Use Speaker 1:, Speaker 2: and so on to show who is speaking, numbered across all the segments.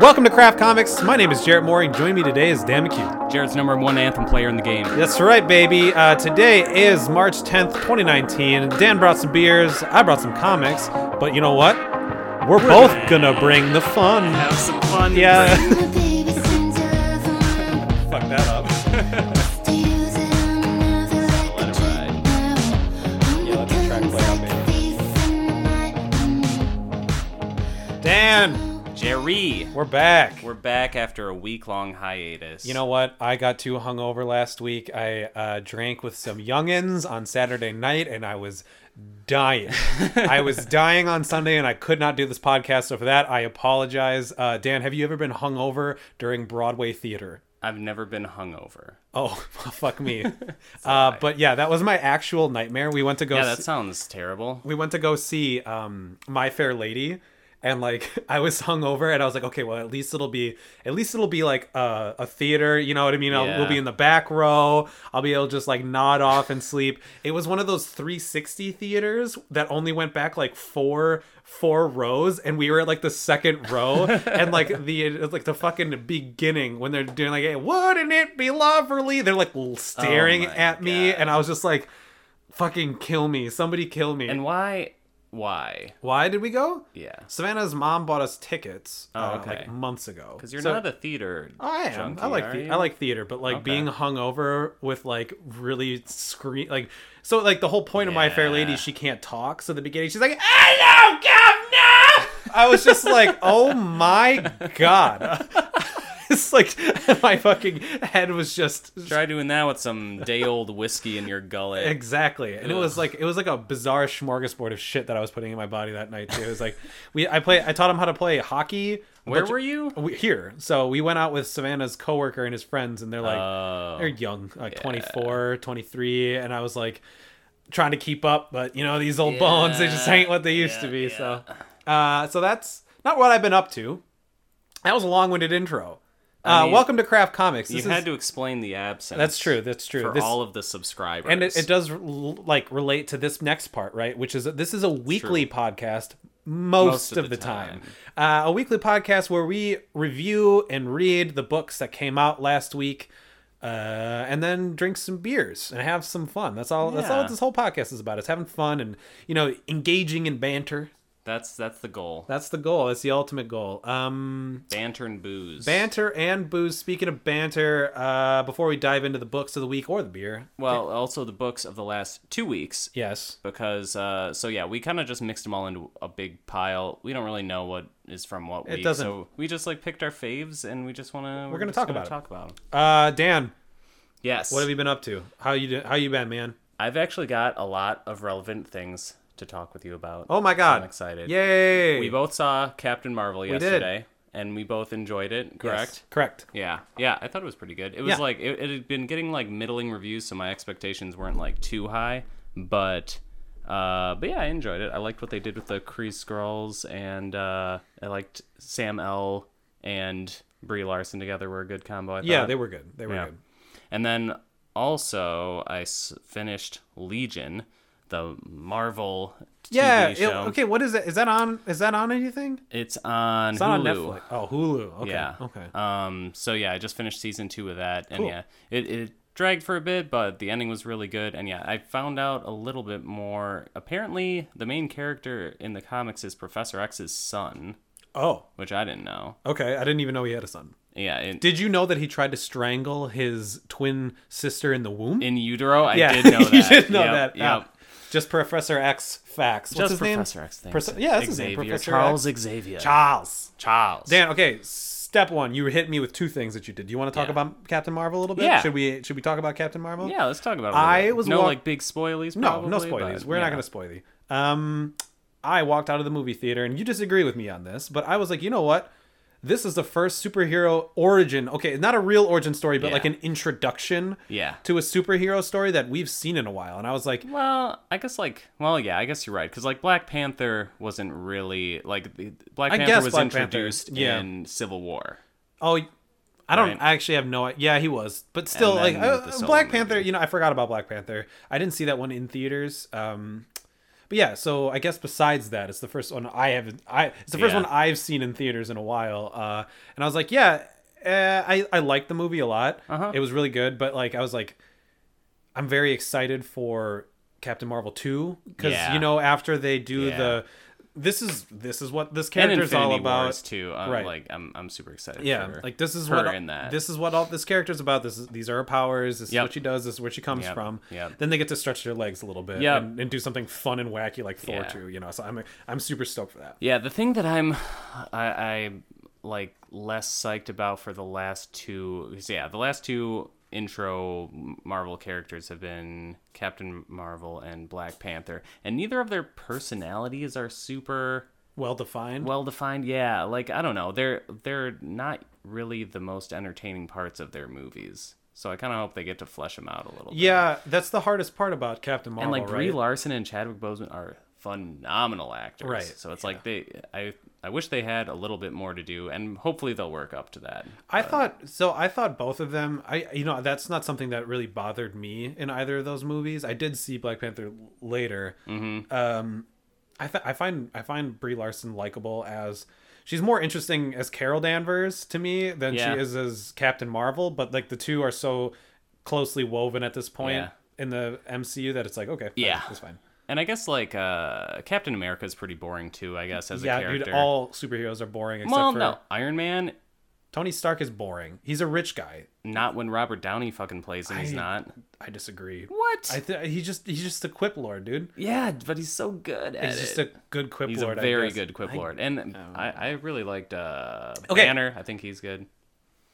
Speaker 1: Welcome to Craft Comics. My name is Jarrett Moore, and joining me today is Dan McHugh.
Speaker 2: Jared's number one anthem player in the game.
Speaker 1: That's right, baby. Uh, today is March 10th, 2019. Dan brought some beers, I brought some comics, but you know what? We're both gonna bring the fun.
Speaker 2: Have some fun.
Speaker 1: Yeah.
Speaker 3: Let
Speaker 1: Fuck that up.
Speaker 3: it ride. Yeah, let the track play out, baby.
Speaker 1: Dan,
Speaker 2: Jerry.
Speaker 1: we're back.
Speaker 2: We're back after a week long hiatus.
Speaker 1: You know what? I got too hungover last week. I uh, drank with some youngins on Saturday night, and I was dying. I was dying on Sunday, and I could not do this podcast. So for that, I apologize. Uh, Dan, have you ever been hungover during Broadway theater?
Speaker 2: I've never been hungover.
Speaker 1: Oh, fuck me. uh, but yeah, that was my actual nightmare. We went to go.
Speaker 2: Yeah,
Speaker 1: s-
Speaker 2: that sounds terrible.
Speaker 1: we went to go see um My Fair Lady and like I was hungover and I was like okay well at least it'll be at least it'll be like a, a theater you know what I mean I'll, we'll be
Speaker 2: Yeah.
Speaker 1: in the back row I'll be able to just like nod off and sleep it was one of those 360 theaters that only went back like four four rows and we were at like the second row and like the like the fucking beginning when they're doing like hey, wouldn't it be lovely they're like staring
Speaker 2: Oh my
Speaker 1: at me
Speaker 2: God.
Speaker 1: and I was just like fucking kill me somebody kill me
Speaker 2: And why? Why?
Speaker 1: why did we go?
Speaker 2: Yeah.
Speaker 1: Savannah's mom bought us tickets uh,
Speaker 2: Oh, okay.
Speaker 1: like months ago.
Speaker 2: Because you're
Speaker 1: So- oh, Ah,
Speaker 2: not a theater.
Speaker 1: I am.
Speaker 2: junkie,
Speaker 1: I like
Speaker 2: are
Speaker 1: the-
Speaker 2: you?
Speaker 1: I like theater, but like being hung over with like really scream like so like the whole point of my fair lady
Speaker 2: Yeah.
Speaker 1: she can't talk. So at the beginning she's like, "I know, governor." I was just like, "Oh my god." it's like my fucking head was just
Speaker 2: Try doing that with some day old whiskey in your gullet.
Speaker 1: Exactly, and it was like it was like a bizarre smorgasbord of shit that I was putting in my body that night too. It was like we I play I taught him how to play hockey. A
Speaker 2: Where
Speaker 1: bunch
Speaker 2: were
Speaker 1: of-
Speaker 2: you?
Speaker 1: we, here? So we went out with Savannah's coworker and his friends, and they're like
Speaker 2: Oh.
Speaker 1: they're young, like 24, 23, and I was like trying to keep up, but you know these old bones they just
Speaker 2: Yeah,
Speaker 1: ain't what they used to
Speaker 2: yeah,
Speaker 1: be.
Speaker 2: yeah.
Speaker 1: So, uh, so that's not what I've been up to. That was a long-winded intro. Uh,
Speaker 2: mean,
Speaker 1: welcome to Craft Comics.
Speaker 2: You
Speaker 1: This
Speaker 2: had
Speaker 1: is-
Speaker 2: to explain the absence.
Speaker 1: That's true. That's true.
Speaker 2: For
Speaker 1: This-
Speaker 2: all of the subscribers.
Speaker 1: and it, it does r- l- like relate to this next part right which is this is a weekly podcast most, of, the, time, Uh, a weekly podcast where we review and read the books that came out last week uh, and then drink some beers and have some fun that's all that's all
Speaker 2: Yeah.
Speaker 1: this whole podcast is about it's having fun and you know engaging in banter
Speaker 2: That's that's the goal.
Speaker 1: that's the goal that's the ultimate goal um
Speaker 2: Banter and booze.
Speaker 1: banter and booze speaking of banter uh, before we dive into the books of the week or the beer
Speaker 2: well, also the books of the last two weeks
Speaker 1: yes
Speaker 2: because uh, so yeah, we kind of just mixed them all into a big pile. We don't really know what is from what week,
Speaker 1: doesn't-
Speaker 2: so we just like picked our faves and we just want to. We're,
Speaker 1: gonna
Speaker 2: just
Speaker 1: talk about it.
Speaker 2: talk about them.
Speaker 1: uh, dan
Speaker 2: Yes,
Speaker 1: What have you been up to? How you do- how you been, man?
Speaker 2: I've actually got a lot of relevant things to talk with you about.
Speaker 1: Oh my god!
Speaker 2: I'm excited.
Speaker 1: Yay!
Speaker 2: we both saw Captain Marvel
Speaker 1: did.
Speaker 2: yesterday, and we both enjoyed it.
Speaker 1: Yes,
Speaker 2: Correct. Uh,
Speaker 1: correct.
Speaker 2: Yeah, yeah, I thought it was pretty good. It was
Speaker 1: Yeah.
Speaker 2: like it, it had been getting like middling reviews, so my expectations weren't like too high. But, uh, but yeah, I enjoyed it. I liked what they did with the Kree Skrulls, and uh, I liked Sam L and Brie Larson together were a good combo. I thought.
Speaker 1: Yeah, they were good. They were
Speaker 2: Yeah.
Speaker 1: good.
Speaker 2: And then also, I s- finished Legion, the Marvel t-
Speaker 1: Yeah.
Speaker 2: TV
Speaker 1: it-
Speaker 2: show.
Speaker 1: okay. What is it? Is that on? Is that on anything?
Speaker 2: It's on
Speaker 1: It's
Speaker 2: Hulu.
Speaker 1: not on Netflix. Oh, Hulu. Okay.
Speaker 2: Yeah.
Speaker 1: Okay.
Speaker 2: Um. So yeah, I just finished season two of that, and
Speaker 1: Cool.
Speaker 2: yeah, it it dragged for a bit, but the ending was really good, and yeah, I found out a little bit more. Apparently, the main character in the comics is Professor X's son,
Speaker 1: Oh.
Speaker 2: which I didn't know.
Speaker 1: Okay. I didn't even know he had a son.
Speaker 2: Yeah. In,
Speaker 1: Did you know that he tried to strangle his twin sister in the womb?
Speaker 2: in utero, I
Speaker 1: yeah.
Speaker 2: did know that.
Speaker 1: you did know
Speaker 2: Yep,
Speaker 1: that.
Speaker 2: Yep.
Speaker 1: Yeah. Just Professor X facts. What's
Speaker 2: Just
Speaker 1: his
Speaker 2: Professor
Speaker 1: name?
Speaker 2: X. Thanks.
Speaker 1: Profe- yeah, that's his name.
Speaker 2: Xavier,
Speaker 1: Professor
Speaker 2: Charles
Speaker 1: X.
Speaker 2: Xavier.
Speaker 1: Charles.
Speaker 2: Charles.
Speaker 1: Dan, okay. Step one, you hit me with two things that you did. Do you want to talk
Speaker 2: Yeah.
Speaker 1: about Captain Marvel a little bit?
Speaker 2: Yeah.
Speaker 1: Should we should we talk about Captain Marvel?
Speaker 2: Yeah, let's talk about. It a
Speaker 1: I
Speaker 2: little bit.
Speaker 1: was
Speaker 2: no
Speaker 1: walk-
Speaker 2: like big spoilies.
Speaker 1: No, no
Speaker 2: probably,
Speaker 1: spoilies.
Speaker 2: but
Speaker 1: We're
Speaker 2: yeah.
Speaker 1: not going to spoil you. Um, I walked out of the movie theater, and you disagree with me on this, but I was like, you know what? This is the first superhero origin. Okay, not a real origin story, but
Speaker 2: Yeah.
Speaker 1: like an introduction
Speaker 2: Yeah.
Speaker 1: to a superhero story that we've seen in a while. And I was like,
Speaker 2: Well, I guess like well, yeah, I guess you're right because like Black Panther wasn't really like the- Black
Speaker 1: I
Speaker 2: Panther
Speaker 1: guess
Speaker 2: was
Speaker 1: Black Panther,
Speaker 2: introduced
Speaker 1: yeah.
Speaker 2: in Civil War.
Speaker 1: oh, I don't.
Speaker 2: Right.
Speaker 1: I actually have no. Yeah, he was, but still,
Speaker 2: And
Speaker 1: like
Speaker 2: then the
Speaker 1: uh,
Speaker 2: solo
Speaker 1: Black Panther.
Speaker 2: movie.
Speaker 1: You know, I forgot about Black Panther. I didn't see that one in theaters. Um, But yeah, so I guess besides that, it's the first one I haven't. I it's the first
Speaker 2: Yeah.
Speaker 1: one I've seen in theaters in a while. Uh, and I was like, yeah, eh, I I liked the movie a lot.
Speaker 2: Uh-huh.
Speaker 1: It was really good, but like I was like, I'm very excited for Captain Marvel two because
Speaker 2: Yeah.
Speaker 1: you know after they do
Speaker 2: Yeah.
Speaker 1: the. This is this is what this
Speaker 2: and
Speaker 1: character's
Speaker 2: Infinity
Speaker 1: all about
Speaker 2: Wars too. I'm,
Speaker 1: Right.
Speaker 2: Like I'm, I'm super excited.
Speaker 1: yeah
Speaker 2: for
Speaker 1: like this is
Speaker 2: her
Speaker 1: what
Speaker 2: in that.
Speaker 1: this is what all this character's about this is, these are her powers this is
Speaker 2: Yep.
Speaker 1: what she does this is where she comes
Speaker 2: Yep.
Speaker 1: from
Speaker 2: Yep.
Speaker 1: then they get to stretch their legs a little bit
Speaker 2: Yep.
Speaker 1: and, and do something fun and wacky like thor
Speaker 2: Yeah.
Speaker 1: 2 you know so i'm i'm super stoked for that
Speaker 2: Yeah, the thing that I'm, I, I like less psyched about for the last two. 'cause, Yeah, the last two intro Marvel characters have been Captain Marvel and Black Panther, and neither of their personalities are super
Speaker 1: well defined
Speaker 2: well defined. Yeah, like I don't know, they're they're not really the most entertaining parts of their movies. So I kind of hope they get to flesh them out a little. bit.
Speaker 1: yeah that's the hardest part about captain
Speaker 2: and
Speaker 1: marvel
Speaker 2: like Brie
Speaker 1: right
Speaker 2: Larson and Chadwick Boseman are phenomenal actors.
Speaker 1: Right,
Speaker 2: So it's like they, I, I wish they had a little bit more to do, and hopefully they'll work up to that.
Speaker 1: I thought so. I thought both of them. I you know that's not something that really bothered me in either of those movies. I did see Black Panther l- later.
Speaker 2: Mm-hmm.
Speaker 1: Um, I th- I find I find Brie Larson likable as she's more interesting as Carol Danvers to me than
Speaker 2: Yeah.
Speaker 1: she is as Captain Marvel. But like the two are so closely woven at this point
Speaker 2: Yeah.
Speaker 1: in the MCU that it's like okay, fine,
Speaker 2: Yeah.
Speaker 1: it's fine.
Speaker 2: And I guess like uh, Captain America is pretty boring too. I guess as a
Speaker 1: Yeah,
Speaker 2: character.
Speaker 1: dude, all superheroes are boring except
Speaker 2: well,
Speaker 1: for
Speaker 2: no, Iron Man.
Speaker 1: Tony Stark is boring. He's a rich guy.
Speaker 2: Not when Robert Downey fucking plays, and he's
Speaker 1: I-
Speaker 2: not.
Speaker 1: I disagree.
Speaker 2: What?
Speaker 1: I th- he just he's just a quip lord, dude.
Speaker 2: yeah, but he's so good at
Speaker 1: He's
Speaker 2: it.
Speaker 1: just a good quip
Speaker 2: He's
Speaker 1: lord.
Speaker 2: a
Speaker 1: I
Speaker 2: very
Speaker 1: guess.
Speaker 2: good quip lord, and I, I really liked uh,
Speaker 1: Okay.
Speaker 2: Banner. I think he's good.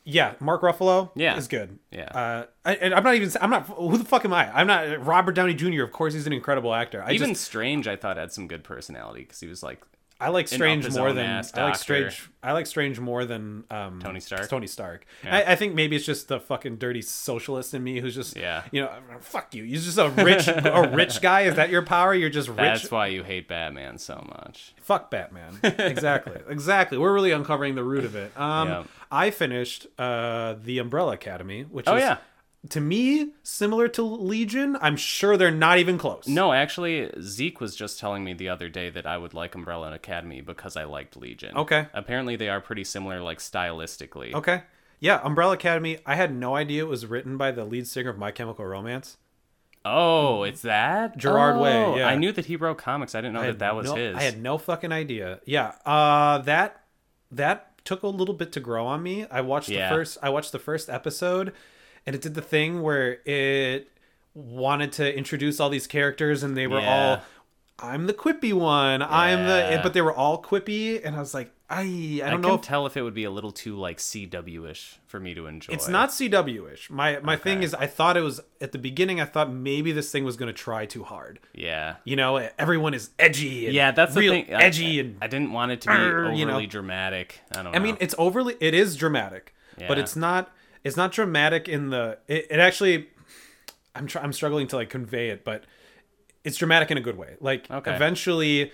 Speaker 1: Yeah, Mark Ruffalo.
Speaker 2: Yeah.
Speaker 1: is good.
Speaker 2: Yeah.
Speaker 1: Uh, I, and I'm not even. I'm not. Who the fuck am I? I'm not Robert Downey Jr. Of course, he's an incredible actor. I
Speaker 2: Even
Speaker 1: just
Speaker 2: Strange, I thought had some good personality because he was like
Speaker 1: I like Strange
Speaker 2: his
Speaker 1: more
Speaker 2: own
Speaker 1: than
Speaker 2: ass
Speaker 1: I like
Speaker 2: doctor.
Speaker 1: Strange. I like Strange more than um,
Speaker 2: Tony Stark?
Speaker 1: Tony Stark.
Speaker 2: Yeah.
Speaker 1: I, I think maybe it's just the fucking dirty socialist in me who's just
Speaker 2: Yeah.
Speaker 1: You know, fuck you. He's just a rich a rich guy. Is that your power? You're just rich.
Speaker 2: That's why you hate Batman so much.
Speaker 1: fuck batman exactly exactly we're really uncovering the root of it um
Speaker 2: Yeah.
Speaker 1: i finished uh the umbrella academy which
Speaker 2: Oh,
Speaker 1: is
Speaker 2: yeah.
Speaker 1: to me similar to legion i'm sure they're not even close
Speaker 2: No, actually, Zeke was just telling me the other day that I would like Umbrella Academy because I liked Legion.
Speaker 1: Okay.
Speaker 2: Apparently, they are pretty similar, like stylistically.
Speaker 1: okay yeah umbrella academy i had no idea it was written by the lead singer of my chemical romance
Speaker 2: Oh, it's that
Speaker 1: Gerard
Speaker 2: oh,
Speaker 1: Way, yeah.
Speaker 2: I knew that he wrote comics. I didn't know
Speaker 1: I
Speaker 2: that
Speaker 1: had
Speaker 2: that was
Speaker 1: no-
Speaker 2: his.
Speaker 1: i had no fucking idea yeah uh that that took a little bit to grow on me i watched
Speaker 2: Yeah.
Speaker 1: the first i watched the first episode and it did the thing where it wanted to introduce all these characters and they were
Speaker 2: Yeah.
Speaker 1: all I'm the quippy one. I'm the
Speaker 2: Yeah.
Speaker 1: but they were all quippy and I was like, I I
Speaker 2: I,
Speaker 1: don't
Speaker 2: can
Speaker 1: know if
Speaker 2: tell if it would be a little too like CW ish for me to enjoy.
Speaker 1: it's not CW ish. My my thing is I thought it was at the beginning I thought maybe this thing was gonna try too hard.
Speaker 2: Yeah.
Speaker 1: You know, everyone is edgy and
Speaker 2: Yeah, that's
Speaker 1: real
Speaker 2: the thing. I-
Speaker 1: edgy
Speaker 2: I,
Speaker 1: and
Speaker 2: I didn't want it to be
Speaker 1: Arr,
Speaker 2: overly
Speaker 1: you know.
Speaker 2: dramatic. I don't.
Speaker 1: I mean,
Speaker 2: know.
Speaker 1: it's overly. It is dramatic, but
Speaker 2: Yeah.
Speaker 1: it's not. It's not dramatic in the. It, it actually. I'm try, I'm struggling to like convey it, but it's dramatic in a good way. Like
Speaker 2: Okay.
Speaker 1: eventually,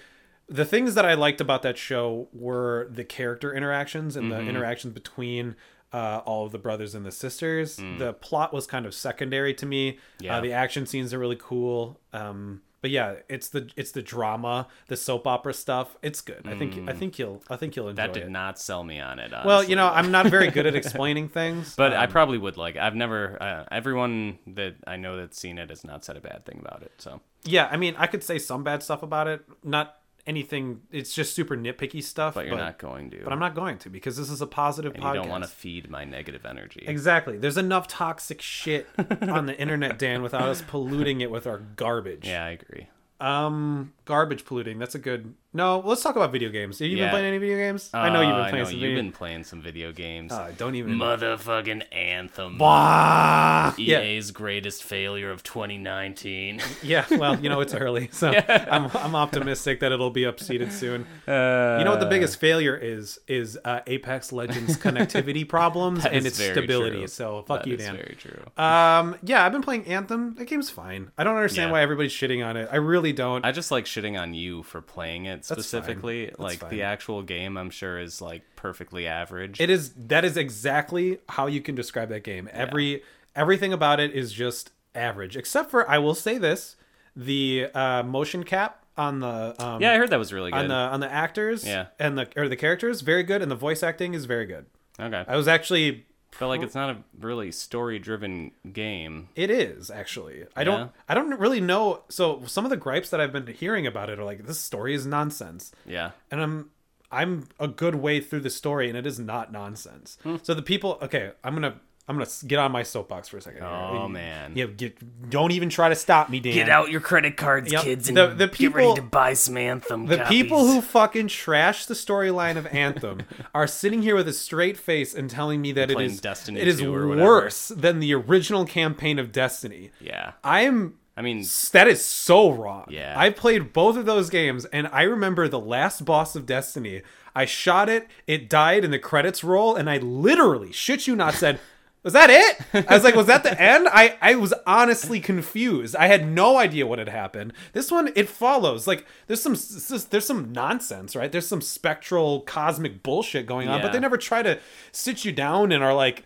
Speaker 1: the things that I liked about that show were the character interactions and
Speaker 2: Mm-hmm.
Speaker 1: the interactions between. Uh, all of the brothers and the sisters. The plot was kind of secondary to me.
Speaker 2: Mm. Yeah.
Speaker 1: Uh, the action scenes are really cool. Um, but yeah, it's the it's the drama, the soap opera stuff. It's good. I think I think you'll I think you'll enjoy
Speaker 2: Mm. that did
Speaker 1: it.
Speaker 2: not sell me on it. Honestly.
Speaker 1: Well, you know, um, I'm not very good at explaining things,
Speaker 2: But I probably would like. I've never. Uh, everyone that I know that's seen it has not said a bad thing about it. So
Speaker 1: yeah, I mean, I could say some bad stuff about it. Not anything. It's just super nitpicky stuff.
Speaker 2: but you're not going to.
Speaker 1: But I'm not going to because this is a positive
Speaker 2: and
Speaker 1: podcast.
Speaker 2: you don't want to feed my negative energy.
Speaker 1: Exactly. There's enough toxic shit on the internet, Dan, without us polluting it with our garbage.
Speaker 2: Yeah, I agree.
Speaker 1: Um, garbage polluting. That's a good. No, let's talk about video games. Have you been
Speaker 2: Yeah.
Speaker 1: playing any video games? I know you've
Speaker 2: Uh,
Speaker 1: been playing
Speaker 2: I know
Speaker 1: some
Speaker 2: you've
Speaker 1: video.
Speaker 2: been playing some video games.
Speaker 1: Uh, don't even.
Speaker 2: Motherfucking Anthem.
Speaker 1: Bah! Yeah.
Speaker 2: EA's greatest failure of 2019.
Speaker 1: Yeah, well, you know it's early, so I'm I'm optimistic that it'll be upseated soon.
Speaker 2: Uh,
Speaker 1: you know what the biggest failure is is uh, Apex Legends connectivity problems and
Speaker 2: is
Speaker 1: its
Speaker 2: very
Speaker 1: stability.
Speaker 2: true.
Speaker 1: So fuck
Speaker 2: That
Speaker 1: you,
Speaker 2: is
Speaker 1: Dan.
Speaker 2: very true.
Speaker 1: Um, yeah, I've been playing Anthem. That game's fine. I don't understand
Speaker 2: Yeah.
Speaker 1: why everybody's shitting on it. I really don't.
Speaker 2: I just like shitting on you for playing it
Speaker 1: fine.
Speaker 2: specifically.
Speaker 1: That's
Speaker 2: Like
Speaker 1: fine.
Speaker 2: the actual game, I'm sure is like perfectly average.
Speaker 1: it is that is exactly how you can describe that game. Every everything about it is just average, except for I will say this: the uh, motion cap on the um,
Speaker 2: Yeah, I heard that was really
Speaker 1: on
Speaker 2: good.
Speaker 1: the on the actors
Speaker 2: Yeah.
Speaker 1: and the or the characters very good and the voice acting is very good.
Speaker 2: okay,
Speaker 1: I was actually
Speaker 2: felt like it's not a really story-driven game.
Speaker 1: It is actually. I
Speaker 2: Yeah.
Speaker 1: don't. I don't really know. So some of the gripes that I've been hearing about it are like this story is nonsense,
Speaker 2: Yeah,
Speaker 1: and I'm I'm a good way through the story, and it is not nonsense.
Speaker 2: Hmm.
Speaker 1: So the people. Okay, I'm gonna I'm gonna s- get on my soapbox for a second. here.
Speaker 2: Oh,
Speaker 1: You-
Speaker 2: man.
Speaker 1: Yeah. Get, don't even try to stop me, Dan.
Speaker 4: Get out your credit cards,
Speaker 1: Yep.
Speaker 4: kids, and
Speaker 1: The- the
Speaker 4: get ready
Speaker 1: people-
Speaker 4: to buy some Anthem
Speaker 1: The
Speaker 4: copies.
Speaker 1: people who fucking trash the storyline of Anthem are sitting here with a straight face and telling me that it
Speaker 2: Playing
Speaker 1: is
Speaker 2: Destiny
Speaker 1: it is
Speaker 2: 2 or whatever.
Speaker 1: worse than the original campaign of Destiny.
Speaker 2: yeah.
Speaker 1: I am
Speaker 2: I mean,
Speaker 1: S- That is so wrong.
Speaker 2: Yeah.
Speaker 1: I played both of those games, and I remember the last boss of Destiny. I shot it, it died, and the credits roll, and I literally, shit you not, said, Was that it? I was like, Was that the end? I, I was honestly confused. I had no idea what had happened. This one, it follows. Like, there's some s- s- there's some nonsense, right? There's some spectral cosmic bullshit going on,
Speaker 2: Yeah.
Speaker 1: but they never try to sit you down and are like,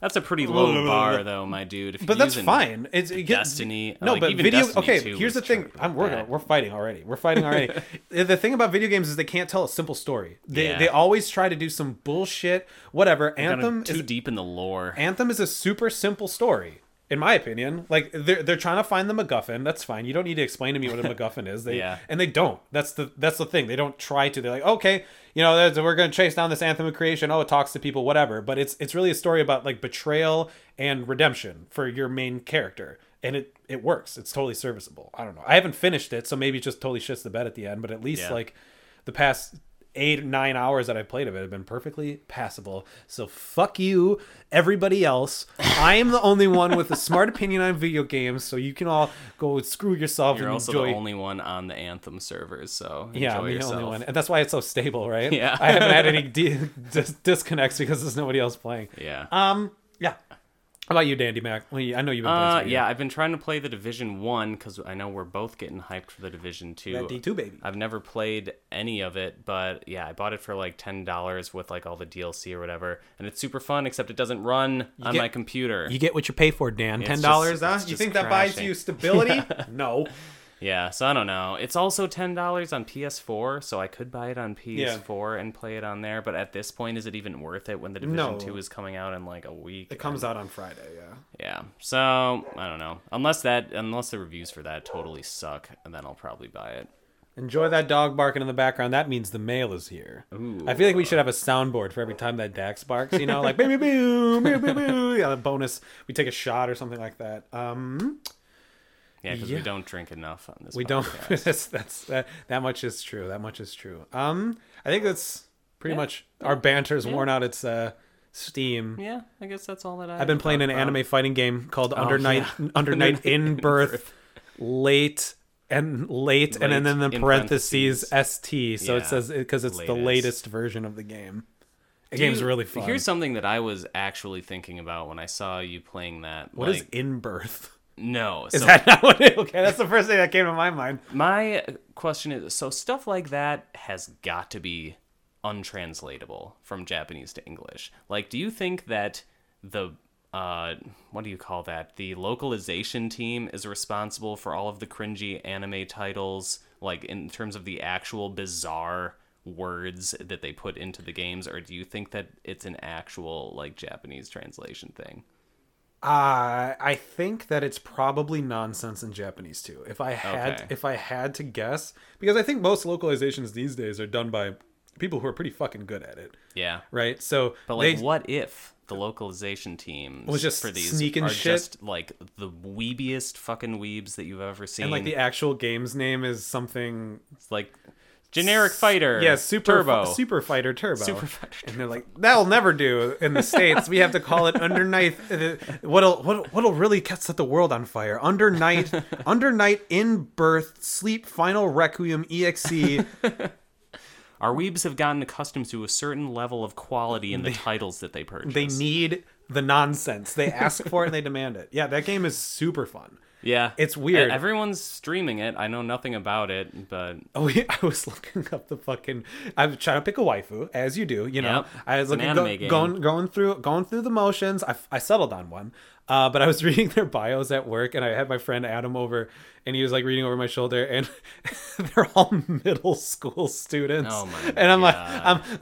Speaker 2: that's a pretty low
Speaker 1: Ugh.
Speaker 2: bar, though, my dude. If you're
Speaker 1: but that's
Speaker 2: using-
Speaker 1: fine. It's it gets-
Speaker 2: Destiny-
Speaker 1: No,
Speaker 2: like,
Speaker 1: but
Speaker 2: even
Speaker 1: video.
Speaker 2: Destiny
Speaker 1: okay,
Speaker 2: 2
Speaker 1: here's the
Speaker 2: was
Speaker 1: thing.
Speaker 2: terrible.
Speaker 1: I'm we're gonna,
Speaker 2: Bad.
Speaker 1: we're fighting already. We're fighting already. the thing about video games is they can't tell a simple story. They
Speaker 2: Yeah.
Speaker 1: they always try to do some bullshit. Whatever.
Speaker 2: Kinda
Speaker 1: Anthem
Speaker 2: too
Speaker 1: is
Speaker 2: deep in the lore.
Speaker 1: Anthem is a super simple story. In my opinion, like they're they're trying to find the MacGuffin. That's fine. You don't need to explain to me what a MacGuffin is. They
Speaker 2: Yeah.
Speaker 1: and they don't. That's the that's the thing. They don't try to. They're like, okay, you know, that's, we're gonna chase down this Anthem of Creation. Oh, it talks to people, whatever. But it's it's really a story about like betrayal and redemption for your main character, and it it works. It's totally serviceable. I don't know. I haven't finished it, so maybe it just totally shits the bed at the end. But at least
Speaker 2: Yeah.
Speaker 1: like the past eight nine hours that i played of it have been perfectly passable so fuck you everybody else i am the only one with a smart opinion on video games so you can all go screw yourself
Speaker 2: You're
Speaker 1: and
Speaker 2: also
Speaker 1: enjoy
Speaker 2: the only one on the Anthem servers, so enjoy
Speaker 1: yeah i'm the
Speaker 2: yourself.
Speaker 1: only one and that's why it's so stable right
Speaker 2: Yeah.
Speaker 1: i haven't had any di- dis- disconnects because there's nobody else playing
Speaker 2: Yeah.
Speaker 1: um yeah how about you dandy mac Well, you- i know you've been playing
Speaker 2: Uh,
Speaker 1: some
Speaker 2: yeah, I've been trying to play the Division One because I know we're both getting hyped for the Division Two.
Speaker 1: That D2, baby.
Speaker 2: I've never played any of it, but yeah, I bought it for like ten dollars with like all the DLC or whatever, and it's super fun. Except it doesn't run on
Speaker 1: get-
Speaker 2: my computer.
Speaker 1: you get what you pay for dan
Speaker 2: It's
Speaker 1: ten
Speaker 2: just-
Speaker 1: dollars huh
Speaker 2: it's
Speaker 1: you
Speaker 2: just
Speaker 1: think that buys
Speaker 2: crashing.
Speaker 1: you stability no
Speaker 2: Yeah, so I don't know. It's also ten dollars on PS4, so I could buy it on PS4 and play it on there. But at this point, is it even worth it when the Division
Speaker 1: No.
Speaker 2: Two is coming out in like a week?
Speaker 1: it comes out on friday yeah
Speaker 2: Yeah. So I don't know. Unless that, unless the reviews for that totally suck, and then I'll probably buy it.
Speaker 1: Enjoy that dog barking in the background. That means the mail is here. I feel like we should have a soundboard for every time that Dax barks. You know, like boo boo boo boo boo boo. Yeah, a bonus. We take a shot or something like that. Um,
Speaker 2: Yeah, because
Speaker 1: Yeah.
Speaker 2: we don't drink enough on this.
Speaker 1: we don't. that's that's that, that much is true. That much is true. Um, I think that's pretty much our banter's worn out its uh steam.
Speaker 2: Yeah, I guess that's all that I.
Speaker 1: I've been playing an anime fighting game called Under Night
Speaker 2: yeah.
Speaker 1: Under Night in Birth late and late, and then
Speaker 2: Late
Speaker 1: in the
Speaker 2: in
Speaker 1: parentheses, ST. So it
Speaker 2: Yeah.
Speaker 1: says because it's the
Speaker 2: Latest.
Speaker 1: latest version of the game. The
Speaker 2: Dude,
Speaker 1: game's really fun.
Speaker 2: Here's something that I was actually thinking about when I saw you playing that.
Speaker 1: what
Speaker 2: like,
Speaker 1: is in birth?
Speaker 2: no?
Speaker 1: Is
Speaker 2: so
Speaker 1: that not what it, okay? That's the first thing that came to my mind.
Speaker 2: my question is: so stuff like that has got to be untranslatable from Japanese to English. Like, do you think that the uh, what do you call that? The localization team is responsible for all of the cringy anime titles, like in terms of the actual bizarre words that they put into the games, or do you think that it's an actual like Japanese translation thing?
Speaker 1: Uh, I think that it's probably nonsense in Japanese too. If I had
Speaker 2: Okay.
Speaker 1: if I had to guess, because I think most localizations these days are done by people who are pretty fucking good at it,
Speaker 2: Yeah.
Speaker 1: right? So
Speaker 2: But like,
Speaker 1: they-
Speaker 2: what if the localization teams
Speaker 1: Was just
Speaker 2: for these
Speaker 1: sneaking
Speaker 2: are
Speaker 1: shit?
Speaker 2: just like the weebiest fucking weebs that you've ever seen?
Speaker 1: and like the actual game's name is something
Speaker 2: It's like generic fighter,
Speaker 1: Yeah, super
Speaker 2: turbo,
Speaker 1: super fighter turbo.
Speaker 2: Super Fighter
Speaker 1: And they're like, that'll never do in the states. we have to call it under night. uh, What'll what what'll really ca- set the world on fire? Under night, under night in birth, sleep, final requiem, E exe.
Speaker 2: Our weebs have gotten accustomed to a certain level of quality in the titles that they purchase.
Speaker 1: they need the nonsense. They ask for it and they demand it. Yeah, that game is super fun.
Speaker 2: yeah,
Speaker 1: It's weird.
Speaker 2: E- Everyone's streaming it. I know nothing about it, but
Speaker 1: Oh, yeah, I was looking up the fucking. I'm trying to pick a waifu, as you do. You know,
Speaker 2: Yep.
Speaker 1: I was
Speaker 2: It's an
Speaker 1: looking
Speaker 2: anime
Speaker 1: go-
Speaker 2: game.
Speaker 1: going going through going through the motions. I, I settled on one. Uh, but I was reading their bios at work, and I had my friend Adam over, and he was like reading over my shoulder, and they're all middle school students.
Speaker 2: Oh my
Speaker 1: and I'm
Speaker 2: God.
Speaker 1: like,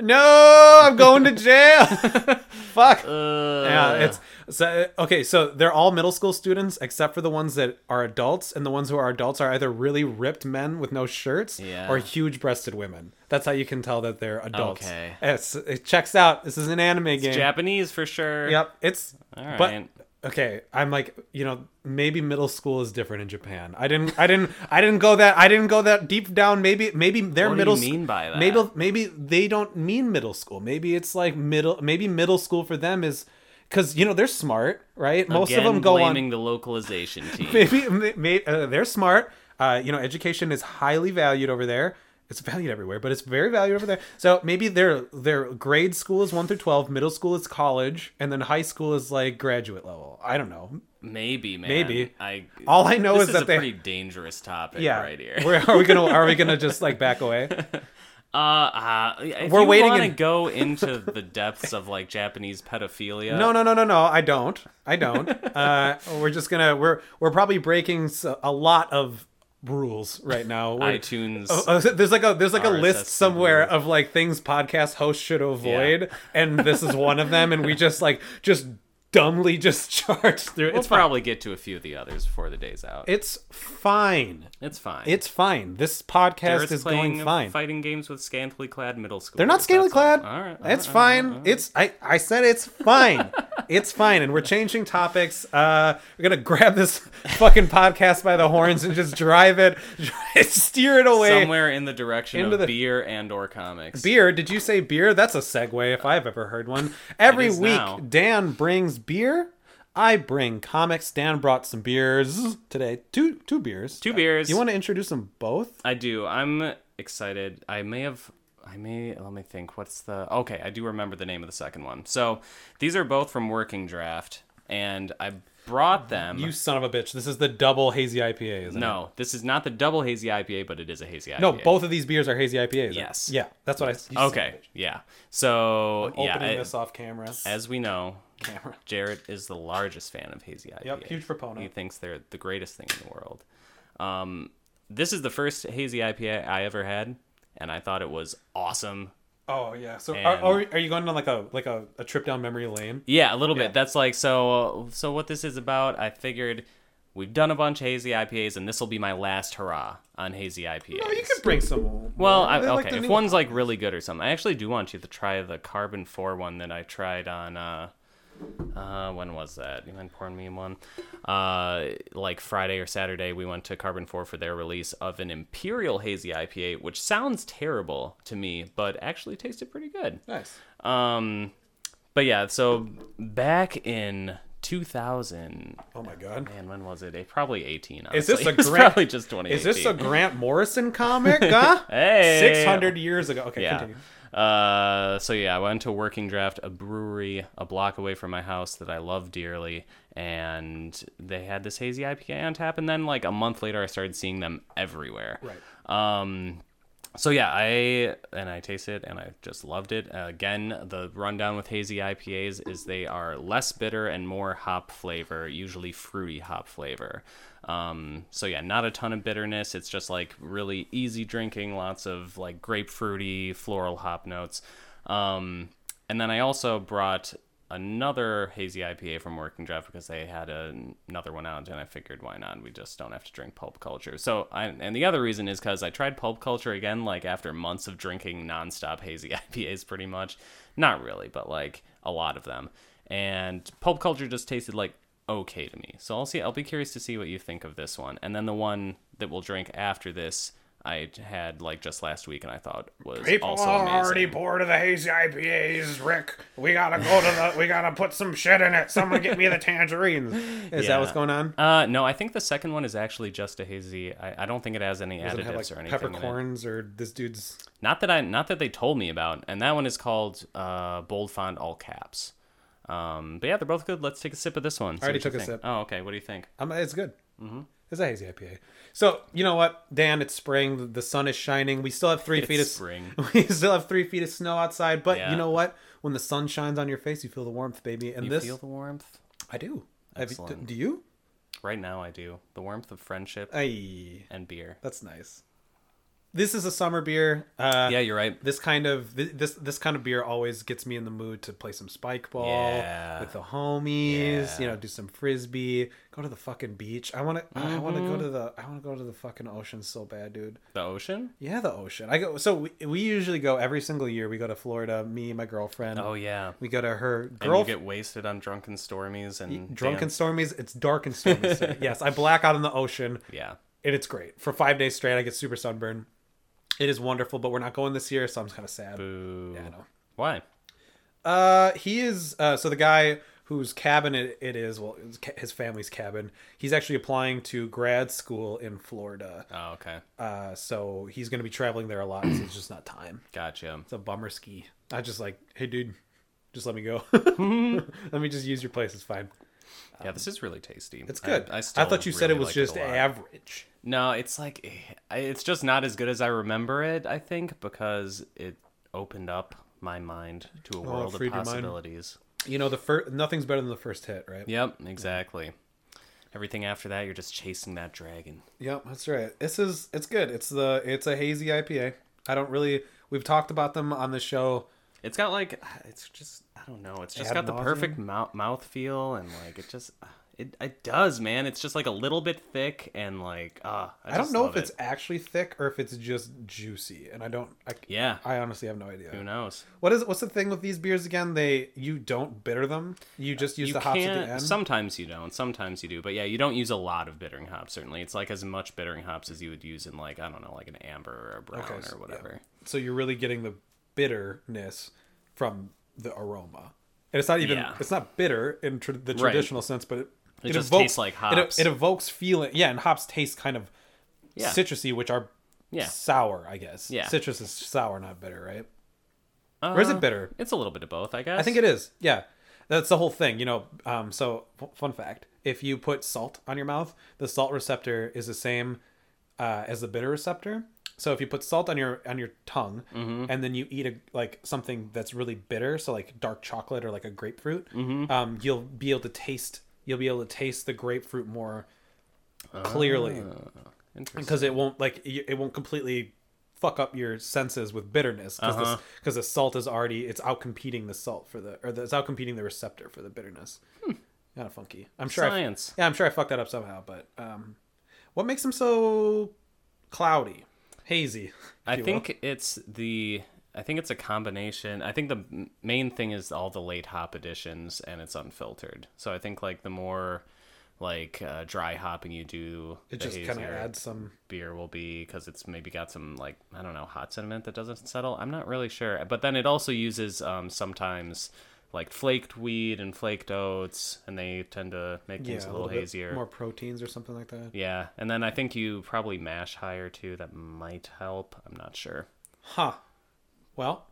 Speaker 1: I'm no, I'm going to jail. Fuck.
Speaker 2: uh,
Speaker 1: yeah, it's so okay. So they're all middle school students except for the ones that are adults, and the ones who are adults are either really ripped men with no shirts
Speaker 2: Yeah.
Speaker 1: or huge-breasted women. That's how you can tell that they're adults.
Speaker 2: Okay.
Speaker 1: It's, it checks out. This is an anime game.
Speaker 2: Japanese for sure.
Speaker 1: Yep. It's
Speaker 2: All
Speaker 1: but
Speaker 2: right.
Speaker 1: okay. I'm like you know maybe middle school is different in Japan. I didn't I didn't I didn't go that I didn't go that deep down. Maybe maybe their
Speaker 2: What do
Speaker 1: middle
Speaker 2: you
Speaker 1: sc-
Speaker 2: mean by that?
Speaker 1: Maybe maybe they don't mean middle school. Maybe it's like middle. Maybe middle school for them is because you know they're smart, right? Most
Speaker 2: Again,
Speaker 1: of them go on
Speaker 2: blaming the localization team.
Speaker 1: maybe maybe uh, they're smart. Uh, you know, education is highly valued over there. It's valued everywhere, but it's very valued over there. So maybe their their grade school is one through twelve, middle school is college, and then high school is like graduate level. I don't know.
Speaker 2: Maybe, man.
Speaker 1: Maybe.
Speaker 2: I.
Speaker 1: All I know
Speaker 2: this
Speaker 1: is
Speaker 2: is
Speaker 1: that
Speaker 2: a
Speaker 1: they-
Speaker 2: pretty dangerous topic
Speaker 1: Yeah,
Speaker 2: right here.
Speaker 1: Where are we gonna are we gonna just like back away?
Speaker 2: Uh, uh if
Speaker 1: We're
Speaker 2: you
Speaker 1: waiting
Speaker 2: want to
Speaker 1: in-
Speaker 2: go into the depths of like Japanese pedophilia.
Speaker 1: No, no, no, no, no. I don't. I don't. Uh, we're just gonna we're we're probably breaking s- a lot of rules right now. We're-
Speaker 2: iTunes.
Speaker 1: Oh, oh, there's like a there's like a list
Speaker 2: RSS
Speaker 1: somewhere of like things podcast hosts should avoid, and this is one of them. And we just like just dumbly just charge through. it.
Speaker 2: We'll
Speaker 1: it's fine.
Speaker 2: probably get to a few of the others before the day's out.
Speaker 1: It's fine.
Speaker 2: it's fine.
Speaker 1: It's fine. This podcast
Speaker 2: Jared's
Speaker 1: is going
Speaker 2: playing
Speaker 1: fine.
Speaker 2: Fighting games with scantily clad middle school.
Speaker 1: They're not scantily clad.
Speaker 2: All right.
Speaker 1: It's
Speaker 2: all right,
Speaker 1: fine.
Speaker 2: all right.
Speaker 1: It's I, I said it's fine. it's fine. And we're changing topics. Uh we're gonna grab this fucking podcast by the horns and just drive it steer it away.
Speaker 2: Somewhere in the direction
Speaker 1: Into
Speaker 2: of
Speaker 1: the-
Speaker 2: beer and or comics.
Speaker 1: Beer, did you say beer? That's a segue if I've ever heard one. Every
Speaker 2: is
Speaker 1: week
Speaker 2: now.
Speaker 1: Dan brings beer. I bring comics. Dan brought some beers today. Two two beers.
Speaker 2: Two beers.
Speaker 1: You want to introduce them both?
Speaker 2: I do. I'm excited. I may have. I may. Let me think. What's the. Okay, I do remember the name of the second one. So these are both from Working Draft, and I brought them.
Speaker 1: You son of a bitch. This is the double hazy IPA, isn't it?
Speaker 2: no, this is not the double hazy IPA, but it is a hazy IPA.
Speaker 1: No, both of these beers are hazy IPAs.
Speaker 2: Yes.
Speaker 1: Yeah, that's what I you son of a
Speaker 2: Okay,
Speaker 1: bitch.
Speaker 2: yeah. So yeah,
Speaker 1: opening
Speaker 2: I-
Speaker 1: this off camera.
Speaker 2: as we know,
Speaker 1: camera.
Speaker 2: Jared is the largest fan of hazy IPA.
Speaker 1: Yep, huge proponent.
Speaker 2: He thinks they're the greatest thing in the world. Um, this is the first hazy IPA I ever had, and I thought it was awesome.
Speaker 1: Oh yeah. So are,
Speaker 2: And-
Speaker 1: are, are you going on like a like a, a trip down memory lane?
Speaker 2: Yeah, a little bit. That's like so. So what this is about, I figured we've done a bunch of hazy IPAs, and this will be my last hurrah on hazy IPAs.
Speaker 1: Oh, you could bring some.
Speaker 2: Well, I,
Speaker 1: They're like
Speaker 2: okay.
Speaker 1: the
Speaker 2: if
Speaker 1: new-
Speaker 2: one's like really good or something, I actually do want you to try the carbon four one that I tried on. Uh, uh, when was that? You mind pouring me one? Uh, like Friday or Saturday, we went to Carbon Four for their release of an Imperial Hazy IPA, which sounds terrible to me, but actually tasted pretty good.
Speaker 1: nice.
Speaker 2: Um, but yeah, so back in 2000,
Speaker 1: Oh my god.
Speaker 2: man, when was it? Eh, Probably 18. Honestly.
Speaker 1: Is this a
Speaker 2: It was
Speaker 1: Grant-
Speaker 2: Probably just 20.
Speaker 1: Is this a Grant Morrison comic? Huh?
Speaker 2: Hey.
Speaker 1: Six hundred years ago. Okay,
Speaker 2: yeah.
Speaker 1: continue.
Speaker 2: Uh, so yeah, I went to Working Draft, a brewery a block away from my house that I love dearly, and they had this hazy IPA on tap. And then like a month later, I started seeing them everywhere. Right. Um, so yeah, I and I tasted it and I just loved it. Uh, again, the rundown with hazy IPAs is they are less bitter and more hop flavor, usually fruity hop flavor. Um, so yeah, not a ton of bitterness. It's just like really easy drinking, lots of like grapefruity, floral hop notes. Um, and then I also brought another hazy IPA from Working Draft because they had an- another one out, and I figured why not? We just don't have to drink pulp culture. So, I, and the other reason is because I tried pulp culture again, like after months of drinking nonstop hazy IPAs, pretty much. Not really, but like a lot of them. And pulp culture just tasted like okay to me. So I'll see. I'll be curious to see what you think of this one, and then the one that we'll drink after this. I had like just last week, and I thought was
Speaker 5: People
Speaker 2: also
Speaker 5: are
Speaker 2: amazing.
Speaker 5: already bored of the hazy IPAs, Rick. We gotta go to the. We gotta put some shit in it. Someone get me the tangerine.
Speaker 1: Tangerines. Is that what's
Speaker 2: Yeah.
Speaker 1: going on?
Speaker 2: Uh, no, I think the second one is actually just a hazy. I, I don't think it has any
Speaker 1: Does
Speaker 2: additives
Speaker 1: it have like
Speaker 2: or anything. in it.
Speaker 1: peppercorns or this dude's?
Speaker 2: Not that I, not that they told me about. And that one is called uh, bold font all caps. Um, but yeah, they're both good. Let's take a sip of this one. see
Speaker 1: already
Speaker 2: what you
Speaker 1: took a
Speaker 2: think.
Speaker 1: sip.
Speaker 2: Oh, okay. What do you think?
Speaker 1: I'm, it's good. Mm-hmm. It's a hazy IPA. So you know what, Dan? It's spring. The- The sun is shining. We still have three feet of
Speaker 2: spring.
Speaker 1: We still have three feet of snow outside. But
Speaker 2: Yeah.
Speaker 1: you know what? When the sun shines on your face, you feel the warmth, baby. And
Speaker 2: You
Speaker 1: this,
Speaker 2: feel the warmth?
Speaker 1: I do. Have you-
Speaker 2: Excellent.
Speaker 1: do you?
Speaker 2: Right now, I do. The warmth of friendship
Speaker 1: Uh, Aye.
Speaker 2: and beer.
Speaker 1: That's nice. This is a summer beer. Uh,
Speaker 2: Yeah, you're right.
Speaker 1: This kind of th- this this kind of beer always gets me in the mood to play some spike ball
Speaker 2: Yeah.
Speaker 1: with the homies. You know, do some frisbee, go to the fucking beach. I want to. I want to go
Speaker 2: Mm-hmm.
Speaker 1: to the. I want to go to the fucking ocean so bad, dude.
Speaker 2: The ocean?
Speaker 1: Yeah, the ocean. I go. So we, we usually go every single year. We go to Florida. Me, and my girlfriend.
Speaker 2: Oh, yeah.
Speaker 1: We go to her
Speaker 2: And you
Speaker 1: girlfriend.
Speaker 2: get wasted on drunken stormies and
Speaker 1: Drunk and
Speaker 2: dance.
Speaker 1: stormies. It's dark and stormy. sir. yes, I black out in the ocean
Speaker 2: Yeah.
Speaker 1: and it's great for five days straight. I get super sunburned. It is wonderful, but we're not going this year, so I'm kind of sad.
Speaker 2: Boo.
Speaker 1: I know.
Speaker 2: Why?
Speaker 1: Uh, he is uh, so the guy whose cabin it, it is. Well, it's ca- his family's cabin. He's actually applying to grad school in Florida.
Speaker 2: Oh, okay.
Speaker 1: Uh, so he's going to be traveling there a lot. 'cause It's just not time.
Speaker 2: Gotcha.
Speaker 1: It's a bummer ski. I just like, hey dude, just let me go. let me just use your place. It's fine.
Speaker 2: Yeah, this is really tasty.
Speaker 1: Um, It's good.
Speaker 2: I,
Speaker 1: I,
Speaker 2: I, still
Speaker 1: thought you said
Speaker 2: really
Speaker 1: it was
Speaker 2: like
Speaker 1: just
Speaker 2: a lot.
Speaker 1: average.
Speaker 2: No, it's like eh, I- it's just not as good as I remember it. I think because it opened up my mind to a world
Speaker 1: Oh, freed
Speaker 2: of
Speaker 1: your mind.
Speaker 2: possibilities.
Speaker 1: You know, the first nothing's better than the first hit, right?
Speaker 2: Yep, exactly. Everything after that, you're just chasing that dragon.
Speaker 1: Yep, that's right. This is it's good. It's the it's a hazy IPA. I don't really we've talked about them on the show.
Speaker 2: It's got like it's just I don't know. It's just
Speaker 1: Ad
Speaker 2: got the
Speaker 1: nauseam?
Speaker 2: perfect mou- mouth feel and like it just uh, it it does, man. It's just like a little bit thick and like ah. I,
Speaker 1: I, don't
Speaker 2: just
Speaker 1: know
Speaker 2: love
Speaker 1: if it's
Speaker 2: it.
Speaker 1: actually thick or if it's just juicy, and I don't. I,
Speaker 2: yeah.
Speaker 1: I honestly have no
Speaker 2: Who
Speaker 1: idea.
Speaker 2: knows?
Speaker 1: What is what's the thing with these beers again? They you don't bitter them. You just use
Speaker 2: Uh, You
Speaker 1: the hops at the
Speaker 2: can't.
Speaker 1: end.
Speaker 2: Sometimes you don't. Sometimes you do. But yeah, you don't use a lot of bittering hops. Certainly, it's like as much bittering hops as you would use in like I don't know, like an amber or a brown
Speaker 1: Okay, so-
Speaker 2: or
Speaker 1: yeah.
Speaker 2: whatever.
Speaker 1: so you're really getting the bitterness from the aroma, and it's not even
Speaker 2: Yeah.
Speaker 1: it's not bitter in tr- the
Speaker 2: Right.
Speaker 1: traditional sense, but it,
Speaker 2: It just tastes like
Speaker 1: it-
Speaker 2: hops.
Speaker 1: It, evokes feeling, yeah, and hops taste kind of
Speaker 2: Yeah.
Speaker 1: citrusy, which are
Speaker 2: Yeah.
Speaker 1: sour, I guess.
Speaker 2: Yeah.
Speaker 1: citrus is sour, not bitter, right? or is
Speaker 2: Uh,
Speaker 1: it bitter?
Speaker 2: It's a little bit of both, I guess.
Speaker 1: I think it is. Yeah, that's the whole thing. You know. Um. So f- fun fact: if you put salt on your mouth, the salt receptor is the same uh, as the bitter receptor. So if you put salt on your on your tongue and then you eat a like something that's really bitter, so like dark chocolate or like a grapefruit, um, you'll be able to taste you'll be able to taste the grapefruit more clearly
Speaker 2: Interesting.
Speaker 1: because it won't like y- it won't completely fuck up your senses with bitterness because
Speaker 2: Uh-huh.
Speaker 1: the salt is already it's out competing the salt for the or the, it's out competing the receptor for the bitterness kind of funky i'm sure I-
Speaker 2: Hmm. Science.
Speaker 1: yeah i'm sure i fucked that up somehow but um what makes them so cloudy hazy if
Speaker 2: I
Speaker 1: you will?
Speaker 2: think it's the. I think it's a combination. I think the m- main thing is all the late hop additions, and it's unfiltered. So I think like the more like uh, dry hopping you do,
Speaker 1: it
Speaker 2: the
Speaker 1: just kind of
Speaker 2: hazier
Speaker 1: adds some
Speaker 2: beer will be because it's maybe got some like I don't know hot sediment that doesn't settle. I'm not really sure, but then it also uses um, sometimes like flaked wheat and flaked oats, and they tend to make
Speaker 1: yeah,
Speaker 2: things a little,
Speaker 1: bit
Speaker 2: hazier.
Speaker 1: more proteins or something like that
Speaker 2: Yeah, and then I think you probably mash higher too. That might help. I'm not sure.
Speaker 1: huh well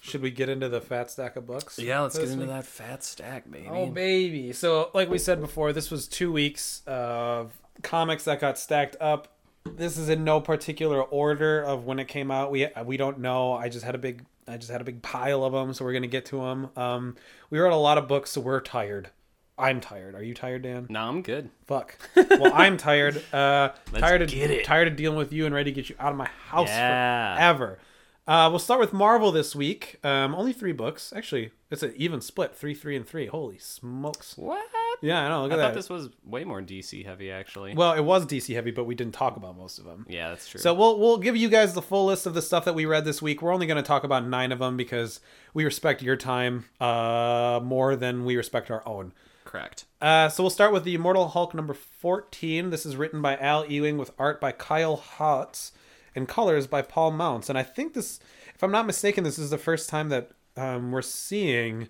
Speaker 1: should we get into the fat stack of bucks this week?
Speaker 2: that fat stack, baby.
Speaker 1: Oh baby! So like we said before, this was two weeks of comics that got stacked up. This is in no particular order of when it came out. We uh, we don't know. I just had a big I just had a big pile of them, so we're gonna get to them. Um, we read a lot of books, so we're tired. I'm tired. Are you tired, Dan?
Speaker 2: no, I'm good.
Speaker 1: Fuck. Well, I'm tired. Uh, tired of
Speaker 2: get it.
Speaker 1: tired of dealing with you and ready to get you out of my house
Speaker 2: Yeah.
Speaker 1: forever. Uh, we'll start with Marvel this week. Um, only three books, actually. It's an even split, three, three, and three. Holy smokes!
Speaker 2: What?
Speaker 1: Yeah, I know. Look
Speaker 2: I
Speaker 1: at
Speaker 2: thought
Speaker 1: that.
Speaker 2: this was way more DC heavy, actually.
Speaker 1: Well, it was DC heavy, but we didn't talk about most of them.
Speaker 2: yeah, that's true.
Speaker 1: So we'll we'll give you guys the full list of the stuff that we read this week. We're only going to talk about nine of them because we respect your time uh, more than we respect our own.
Speaker 2: correct.
Speaker 1: Uh, so we'll start with the Immortal Hulk number 14. This is written by Al Ewing with art by Kyle Hotz and colors by Paul Mounts. And I think this, if I'm not mistaken, this is the first time that um, we're seeing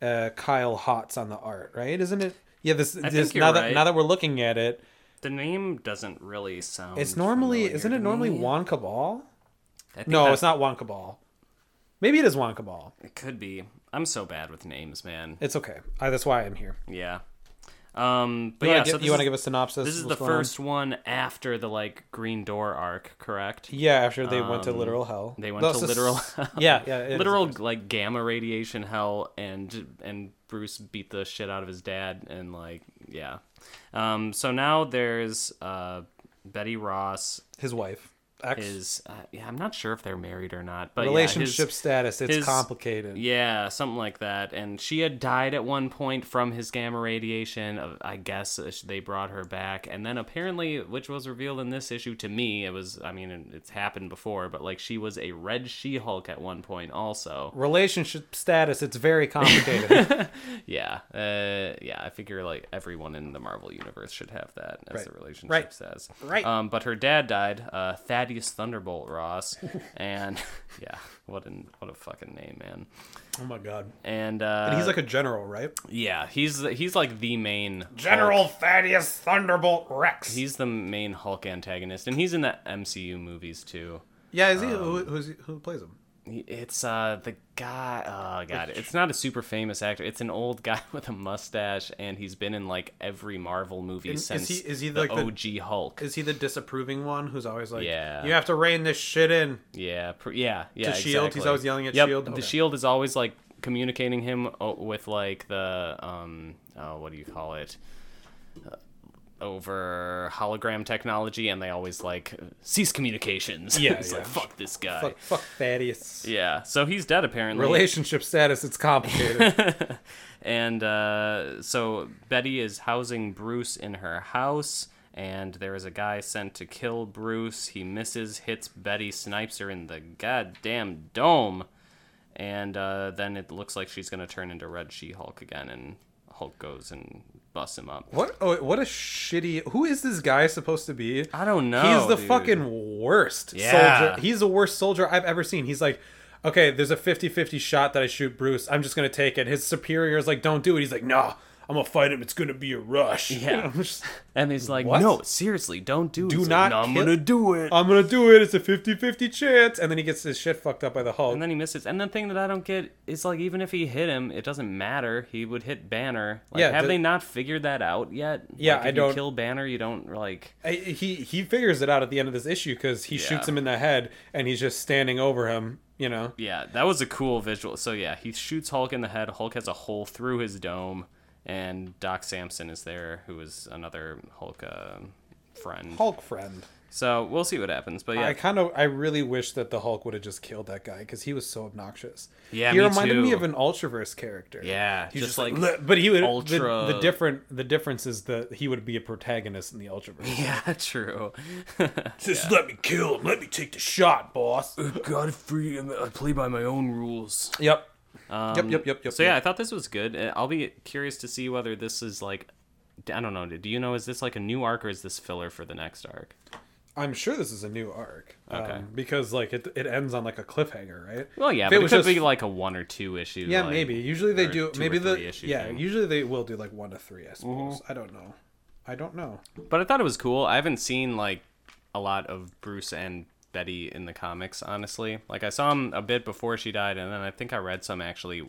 Speaker 1: uh, Kyle Hotz on the art, right? Isn't it? Yeah, this, this
Speaker 2: you're
Speaker 1: now that
Speaker 2: right.
Speaker 1: now that we're looking at it,
Speaker 2: The name doesn't really sound.
Speaker 1: it's normally
Speaker 2: familiar
Speaker 1: isn't it
Speaker 2: to
Speaker 1: normally
Speaker 2: me.
Speaker 1: Juan Cabal?
Speaker 2: I think
Speaker 1: No,
Speaker 2: that-
Speaker 1: it's not Juan Cabal. Maybe it is Juan Cabal.
Speaker 2: It could be. I'm so bad with names, man.
Speaker 1: It's okay. I, that's why I'm here.
Speaker 2: Yeah. Um, but
Speaker 1: You wanna
Speaker 2: yeah,
Speaker 1: gi-
Speaker 2: so this
Speaker 1: you want to
Speaker 2: is-
Speaker 1: give a synopsis?
Speaker 2: This
Speaker 1: of
Speaker 2: is the
Speaker 1: what's going on?
Speaker 2: first one after the like Green Door arc, correct?
Speaker 1: Yeah, after they went to
Speaker 2: Um,
Speaker 1: literal hell.
Speaker 2: They went
Speaker 1: Well,
Speaker 2: to
Speaker 1: so-
Speaker 2: literal,
Speaker 1: Yeah, yeah, it is
Speaker 2: literal like gamma radiation hell, and and Bruce beat the shit out of his dad, and like yeah. Um, so now there's uh, Betty Ross
Speaker 1: His wife, ex
Speaker 2: is uh, yeah, I'm not sure if they're married or not, but yeah, his-
Speaker 1: relationship status. It's
Speaker 2: his-
Speaker 1: complicated.
Speaker 2: yeah, something like that. And she had died at one point from his gamma radiation. Uh, I guess uh, sh- they brought her back. And then apparently, which was revealed in this issue to me, it was, I mean, it- it's happened before, but like she was a red She Hulk at one point also.
Speaker 1: Relationship status. It's very complicated.
Speaker 2: Yeah. Uh, yeah, I figure like everyone in the Marvel Universe should have that
Speaker 1: Right.
Speaker 2: as a relationship
Speaker 1: Right.
Speaker 2: says.
Speaker 1: Right.
Speaker 2: Um, but her dad died, uh, Thaddeus Thunderbolt Ross. and yeah, what, an, what a fucking name, man.
Speaker 1: oh my god.
Speaker 2: And, uh,
Speaker 1: And he's like a general, right?
Speaker 2: Yeah, he's he's like the main
Speaker 5: General
Speaker 2: Hulk.
Speaker 5: Thaddeus Thunderbolt Rex.
Speaker 2: He's the main Hulk antagonist, and he's in the MCU movies too.
Speaker 1: Yeah, is he?
Speaker 2: Um,
Speaker 1: who, who's he- who plays him?
Speaker 2: He- It's uh the guy. Oh god, it's not a super famous actor. It's an old guy with a mustache, and he's been in like every Marvel movie
Speaker 1: And is
Speaker 2: since.
Speaker 1: he- is he,
Speaker 2: the
Speaker 1: like, the-
Speaker 2: OG Hulk?
Speaker 1: Is he the disapproving one who's always like,
Speaker 2: Yeah.
Speaker 1: you have to rein this shit in?
Speaker 2: Yeah, pr- yeah, yeah.
Speaker 1: To Shield? He's
Speaker 2: exactly.
Speaker 1: always yelling at
Speaker 2: Yep,
Speaker 1: Shield?
Speaker 2: The
Speaker 1: E Okay.
Speaker 2: Shield E is always like communicating him o- with like the um, oh, what do you call it? Uh, Over hologram technology, and they always like cease communications.
Speaker 1: Yeah,
Speaker 2: it's
Speaker 1: yeah.
Speaker 2: like fuck this guy.
Speaker 1: Fuck, fuck Thaddeus.
Speaker 2: Yeah, so he's dead apparently.
Speaker 1: Relationship status. It's complicated.
Speaker 2: and uh, so Betty is housing Bruce in her house, and there is a guy sent to kill Bruce. He misses, hits Betty, snipes her in the goddamn dome, and uh, then it looks like she's gonna turn into Red She Hulk again, and Hulk goes and busts him up.
Speaker 1: what? Oh, what a shitty. Who is this guy supposed to be?
Speaker 2: I don't know.
Speaker 1: He's the
Speaker 2: dude.
Speaker 1: fucking worst
Speaker 2: Yeah.
Speaker 1: soldier. He's the worst soldier I've ever seen. He's like, okay, there's a 50 50 shot that I shoot Bruce. I'm just going to take it. His superior is like, don't do it. He's like, nah, I'm going to fight him. It's going to be a rush.
Speaker 2: Yeah.
Speaker 1: I'm, just-
Speaker 2: And he's like,
Speaker 1: What?
Speaker 2: no, seriously, don't do it.
Speaker 1: Do
Speaker 2: He's
Speaker 1: not
Speaker 2: Like, "No, I'm
Speaker 1: kill-
Speaker 2: gonna do it.
Speaker 1: I'm going to do it. It's a 50 50 chance. And then he gets his shit fucked up by the Hulk.
Speaker 2: And then he misses. And the thing that I don't get is like, even if he hit him, it doesn't matter. He would hit Banner. Like,
Speaker 1: Yeah,
Speaker 2: have
Speaker 1: the-
Speaker 2: they not figured that out yet?
Speaker 1: Yeah,
Speaker 2: like,
Speaker 1: I
Speaker 2: if
Speaker 1: don't-
Speaker 2: You kill Banner, you don't like.
Speaker 1: I- he, he figures it out at the end of this issue because he shoots him in the head and he's just standing over him, you know?
Speaker 2: Yeah, that was a cool visual. So yeah, he shoots Hulk in the head. Hulk has a hole through his dome, and Doc Samson is there, who is another Hulk uh, friend.
Speaker 1: Hulk friend.
Speaker 2: So we'll see what happens. But yeah,
Speaker 1: I kind of, I really wish that the Hulk would have just killed that guy because he was so obnoxious.
Speaker 2: Yeah,
Speaker 1: he
Speaker 2: me
Speaker 1: reminded me
Speaker 2: too.
Speaker 1: of an Ultraverse character.
Speaker 2: yeah,
Speaker 1: He's
Speaker 2: just, like,
Speaker 1: "Look," but he would
Speaker 2: ultra-
Speaker 1: The, the different the difference is that he would be a protagonist in the Ultraverse.
Speaker 2: yeah, true.
Speaker 1: Just let me kill him. Let me take the shot, boss.
Speaker 2: God, free. I play by my own rules.
Speaker 1: yep. yep. Yep. Yep. Yep.
Speaker 2: Um, So yeah, I thought this was good. Uh, I'll be curious to see whether this is like, I don't know. Do you know is this like a new arc or is this filler for the next arc?
Speaker 1: I'm sure this is a new arc. um,
Speaker 2: Okay.
Speaker 1: because like it, it ends on like a cliffhanger, right?
Speaker 2: Well, yeah,
Speaker 1: If
Speaker 2: but it,
Speaker 1: was
Speaker 2: could
Speaker 1: just-
Speaker 2: be like a one or two issue.
Speaker 1: yeah,
Speaker 2: like-
Speaker 1: maybe. Usually they
Speaker 2: or
Speaker 1: do.
Speaker 2: two or
Speaker 1: Maybe
Speaker 2: three Mm-hmm.
Speaker 1: the
Speaker 2: issue
Speaker 1: yeah.
Speaker 2: thing.
Speaker 1: Usually they will do like one to three. I suppose. I don't know. I don't know.
Speaker 2: But I thought it was cool. I haven't seen like a lot of Bruce and Betty in the comics, honestly. Like I saw him a bit before she died, and then I think I read some actually,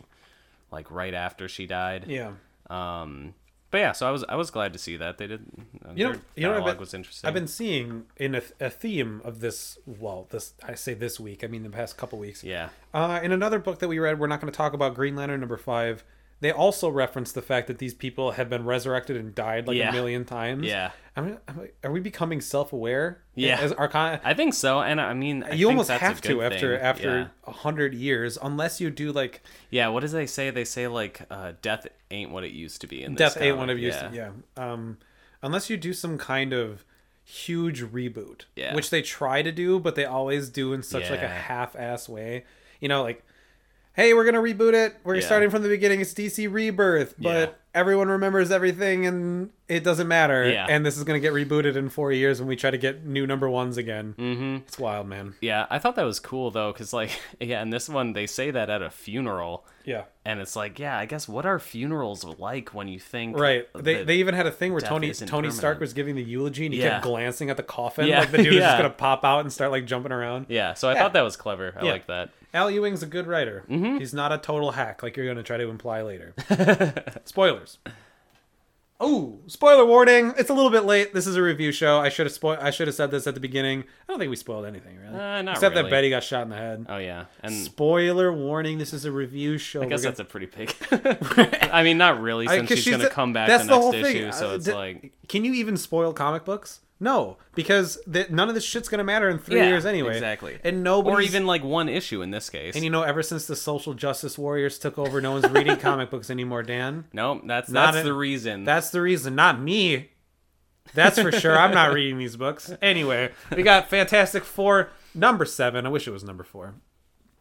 Speaker 2: like right after she died.
Speaker 1: Yeah.
Speaker 2: Um. But yeah, so I was I was glad to see that they did. uh,
Speaker 1: You know,
Speaker 2: their
Speaker 1: you know, what I've
Speaker 2: dialogue
Speaker 1: been,
Speaker 2: was interesting.
Speaker 1: I've been seeing in a, a theme of this. Well, this I say this week. I mean, the past couple weeks.
Speaker 2: yeah.
Speaker 1: Uh, in another book that we read, we're not going to talk about Green Lantern number five. They also reference the fact that these people have been resurrected and died like
Speaker 2: Yeah.
Speaker 1: a million times.
Speaker 2: Yeah.
Speaker 1: I mean, I'm like, are we becoming self-aware?
Speaker 2: Yeah.
Speaker 1: As our con-
Speaker 2: I think so, and I mean, I
Speaker 1: you
Speaker 2: think
Speaker 1: almost
Speaker 2: that's a
Speaker 1: have
Speaker 2: good
Speaker 1: to after
Speaker 2: thing.
Speaker 1: after
Speaker 2: Yeah.
Speaker 1: a hundred years, unless you do like
Speaker 2: Yeah, what does they say? They say like uh, death ain't what it used to be. In
Speaker 1: Death
Speaker 2: this
Speaker 1: Eight
Speaker 2: comic.
Speaker 1: One of you.
Speaker 2: Yeah.
Speaker 1: Yeah. Um, unless you do some kind of huge reboot,
Speaker 2: Yeah.
Speaker 1: which they try to do, but they always do in such like a
Speaker 2: Yeah.
Speaker 1: half-ass way. You know, like, hey, we're gonna reboot it. We're
Speaker 2: Yeah.
Speaker 1: starting from the beginning. It's DC Rebirth, but
Speaker 2: Yeah.
Speaker 1: everyone remembers everything, and it doesn't matter.
Speaker 2: Yeah.
Speaker 1: And this is gonna get rebooted in four years when we try to get new number ones again. Mm-hmm. It's wild, man.
Speaker 2: Yeah, I thought that was cool though, because like, yeah, in this one they say that at a funeral,
Speaker 1: Yeah.
Speaker 2: and it's like, yeah, I guess what are funerals like when you think
Speaker 1: Right. They,
Speaker 2: that-
Speaker 1: they even had a thing where
Speaker 2: death
Speaker 1: Tony
Speaker 2: isn't
Speaker 1: Tony Stark
Speaker 2: permanent.
Speaker 1: was giving the eulogy and he
Speaker 2: Yeah.
Speaker 1: kept glancing at the coffin
Speaker 2: Yeah,
Speaker 1: like the dude was just
Speaker 2: yeah.
Speaker 1: gonna pop out and start like jumping around.
Speaker 2: Yeah, so I thought that was clever. I
Speaker 1: Yeah.
Speaker 2: like that.
Speaker 1: Al Ewing's a good writer.
Speaker 2: Mm-hmm.
Speaker 1: He's not a total hack like you're gonna try to imply later. Spoilers. Oh, spoiler warning! It's a little bit late. This is a review show. I should have spoil. I should have said this at the beginning. I don't think we spoiled anything really,
Speaker 2: Uh, not
Speaker 1: except that
Speaker 2: really.
Speaker 1: Betty got shot in the head.
Speaker 2: Oh yeah, and
Speaker 1: Spoiler warning! This is a review show.
Speaker 2: I guess that's a pretty big. I mean, not really, since she's, gonna come back the next issue,
Speaker 1: Uh,
Speaker 2: so it's like
Speaker 1: can you even spoil comic books? No, because th- none of this shit's gonna matter in three
Speaker 2: Yeah,
Speaker 1: years anyway.
Speaker 2: exactly.
Speaker 1: and nobody
Speaker 2: or even like one issue in this case.
Speaker 1: And you know, ever since the social justice warriors took over, no one's reading comic books anymore, Dan.
Speaker 2: no, that's
Speaker 1: Not
Speaker 2: that's
Speaker 1: a-
Speaker 2: the reason.
Speaker 1: That's the reason, not me. That's for sure. I'm not reading these books. Anyway, we got Fantastic Four, number seven. I wish it was number four.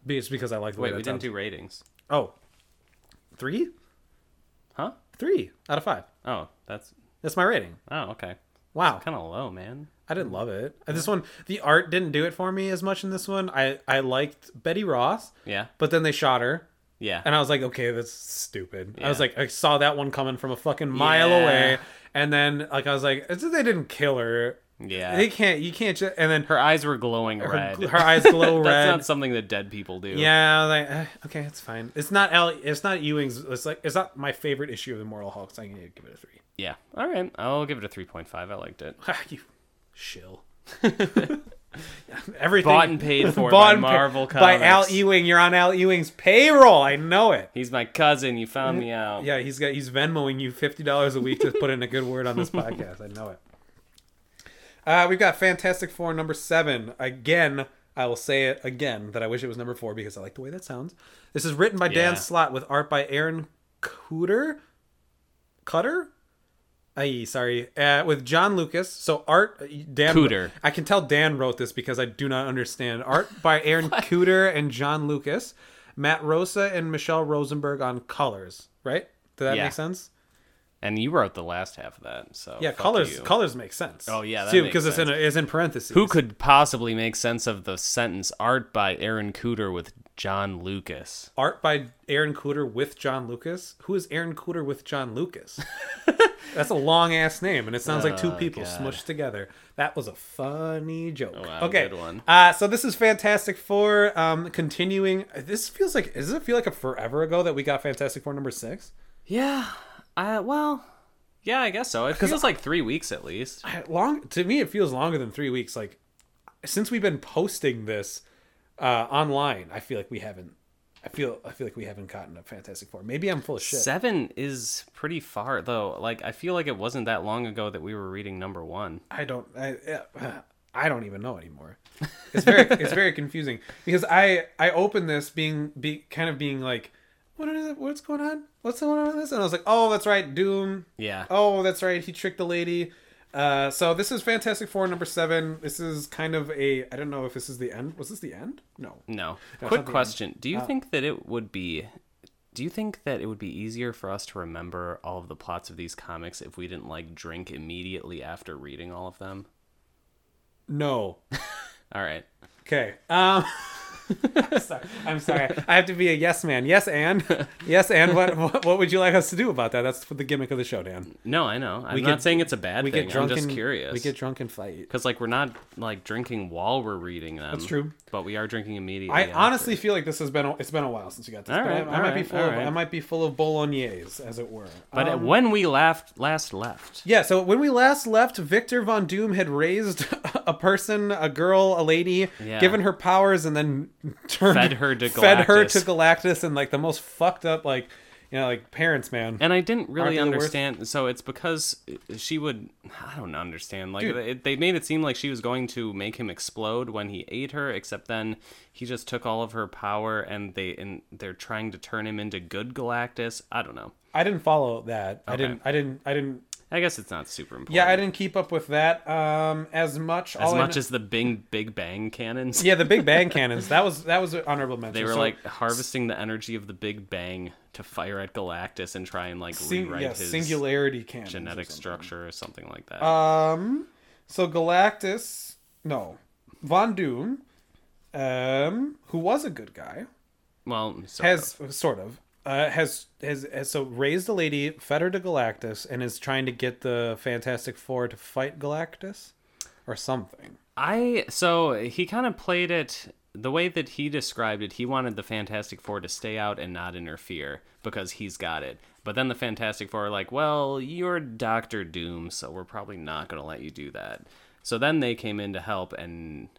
Speaker 1: Be- It's because I like the way
Speaker 2: Wait,
Speaker 1: that
Speaker 2: we didn't
Speaker 1: sounds.
Speaker 2: do ratings,
Speaker 1: Oh, three?
Speaker 2: huh?
Speaker 1: Three out of five.
Speaker 2: Oh, that's
Speaker 1: That's my rating.
Speaker 2: oh okay,
Speaker 1: Wow.
Speaker 2: kind of low, man.
Speaker 1: I didn't love it. And This one, the art didn't do it for me as much in this one. I, I liked Betty Ross,
Speaker 2: Yeah,
Speaker 1: but then they shot her.
Speaker 2: yeah.
Speaker 1: And I was like, okay, that's stupid. I was
Speaker 2: Yeah.
Speaker 1: like, I saw that one coming from a fucking mile
Speaker 2: Yeah.
Speaker 1: away. And then, like, I was like, it's just they didn't kill her.
Speaker 2: Yeah.
Speaker 1: They can't, you can't just, and then her,
Speaker 2: her eyes were glowing red.
Speaker 1: her, her eyes glow
Speaker 2: that's
Speaker 1: red.
Speaker 2: not something that dead people do.
Speaker 1: yeah, I was like, eh, okay, it's fine. It's not Al, it's not Ewing's, it's like, it's not my favorite issue of the Moral Hulk, so I'm going to give it a three.
Speaker 2: Yeah. All right. I'll give it a 3.5. I liked it.
Speaker 1: Ah, you shill. Everything.
Speaker 2: Bought and paid for by
Speaker 1: Bought and pa-
Speaker 2: Marvel
Speaker 1: By Al
Speaker 2: Comics.
Speaker 1: Ewing. You're on Al Ewing's payroll. I know it.
Speaker 2: He's my cousin. You found me out.
Speaker 1: Mm-hmm. Yeah, he's got he's Venmoing you fifty dollars a week to put in a good word on this podcast. I know it. Uh, we've got Fantastic Four number seven again. I will say it again that I wish it was number four because I like the way that sounds. This is written by Dan
Speaker 2: Yeah.
Speaker 1: Slott with art by Aaron Cooter, Cutter. Aye, sorry, uh, with John Lucas. So art uh, Dan
Speaker 2: Cooter.
Speaker 1: I can tell Dan wrote this because I do not understand. Art by Aaron Cooter and John Lucas, Matt Rosa and Michelle Rosenberg on colors. Right? Did that
Speaker 2: Yeah.
Speaker 1: make sense?
Speaker 2: And you wrote the last half of that. So
Speaker 1: Yeah,
Speaker 2: fuck
Speaker 1: colors.
Speaker 2: you.
Speaker 1: Colors make sense.
Speaker 2: Oh, yeah, that
Speaker 1: too
Speaker 2: makes
Speaker 1: because it's in
Speaker 2: sense.
Speaker 1: it's in parentheses.
Speaker 2: Who could possibly make sense of the sentence art by Aaron Cooter with John Lucas?
Speaker 1: art by Aaron Cooter with John Lucas? Who is Aaron Cooter with John Lucas? That's a long ass name, and it sounds like two
Speaker 2: Oh,
Speaker 1: people smushed together. That was a funny joke.
Speaker 2: Oh, wow,
Speaker 1: okay,
Speaker 2: good one.
Speaker 1: Uh, so this is Fantastic Four. Um, continuing, this feels like does it feel like a forever ago that we got Fantastic Four number six?
Speaker 2: Yeah. I, well, yeah, I guess so. It feels like three weeks at least.
Speaker 1: I- Long to me, it feels longer than three weeks. Like since we've been posting this uh, online, I feel like we haven't. I feel I feel like we haven't gotten a Fantastic Four. Maybe I'm full of shit.
Speaker 2: Seven is pretty far, though. Like, I feel like it wasn't that long ago that we were reading number one.
Speaker 1: I don't I, uh, I don't even know anymore. It's very it's very confusing because I I opened this being be kind of being like what is it, what's going on what's going on with this and I was like oh that's right Doom
Speaker 2: Yeah.
Speaker 1: oh that's right he tricked the lady uh so this is Fantastic Four number seven this is kind of a I don't know if this is the end was this the end no
Speaker 2: No.
Speaker 1: not
Speaker 2: Quick
Speaker 1: the
Speaker 2: question.
Speaker 1: Oh.
Speaker 2: Do you think that it would be do you think that it would be easier for us to remember all of the plots of these comics if we didn't like drink immediately after reading all of them?
Speaker 1: no
Speaker 2: All right.
Speaker 1: Okay. Um, I'm sorry. I'm sorry. I have to be a yes man. Yes, and yes, and what, what what would you like us to do about that? That's the gimmick of the show, Dan.
Speaker 2: No, I know. I'm
Speaker 1: We
Speaker 2: not
Speaker 1: get-
Speaker 2: saying it's a bad
Speaker 1: We
Speaker 2: thing.
Speaker 1: get drunk.
Speaker 2: I'm just
Speaker 1: and,
Speaker 2: curious.
Speaker 1: We get drunk and fight.
Speaker 2: because like we're not like drinking while we're reading them. That's
Speaker 1: true.
Speaker 2: But we are drinking immediately.
Speaker 1: I
Speaker 2: after.
Speaker 1: honestly feel like this has been a, it's been a while since you got this.
Speaker 2: All
Speaker 1: but
Speaker 2: right,
Speaker 1: I, I
Speaker 2: all
Speaker 1: might be
Speaker 2: right,
Speaker 1: full
Speaker 2: all
Speaker 1: of
Speaker 2: right.
Speaker 1: I might be full of bolognese, as it were.
Speaker 2: But when we laughed last left,
Speaker 1: Um, Yeah, so when we last left, Victor Von Doom had raised a person, a girl, a lady,
Speaker 2: Yeah.
Speaker 1: given her powers, and then turned,
Speaker 2: Fed her to
Speaker 1: fed her
Speaker 2: Galactus.
Speaker 1: to Galactus, and like the most fucked up, like you know, like parents, man.
Speaker 2: and I didn't really
Speaker 1: Aren't they the worst?
Speaker 2: understand. So it's because she would. I don't understand. Like
Speaker 1: Dude.
Speaker 2: it, they made it seem like she was going to make him explode when he ate her, except then he just took all of her power, and they and they're trying to turn him into good Galactus. I don't know.
Speaker 1: I didn't follow that. I didn't. I didn't. I didn't.
Speaker 2: I guess it's not super important.
Speaker 1: Yeah, I didn't keep up with that um as much.
Speaker 2: As much as the Big Big Bang cannons.
Speaker 1: yeah, the Big Bang cannons. That was that was an honorable mention.
Speaker 2: They were
Speaker 1: So,
Speaker 2: like harvesting the energy of the Big Bang to fire at Galactus and try and like
Speaker 1: sing-
Speaker 2: rewrite
Speaker 1: yeah,
Speaker 2: his
Speaker 1: singularity cannons. or
Speaker 2: genetic
Speaker 1: something.
Speaker 2: structure or something like that.
Speaker 1: Um, so Galactus, no, Von Doom, um, who was a good guy,
Speaker 2: well, sort
Speaker 1: has
Speaker 2: of.
Speaker 1: sort of uh, has, has has so raised a lady, fed her to Galactus, and is trying to get the Fantastic Four to fight Galactus, or something.
Speaker 2: I so he kind of played it the way that he described it, he wanted the Fantastic Four to stay out and not interfere because he's got it. But then the Fantastic Four are like, well, you're Doctor Doom, so we're probably not going to let you do that. So then they came in to help, and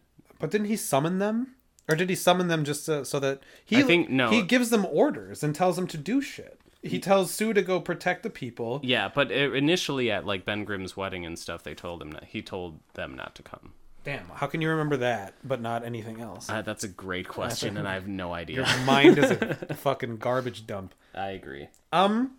Speaker 1: But didn't he summon them? Or did he summon them just uh, so, so that he
Speaker 2: I think- no.
Speaker 1: he gives them orders and tells them to do shit. He tells Sue to go protect the people.
Speaker 2: yeah, but i initially at like Ben Grimm's wedding and stuff, they told him that he told them not to come.
Speaker 1: Damn, how can you remember that but not anything else?
Speaker 2: Uh, that's a great question, and I have no idea.
Speaker 1: Mind is a fucking garbage dump.
Speaker 2: I agree.
Speaker 1: Um,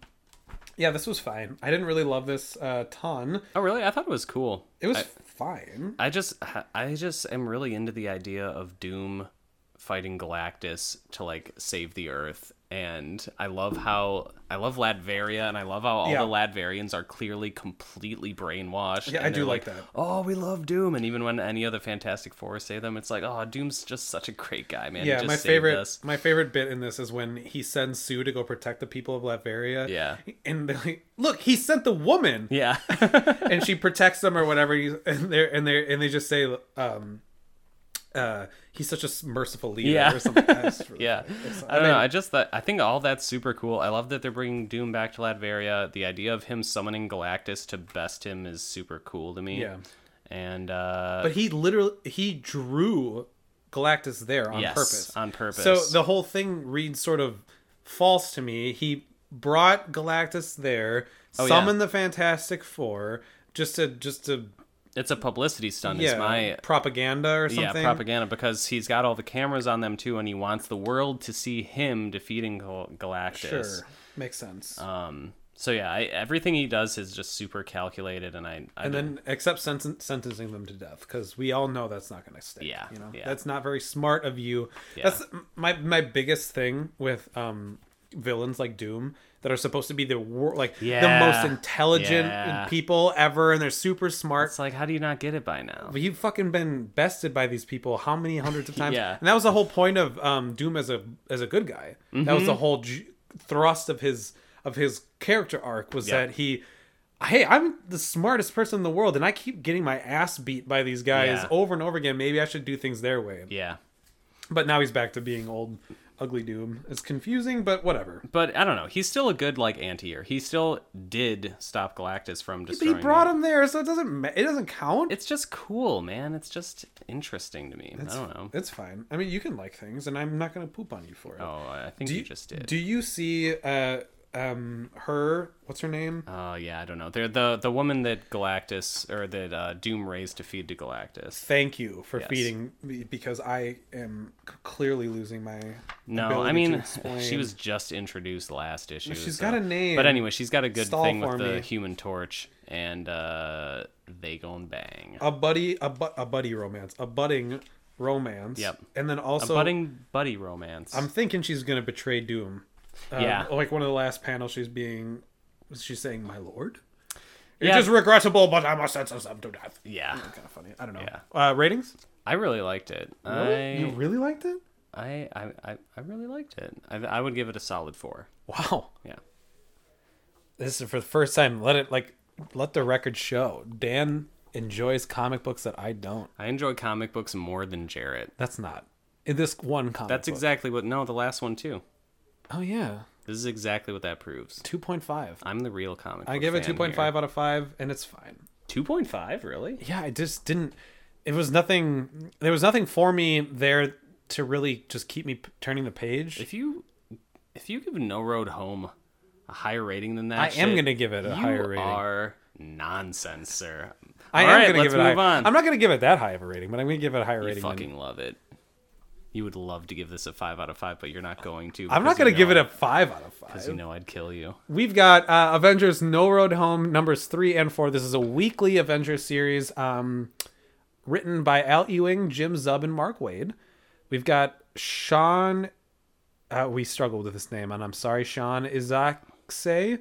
Speaker 1: yeah, this was fine. I didn't really love this a ton.
Speaker 2: Oh, really? I thought it was cool.
Speaker 1: It was
Speaker 2: I-
Speaker 1: fine.
Speaker 2: I just I just am really into the idea of Doom fighting Galactus to like save the Earth, and I love how I love Latveria, and I love how all
Speaker 1: Yeah.
Speaker 2: the Latverians are clearly completely brainwashed.
Speaker 1: Yeah, I
Speaker 2: and
Speaker 1: do
Speaker 2: they're
Speaker 1: like that.
Speaker 2: Oh, we love Doom, and even when any other Fantastic Four say them, it's like, oh, Doom's just such a great guy, man. He
Speaker 1: Yeah,
Speaker 2: just
Speaker 1: my
Speaker 2: saved
Speaker 1: favorite
Speaker 2: us."
Speaker 1: my favorite bit in this is when he sends Sue to go protect the people of Latveria.
Speaker 2: Yeah.
Speaker 1: And they're like, look, he sent the woman.
Speaker 2: Yeah,
Speaker 1: and she protects them or whatever. you- And they and they and they just say, um, uh, he's such a s- merciful leader
Speaker 2: Yeah.
Speaker 1: or something. That's really
Speaker 2: yeah.
Speaker 1: funny. It's-
Speaker 2: I don't know. I just thought, I think all that's super cool. I love that they're bringing Doom back to Latveria. The idea of him summoning Galactus to best him is super cool to me.
Speaker 1: Yeah.
Speaker 2: And uh,
Speaker 1: but he literally he drew Galactus there on
Speaker 2: Yes,
Speaker 1: purpose.
Speaker 2: on purpose.
Speaker 1: So the whole thing reads sort of false to me. He brought Galactus there,
Speaker 2: Oh, yeah.
Speaker 1: summoned the Fantastic Four just to just to
Speaker 2: it's a publicity stunt.
Speaker 1: yeah
Speaker 2: is my
Speaker 1: propaganda or
Speaker 2: yeah
Speaker 1: something.
Speaker 2: propaganda because he's got all the cameras on them too, and he wants the world to see him defeating Gal- Galactus.
Speaker 1: Sure, makes sense.
Speaker 2: Um. So yeah, I, everything he does is just super calculated, and I, I
Speaker 1: and
Speaker 2: don't-
Speaker 1: then except senten- sentencing them to death because we all know that's not going to stick.
Speaker 2: Yeah,
Speaker 1: you know
Speaker 2: yeah.
Speaker 1: that's not very smart of you. That's my my biggest thing with um villains like Doom that are supposed to be the wor- like the
Speaker 2: Yeah,
Speaker 1: most intelligent
Speaker 2: yeah.
Speaker 1: people ever, and they're super smart.
Speaker 2: it's like, how do you not get it by now?
Speaker 1: But you've fucking been bested by these people how many hundreds of times?
Speaker 2: Yeah.
Speaker 1: and that was the whole point of um, Doom as a as a good guy. That was
Speaker 2: Mm-hmm.
Speaker 1: the whole ju- thrust of his of his character arc was
Speaker 2: Yeah.
Speaker 1: that he, hey, I'm the smartest person in the world, and I keep getting my ass beat by these guys
Speaker 2: Yeah.
Speaker 1: over and over again. Maybe I should do things their way.
Speaker 2: Yeah.
Speaker 1: But now he's back to being old, ugly Doom. It's confusing, but whatever.
Speaker 2: But I don't know. He's still a good like anti-hero. He still did stop Galactus from
Speaker 1: But he
Speaker 2: destroying.
Speaker 1: brought
Speaker 2: it.
Speaker 1: him there, so it doesn't ma- it doesn't count.
Speaker 2: It's just cool, man. It's just interesting to me. I don't know.
Speaker 1: It's fine. I mean, you can like things, and I'm not going to poop on you for it.
Speaker 2: Oh, I think you, just did.
Speaker 1: Do you see uh um her what's her name?
Speaker 2: Oh yeah, I don't know. They're the the woman that Galactus or that uh, Doom raised to feed to Galactus.
Speaker 1: Thank you for feeding me because I am c- clearly losing my
Speaker 2: No,
Speaker 1: ability
Speaker 2: I
Speaker 1: to
Speaker 2: mean
Speaker 1: explain.
Speaker 2: she was just introduced last issue.
Speaker 1: She's
Speaker 2: She's
Speaker 1: got a name.
Speaker 2: But anyway, she's got a good
Speaker 1: Stall
Speaker 2: thing
Speaker 1: for
Speaker 2: with the
Speaker 1: me.
Speaker 2: Human Torch, and uh, they go and bang.
Speaker 1: a buddy a, bu- a buddy romance, a budding romance.
Speaker 2: Yep.
Speaker 1: And then
Speaker 2: a
Speaker 1: also
Speaker 2: budding buddy romance.
Speaker 1: I'm thinking she's going to betray Doom. Um,
Speaker 2: Yeah.
Speaker 1: Like one of the last panels she's being she's saying my lord.
Speaker 2: yeah,
Speaker 1: It is regrettable, but I must sentence them to death.
Speaker 2: yeah.
Speaker 1: Kind of funny. I don't know.
Speaker 2: Yeah.
Speaker 1: Uh, ratings?
Speaker 2: I really liked it. I,
Speaker 1: You really liked it?
Speaker 2: I, I, I, I really liked it. I, I would give it a solid four.
Speaker 1: Wow.
Speaker 2: Yeah.
Speaker 1: this is for the first time let it like let the record show dan enjoys comic books that i don't
Speaker 2: I enjoy comic books more than Jarrett.
Speaker 1: that's not in this one comic
Speaker 2: That's
Speaker 1: book.
Speaker 2: exactly what. No, the last one too.
Speaker 1: oh yeah
Speaker 2: This is exactly what that proves.
Speaker 1: 2.5
Speaker 2: I'm the real comic.
Speaker 1: i
Speaker 2: book
Speaker 1: give it
Speaker 2: fan
Speaker 1: 2.5
Speaker 2: here.
Speaker 1: out of 5 and it's fine
Speaker 2: 2.5, really?
Speaker 1: yeah i just didn't it was nothing there was nothing for me there to really just keep me p- turning the page
Speaker 2: If you if you give No Road Home a higher rating than that,
Speaker 1: I am
Speaker 2: shit,
Speaker 1: gonna give it a
Speaker 2: you
Speaker 1: higher rating.
Speaker 2: are nonsense, sir.
Speaker 1: i am
Speaker 2: All right,
Speaker 1: gonna
Speaker 2: let's
Speaker 1: give it a
Speaker 2: move
Speaker 1: high-
Speaker 2: on.
Speaker 1: i'm not gonna give it that high of a rating but i'm gonna give it a higher
Speaker 2: you
Speaker 1: rating than-
Speaker 2: fucking love it. You would love to give this a five out of five, but you're not going to.
Speaker 1: i'm not
Speaker 2: because you
Speaker 1: gonna give it
Speaker 2: know-
Speaker 1: a 5 out of 5
Speaker 2: because you know I'd kill you.
Speaker 1: We've got uh, Avengers No Road Home numbers three and four. This is a weekly Avengers series um, written by Al Ewing, Jim Zub, and Mark Wade. We've got Sean. Uh, we struggled with this name, and I'm sorry, Sean Isaacse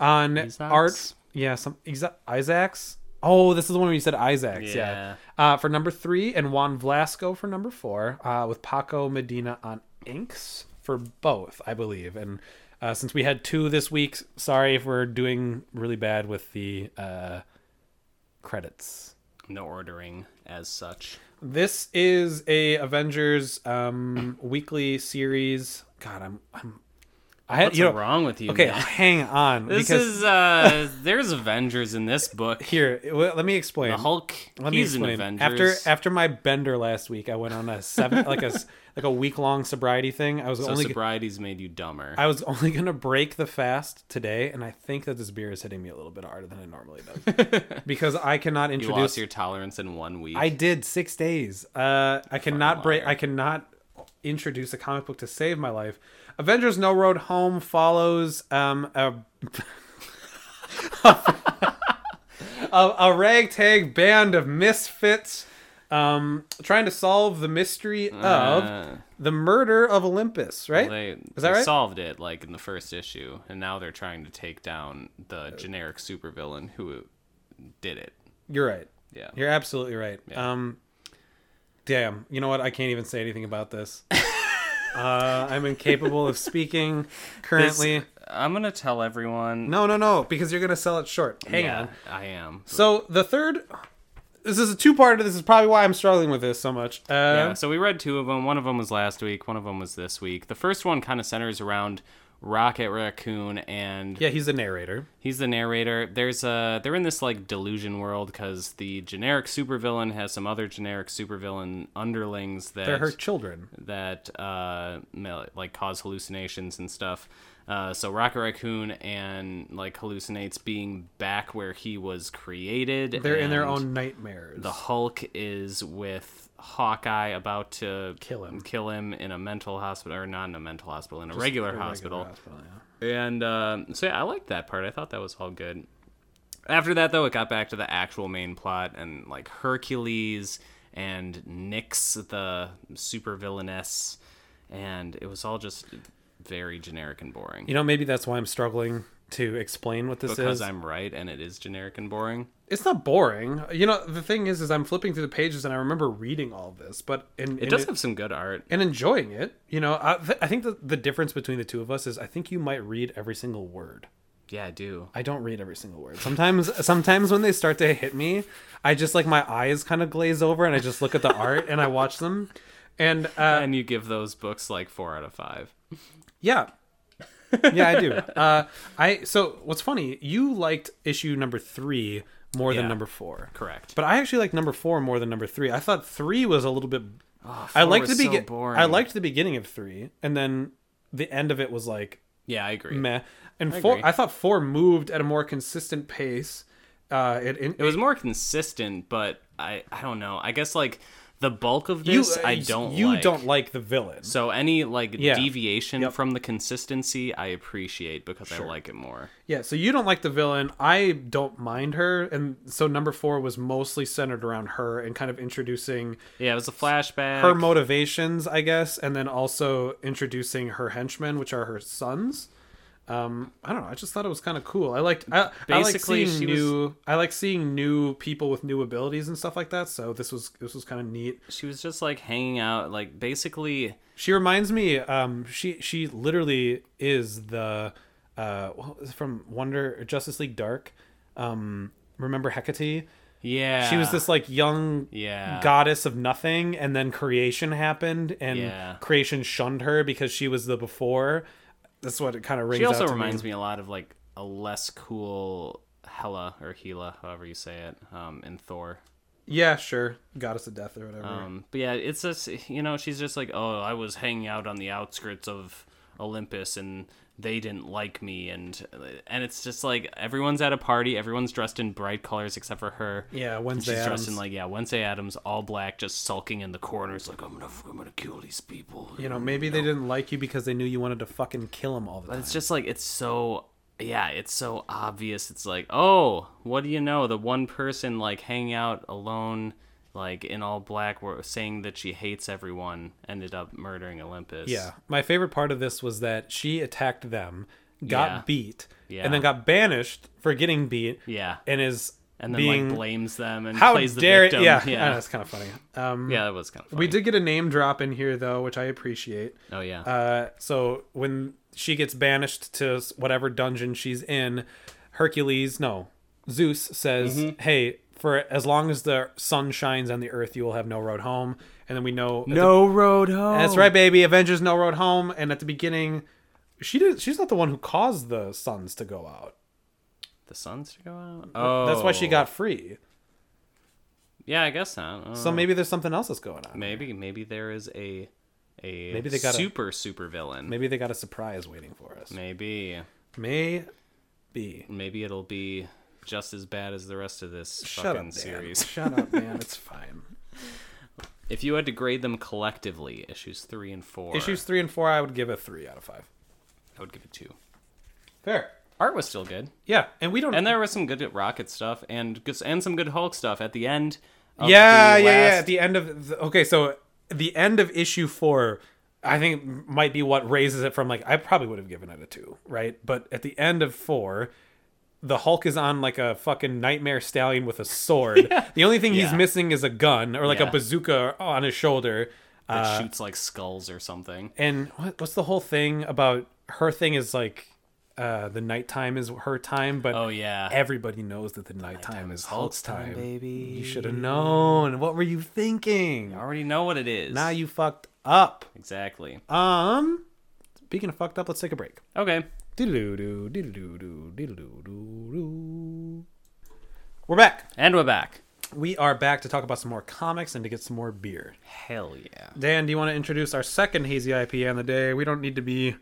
Speaker 1: on art.
Speaker 2: Isaacs?
Speaker 1: Yeah, some Isa- Isaacs. Oh, this is the one where you said Isaacs. Yeah. Uh, for number three, and Juan Velasco for number four, uh, with Paco Medina on inks for both, I believe. And uh, since we had two this week, sorry if we're doing really bad with the uh, credits.
Speaker 2: No ordering as such.
Speaker 1: This is a Avengers um weekly series. God, I'm I'm I had
Speaker 2: What's
Speaker 1: you know,
Speaker 2: wrong with you?
Speaker 1: Okay,
Speaker 2: man?
Speaker 1: hang on
Speaker 2: This
Speaker 1: because
Speaker 2: is uh there's Avengers in this book.
Speaker 1: here w- let me explain.
Speaker 2: The Hulk,
Speaker 1: Let me
Speaker 2: he's an
Speaker 1: explain.
Speaker 2: Avengers.
Speaker 1: After after my bender last week, I went on a seven like a s- like a week long sobriety thing. I was
Speaker 2: so
Speaker 1: only
Speaker 2: sobriety's made you dumber.
Speaker 1: I was only gonna break the fast today, and I think that this beer is hitting me a little bit harder than it normally does because I cannot
Speaker 2: you lost
Speaker 1: introduce.
Speaker 2: your tolerance in one week.
Speaker 1: I did six days. Uh, I cannot break.
Speaker 2: liar.
Speaker 1: I cannot introduce a comic book to save my life. Avengers: No Road Home follows um, a. a, a ragtag band of misfits um, trying to solve the mystery of
Speaker 2: Uh,
Speaker 1: the murder of Olympus, right?
Speaker 2: they,
Speaker 1: Is that
Speaker 2: they
Speaker 1: right?
Speaker 2: solved it like in the first issue, and now they're trying to take down
Speaker 1: Uh,
Speaker 2: the generic supervillain who did it.
Speaker 1: You're right.
Speaker 2: Yeah.
Speaker 1: You're absolutely right.
Speaker 2: Yeah.
Speaker 1: Um, damn. You know what? I can't even say anything about this. uh, I'm incapable of speaking currently.
Speaker 2: I'm gonna tell everyone.
Speaker 1: No, no, no. Because you're gonna sell it short. Hang
Speaker 2: yeah,
Speaker 1: on.
Speaker 2: I am.
Speaker 1: So the third. This is a two-parter. This is probably why I'm struggling with this so much. Uh,
Speaker 2: Yeah, so we read two of them. One of them was last week. One of them was this week. The first one kind of centers around Rocket Raccoon, and
Speaker 1: yeah, he's a narrator.
Speaker 2: he's the narrator. There's a they're in this like delusion world because the generic supervillain has some other generic supervillain underlings that
Speaker 1: They're her children.
Speaker 2: that uh, ma- like cause hallucinations and stuff. Uh, so Rocket Raccoon and like hallucinates being back where he was created.
Speaker 1: They're in their
Speaker 2: and-
Speaker 1: own nightmares.
Speaker 2: the Hulk is with Hawkeye about to
Speaker 1: Kill him.
Speaker 2: kill him in a mental hospital, or not in a mental hospital, in a regular,
Speaker 1: Regular
Speaker 2: hospital.
Speaker 1: yeah.
Speaker 2: And um so yeah, I liked that part. I thought that was all good. After that, though, it got back to the actual main plot and like Hercules and Nyx, the super villainess, and it was all just very generic and boring.
Speaker 1: You know, maybe that's why I'm struggling to explain what this
Speaker 2: because
Speaker 1: is.
Speaker 2: I'm right, and it is generic and boring.
Speaker 1: it's not boring. You know, the thing is, is I'm flipping through the pages and I remember reading all this, but in,
Speaker 2: It does have some good art.
Speaker 1: and enjoying it. You know, I, th- I think that the difference between the two of us is I think you might read every single word.
Speaker 2: Yeah, I do.
Speaker 1: I don't read every single word. Sometimes, sometimes when they start to hit me, I just like my eyes kind of glaze over and I just look at the art and I watch them. And uh,
Speaker 2: And you give those books like four out of five.
Speaker 1: yeah, yeah, I do. Uh, I so what's funny? You liked issue number three more than
Speaker 2: Yeah.
Speaker 1: number four.
Speaker 2: Correct.
Speaker 1: But I actually like number four more than number three. I thought three was a little bit. I
Speaker 2: Oh, four
Speaker 1: liked the
Speaker 2: was so
Speaker 1: begin.
Speaker 2: boring.
Speaker 1: I liked the beginning of three, and then the end of it was like
Speaker 2: Yeah, I agree.
Speaker 1: meh. And four,
Speaker 2: agree.
Speaker 1: I thought four moved at a more consistent pace. Uh, it, it,
Speaker 2: It was more consistent, but I I don't know. I guess like the bulk of this I don't
Speaker 1: You
Speaker 2: like.
Speaker 1: don't like the villain.
Speaker 2: So any like deviation
Speaker 1: Yep.
Speaker 2: from the consistency I appreciate because I like it more.
Speaker 1: Yeah, so you don't like the villain. I don't mind her, and so number four was mostly centered around her and kind of introducing
Speaker 2: Yeah, it was a flashback.
Speaker 1: her motivations, I guess, and then also introducing her henchmen, which are her sons. Um, I don't know. I just thought it was kind of cool. I liked. I, I like
Speaker 2: Basically,
Speaker 1: seeing
Speaker 2: she was-
Speaker 1: new. I like seeing new people with new abilities and stuff like that. So this was this was kind of neat.
Speaker 2: she was just like hanging out, like basically
Speaker 1: She reminds me. Um, she she literally is the uh what was it from Wonder Justice League Dark. Um, remember Hecate?
Speaker 2: yeah.
Speaker 1: She was this like young
Speaker 2: yeah
Speaker 1: goddess of nothing and then creation happened and
Speaker 2: Yeah.
Speaker 1: creation shunned her because she was the before that's what it kind of rings
Speaker 2: She also
Speaker 1: out to
Speaker 2: reminds me. a lot of like a less cool Hela or Hela, however you say it, um, in Thor.
Speaker 1: yeah sure goddess of death or whatever
Speaker 2: Um, but yeah, it's just you know she's just like, oh, I was hanging out on the outskirts of Olympus and they didn't like me and and it's just like everyone's at a party, everyone's dressed in bright colors except for her.
Speaker 1: yeah wednesday
Speaker 2: She's dressed
Speaker 1: Addams.
Speaker 2: in like yeah Wednesday Adams, all black, just sulking in the corners, like I'm gonna I'm gonna kill these people.
Speaker 1: you know maybe they didn't like you because they knew you wanted to fucking kill them all the time
Speaker 2: It's just like it's so yeah, it's so obvious. It's like, oh, what do you know? The one person like hanging out alone, like in all black, were saying that she hates everyone, ended up murdering Olympus.
Speaker 1: yeah my favorite part of this was that she attacked them got
Speaker 2: Yeah.
Speaker 1: beat
Speaker 2: Yeah.
Speaker 1: and then got banished for getting beat
Speaker 2: yeah,
Speaker 1: and is
Speaker 2: and then
Speaker 1: being
Speaker 2: like blames them and
Speaker 1: how
Speaker 2: plays the
Speaker 1: dare
Speaker 2: victim.
Speaker 1: yeah, yeah.
Speaker 2: yeah,
Speaker 1: that's kind of funny um
Speaker 2: yeah, that was kind of funny.
Speaker 1: we did get a name drop in here though which i appreciate
Speaker 2: Oh yeah,
Speaker 1: Uh, so when she gets banished to
Speaker 2: Mm-hmm.
Speaker 1: whatever dungeon she's in, Hercules, no, Zeus says, "Hey, for as long as the sun shines on the earth, you will have no road home. And then we know at the
Speaker 2: No road home.
Speaker 1: That's right, baby. Avengers No Road Home. And at the beginning, she did. She's not the one who caused the suns to go out.
Speaker 2: The sun's to go out. Oh,
Speaker 1: That's why she got free.
Speaker 2: Yeah, I guess not. Uh,
Speaker 1: So maybe there's something else that's going on.
Speaker 2: maybe maybe there is a a
Speaker 1: Maybe they got a-
Speaker 2: super super villain.
Speaker 1: Maybe they got a surprise waiting for us.
Speaker 2: Maybe
Speaker 1: Maybe.
Speaker 2: maybe it'll be just as bad as the rest of this
Speaker 1: Shut up,
Speaker 2: fucking
Speaker 1: Dan.
Speaker 2: series.
Speaker 1: Shut up, man. It's fine.
Speaker 2: If you had to grade them collectively, issues three and four,
Speaker 1: Issues three and four, I would give a three out of five.
Speaker 2: I would give it two.
Speaker 1: Fair.
Speaker 2: Art was still good,
Speaker 1: Yeah, and we don't.
Speaker 2: and there was some good Rocket stuff, and good- and some good Hulk stuff at the end. of
Speaker 1: yeah,
Speaker 2: the
Speaker 1: yeah, yeah.
Speaker 2: last-
Speaker 1: At the end of the, okay, so the end of issue four, I think might be what raises it from like I probably would have given it a two, right? But at the end of four, the Hulk is on like a fucking nightmare stallion with a sword. The only thing he's
Speaker 2: Yeah.
Speaker 1: missing is a gun or like a
Speaker 2: Yeah.
Speaker 1: bazooka on his shoulder.
Speaker 2: that
Speaker 1: Uh,
Speaker 2: shoots like skulls or something.
Speaker 1: And what, what's the whole thing about her thing is like uh the nighttime is her time, but
Speaker 2: Oh yeah,
Speaker 1: everybody knows that the nighttime, is Hulk's time.
Speaker 2: baby.
Speaker 1: You should have known. What were you thinking?
Speaker 2: I already know what it is.
Speaker 1: Now you fucked up.
Speaker 2: exactly.
Speaker 1: Um, speaking of fucked up, let's take a break.
Speaker 2: Okay.
Speaker 1: Diddle-doo-doo, diddle-doo-doo, diddle-doo-doo-doo. We're back.
Speaker 2: And we're back.
Speaker 1: We are back to talk about some more comics and to get some more beer.
Speaker 2: Hell yeah.
Speaker 1: Dan, do you want to introduce our second hazy IPA on the day? We don't need to be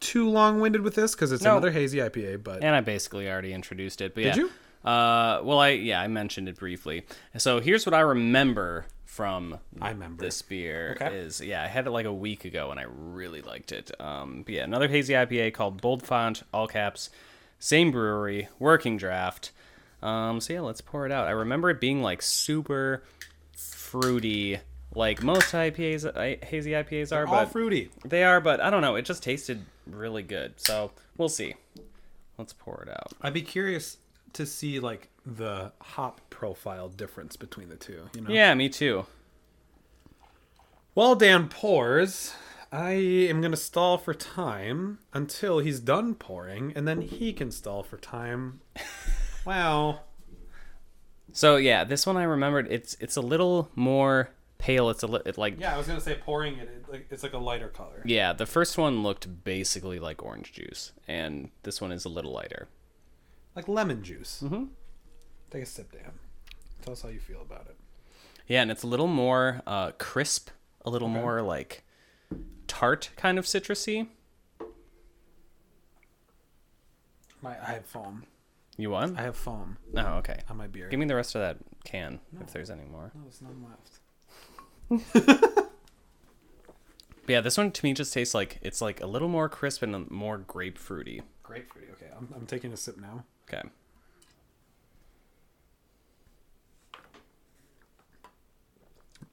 Speaker 1: too long-winded with this because it's another hazy IPA. But
Speaker 2: And I basically already introduced it, but yeah.
Speaker 1: you?
Speaker 2: Uh, well, I yeah, I mentioned it briefly. So here's what I remember from
Speaker 1: I remember.
Speaker 2: this beer
Speaker 1: Okay.
Speaker 2: is yeah, I had it like a week ago and I really liked it. Um, but yeah, another hazy IPA called Bold Font, all caps, same brewery, working draft. Um, so yeah, let's pour it out. I remember it being like super fruity, like most IPAs, I, hazy IPAs are,
Speaker 1: all
Speaker 2: but
Speaker 1: fruity.
Speaker 2: they are. But I don't know, it just tasted really good. So we'll see. Let's pour it out.
Speaker 1: I'd be curious to see like the hop profile difference between the two. You know?
Speaker 2: Yeah, me too.
Speaker 1: While Dan pours, I am going to stall for time until he's done pouring, and then he can stall for time. wow.
Speaker 2: So yeah, this one I remembered. It's it's a little more pale. It's a li- it, like yeah.
Speaker 1: Yeah, I was going to say pouring it, it, like, it's like a lighter color.
Speaker 2: The first one looked basically like orange juice, and this one is a little lighter.
Speaker 1: Like lemon juice. Mm-hmm. Take a sip, Dan. Tell us how you feel about it.
Speaker 2: Yeah, and it's a little more uh, crisp, a little more like tart kind of citrusy.
Speaker 1: My, I have foam.
Speaker 2: You want?
Speaker 1: I have foam
Speaker 2: No, oh, okay.
Speaker 1: on my beer. Oh,
Speaker 2: Give me the rest of that can if there's any more.
Speaker 1: There's none left.
Speaker 2: But yeah, this one to me just tastes like it's like a little more crisp and more grapefruity.
Speaker 1: Grapefruit. Okay, I'm, I'm taking a sip now.
Speaker 2: Okay.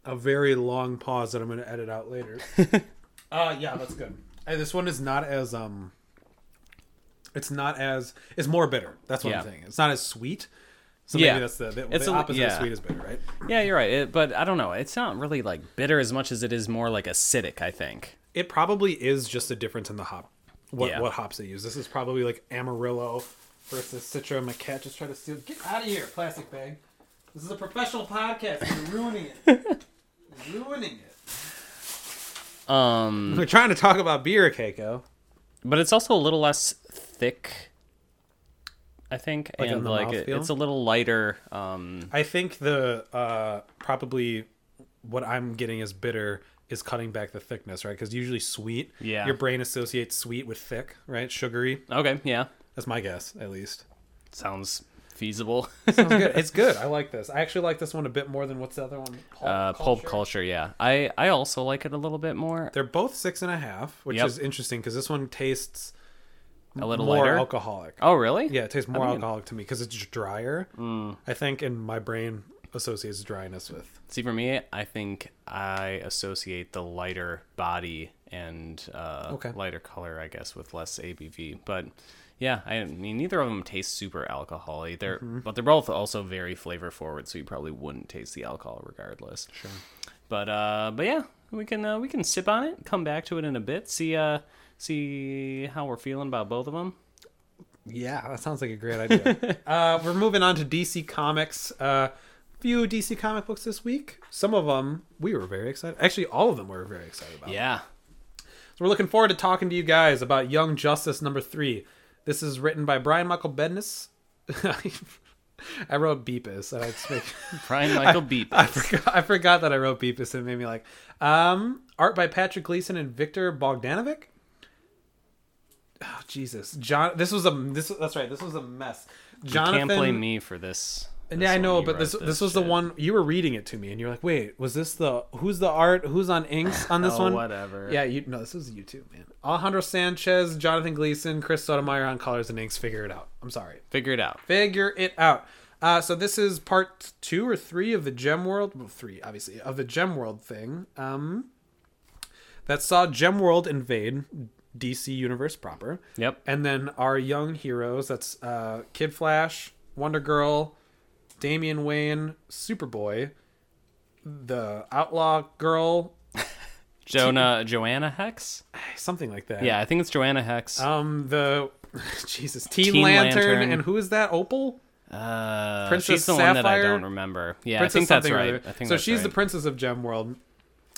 Speaker 1: a very long pause that I'm going to edit out later. uh yeah, that's good. And this one is not as um it's not as it's more bitter. That's what I'm
Speaker 2: Yeah.
Speaker 1: saying. It's not as sweet. So
Speaker 2: Yeah.
Speaker 1: maybe that's the the,
Speaker 2: It's
Speaker 1: the
Speaker 2: a-
Speaker 1: opposite of
Speaker 2: yeah.
Speaker 1: sweet is bitter, right?
Speaker 2: Yeah, you're right. It, but I don't know. It's not really like bitter as much as it is more like acidic. I think.
Speaker 1: It probably is just a difference in the hop. What
Speaker 2: Yeah.
Speaker 1: what hops they use. This is probably like Amarillo versus Citra. My cat just tried to steal. Get out of here, plastic bag. This is a professional podcast. You're ruining it. You're ruining it.
Speaker 2: Um.
Speaker 1: We're trying to talk about beer, Keiko.
Speaker 2: but it's also a little less thick i think
Speaker 1: Like on
Speaker 2: and
Speaker 1: the
Speaker 2: like it-
Speaker 1: mouthfeel?
Speaker 2: it's a little lighter um
Speaker 1: I think the uh, probably what I'm getting as bitter is cutting back the thickness, right? Because usually sweet,
Speaker 2: Yeah.
Speaker 1: your brain associates sweet with thick, right? Sugary.
Speaker 2: okay yeah
Speaker 1: That's my guess, at least.
Speaker 2: sounds feasible
Speaker 1: Sounds good. it's good. I like this. I actually like this one a bit more than what's the other one? Pulp
Speaker 2: uh pulp culture yeah i i also like it a little bit more
Speaker 1: They're both six and a half, which
Speaker 2: Yep.
Speaker 1: is interesting because this one tastes
Speaker 2: a little
Speaker 1: more
Speaker 2: lighter
Speaker 1: alcoholic.
Speaker 2: oh really
Speaker 1: Yeah, it tastes more alcoholic to me because it's drier.
Speaker 2: Mm.
Speaker 1: I think, and my brain associates dryness with
Speaker 2: see for me i think i associate the lighter body and uh
Speaker 1: Okay.
Speaker 2: lighter color i guess with less abv but yeah i mean neither of them taste super alcoholic they're
Speaker 1: Mm-hmm.
Speaker 2: but they're both also very flavor forward so you probably wouldn't taste the alcohol regardless sure but uh but yeah we can uh, we can sip on it come back to it in a bit see uh see how we're feeling about both of them
Speaker 1: Yeah, that sounds like a great idea. uh, we're moving on to DC Comics. Uh, few DC comic books this week. Some of them we were very excited. Actually, all of them we were very excited about.
Speaker 2: Yeah.
Speaker 1: So we're looking forward to talking to you guys about Young Justice number three. This is written by Brian Michael Bendis. I wrote Beepus, and I just make-
Speaker 2: Brian Michael Beep.
Speaker 1: I forgot, I forgot that I wrote Beepus and it made me like. Um, art by Patrick Gleason and Victor Bogdanovic. Oh Jesus, John! This was a this. That's right. This was a mess. Jonathan,
Speaker 2: Can't blame me for this. this
Speaker 1: Yeah, I
Speaker 2: one.
Speaker 1: know,
Speaker 2: You
Speaker 1: but
Speaker 2: wrote
Speaker 1: this this, was the
Speaker 2: shit.
Speaker 1: one you were reading it to me, and you're like, "Wait, was this the who's the art? Who's on inks on this
Speaker 2: Oh,
Speaker 1: one?
Speaker 2: whatever.
Speaker 1: Yeah, you no, this was YouTube, man. Alejandro Sanchez, Jonathan Gleason, Chris Sotomayor on colors and inks. Figure it out. I'm sorry
Speaker 2: Figure it out.
Speaker 1: figure it out. Uh, so this is part two or three of the Gem World, well, three obviously of the Gem World thing. Um, that saw Gem World invade DC Universe proper.
Speaker 2: Yep.
Speaker 1: And then our young heroes. That's uh, Kid Flash, Wonder Girl, Damian Wayne, Superboy, the Outlaw Girl,
Speaker 2: Jonah Joanna Hex?
Speaker 1: something like that.
Speaker 2: Yeah, I think it's Joanna Hex.
Speaker 1: Um, the Jesus Teen,
Speaker 2: Teen
Speaker 1: Lantern,
Speaker 2: Lantern.
Speaker 1: and who is that? Opal.
Speaker 2: Uh,
Speaker 1: Princess
Speaker 2: she's the one that I
Speaker 1: Sapphire?
Speaker 2: don't remember. Yeah,
Speaker 1: Princess
Speaker 2: I think that's
Speaker 1: something or
Speaker 2: right.
Speaker 1: other.
Speaker 2: I think
Speaker 1: so
Speaker 2: that's
Speaker 1: she's the
Speaker 2: right.
Speaker 1: princess of Gem World.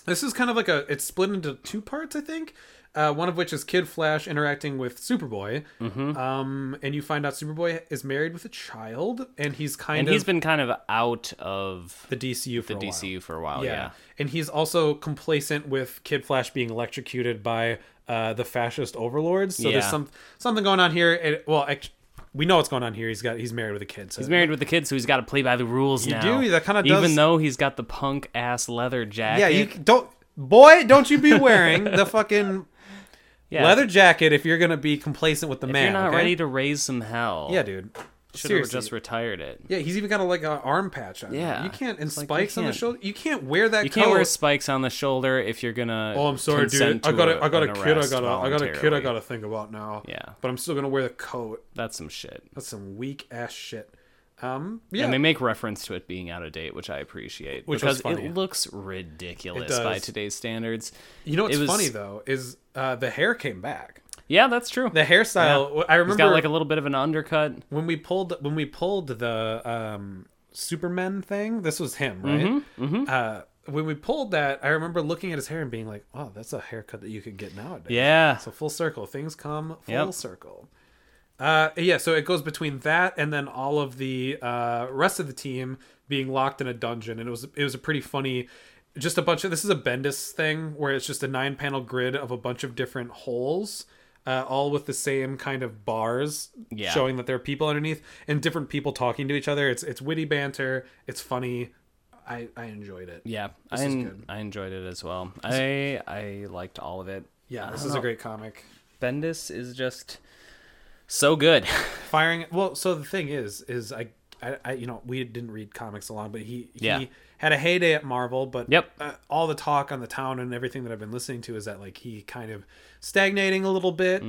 Speaker 1: This is kind of like a it's split into two parts, I think. Uh, one of which is Kid Flash interacting with Superboy,
Speaker 2: Mm-hmm.
Speaker 1: um, and you find out Superboy is married with a child, and he's kind
Speaker 2: and
Speaker 1: of
Speaker 2: he's been kind of out of
Speaker 1: the DCU for
Speaker 2: the
Speaker 1: a while.
Speaker 2: DCU for a while.
Speaker 1: Yeah.
Speaker 2: oh, Yeah.
Speaker 1: and he's also complacent with Kid Flash being electrocuted by uh, the fascist overlords. So there's
Speaker 2: Yeah.
Speaker 1: some something going on here. And well, act- we know what's going on here. He's got he's married with a kid. So
Speaker 2: He's married with a kid, so he's got to play by the rules you now.
Speaker 1: do, that kinda
Speaker 2: even
Speaker 1: does-
Speaker 2: though he's got the punk ass leather jacket.
Speaker 1: yeah, you don't boy, don't you be wearing the fucking
Speaker 2: Yeah,
Speaker 1: leather jacket if you're gonna be complacent with the
Speaker 2: If
Speaker 1: man.
Speaker 2: you're not
Speaker 1: okay?
Speaker 2: ready to raise some hell.
Speaker 1: yeah, dude.
Speaker 2: should have
Speaker 1: Seriously.
Speaker 2: just retired it.
Speaker 1: yeah, he's even got a, like an arm patch on.
Speaker 2: Yeah.
Speaker 1: you can't and
Speaker 2: It's like, you
Speaker 1: spikes on the
Speaker 2: can't-
Speaker 1: shoulder. You can't wear that.
Speaker 2: You can't
Speaker 1: coat.
Speaker 2: wear spikes on the shoulder if you're gonna.
Speaker 1: Oh, I'm sorry, dude.
Speaker 2: consent
Speaker 1: I
Speaker 2: to
Speaker 1: got a, I got a
Speaker 2: an
Speaker 1: kid. I
Speaker 2: arrest
Speaker 1: got a, I got a kid. I
Speaker 2: voluntarily.
Speaker 1: got to think about now.
Speaker 2: Yeah.
Speaker 1: but I'm still gonna wear the coat.
Speaker 2: That's some shit.
Speaker 1: That's some weak ass shit. Um, yeah,
Speaker 2: And they make reference to it being out of date, which I appreciate
Speaker 1: Which was
Speaker 2: because
Speaker 1: funny.
Speaker 2: it looks ridiculous
Speaker 1: It
Speaker 2: by
Speaker 1: does.
Speaker 2: today's standards.
Speaker 1: you know what's
Speaker 2: it was-
Speaker 1: funny though is uh, the hair came back.
Speaker 2: Yeah, that's true.
Speaker 1: The hairstyle. I remember
Speaker 2: He's got like a little bit of an undercut.
Speaker 1: when we pulled when we pulled the um superman thing this was him right uh when we pulled that i remember looking at his hair and being like oh that's a haircut that you could get nowadays
Speaker 2: Yeah.
Speaker 1: so full circle things come full
Speaker 2: Yep.
Speaker 1: circle uh yeah so it goes between that and then all of the uh rest of the team being locked in a dungeon and it was it was a pretty funny just a bunch of this is a bendis thing where it's just a nine panel grid of a bunch of different holes uh, all with the same kind of bars
Speaker 2: Yeah.
Speaker 1: showing that there are people underneath and different people talking to each other it's it's witty banter it's funny i i enjoyed it
Speaker 2: Yeah, I, en- I enjoyed it as well. I I liked all of it.
Speaker 1: yeah
Speaker 2: I
Speaker 1: this
Speaker 2: don't
Speaker 1: is a
Speaker 2: know.
Speaker 1: great comic
Speaker 2: Bendis is just so good.
Speaker 1: firing well so the thing is is i I, I you know we didn't read comics a lot but he he
Speaker 2: Yeah.
Speaker 1: had a heyday at marvel but
Speaker 2: Yep.
Speaker 1: uh, all the talk on the town and everything that i've been listening to is that like he kind of stagnating a little bit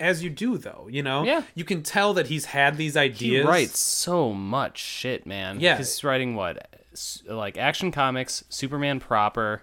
Speaker 1: as you do though you know
Speaker 2: Mm. Yeah.
Speaker 1: you can tell that he's had these
Speaker 2: he
Speaker 1: ideas
Speaker 2: writes so much shit, man.
Speaker 1: Yeah.
Speaker 2: he's writing what, S- like Action Comics, Superman proper,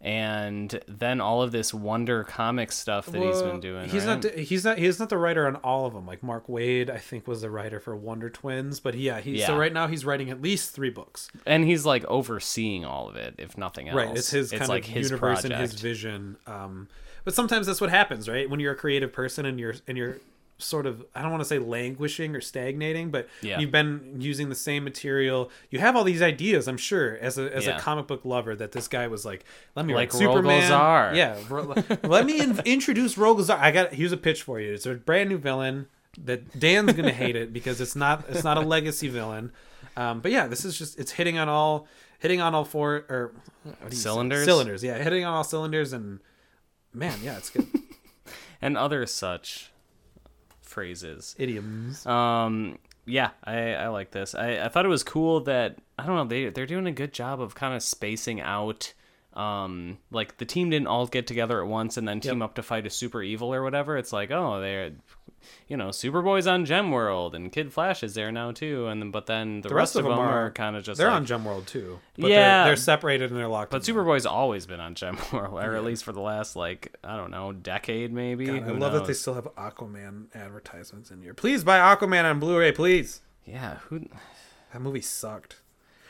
Speaker 2: and then all of this Wonder Comics stuff that he's
Speaker 1: Well,
Speaker 2: been doing.
Speaker 1: He's
Speaker 2: right?
Speaker 1: not. He's not. He's not the writer on all of them. Like Mark Wade, I think, was the writer for Wonder Twins. But yeah, he. So
Speaker 2: Yeah.
Speaker 1: right now he's writing at least three books.
Speaker 2: and he's like overseeing all of it, if nothing else.
Speaker 1: Right. It's his kind
Speaker 2: like
Speaker 1: of
Speaker 2: his
Speaker 1: universe
Speaker 2: project.
Speaker 1: and his vision. Um, but sometimes that's what happens, right? When you're a creative person and you're and you're sort of I don't want to say languishing or stagnating, but
Speaker 2: Yeah.
Speaker 1: you've been using the same material. You have all these ideas, I'm sure, as a as
Speaker 2: Yeah.
Speaker 1: a comic book lover, that this guy was like, let me
Speaker 2: Like
Speaker 1: write
Speaker 2: Roel
Speaker 1: Superman.
Speaker 2: Gulzar.
Speaker 1: Yeah, Ro- let me in- introduce Rogazar. I got here's a pitch for you. It's a brand new villain that Dan's gonna hate it because it's not it's not a legacy villain. Um, but yeah, this is just it's hitting on all hitting on all four or what do you say?
Speaker 2: Cylinders?
Speaker 1: cylinders. Yeah, hitting on all cylinders and man, yeah, it's good
Speaker 2: and other such phrases.
Speaker 1: idioms.
Speaker 2: Um, yeah, I, I like this. I, I thought it was cool that I don't know they they're doing a good job of kind of spacing out. Um, like the team didn't all get together at once and then team up to fight a super evil or whatever. It's like oh they're, you know, Superboy's on Gem World and Kid Flash is there now too. And then but then the,
Speaker 1: The
Speaker 2: rest, of them are, kind of just
Speaker 1: they're
Speaker 2: like,
Speaker 1: on Gem World too. But
Speaker 2: Yeah.
Speaker 1: they're, they're separated and they're locked.
Speaker 2: But Superboy's always been on Gem World, or at least for the last like I don't know, decade maybe.
Speaker 1: I
Speaker 2: Who
Speaker 1: love that they
Speaker 2: knows?
Speaker 1: still have Aquaman advertisements in here. Please buy Aquaman on Blu-ray, please.
Speaker 2: Yeah, who
Speaker 1: That movie sucked.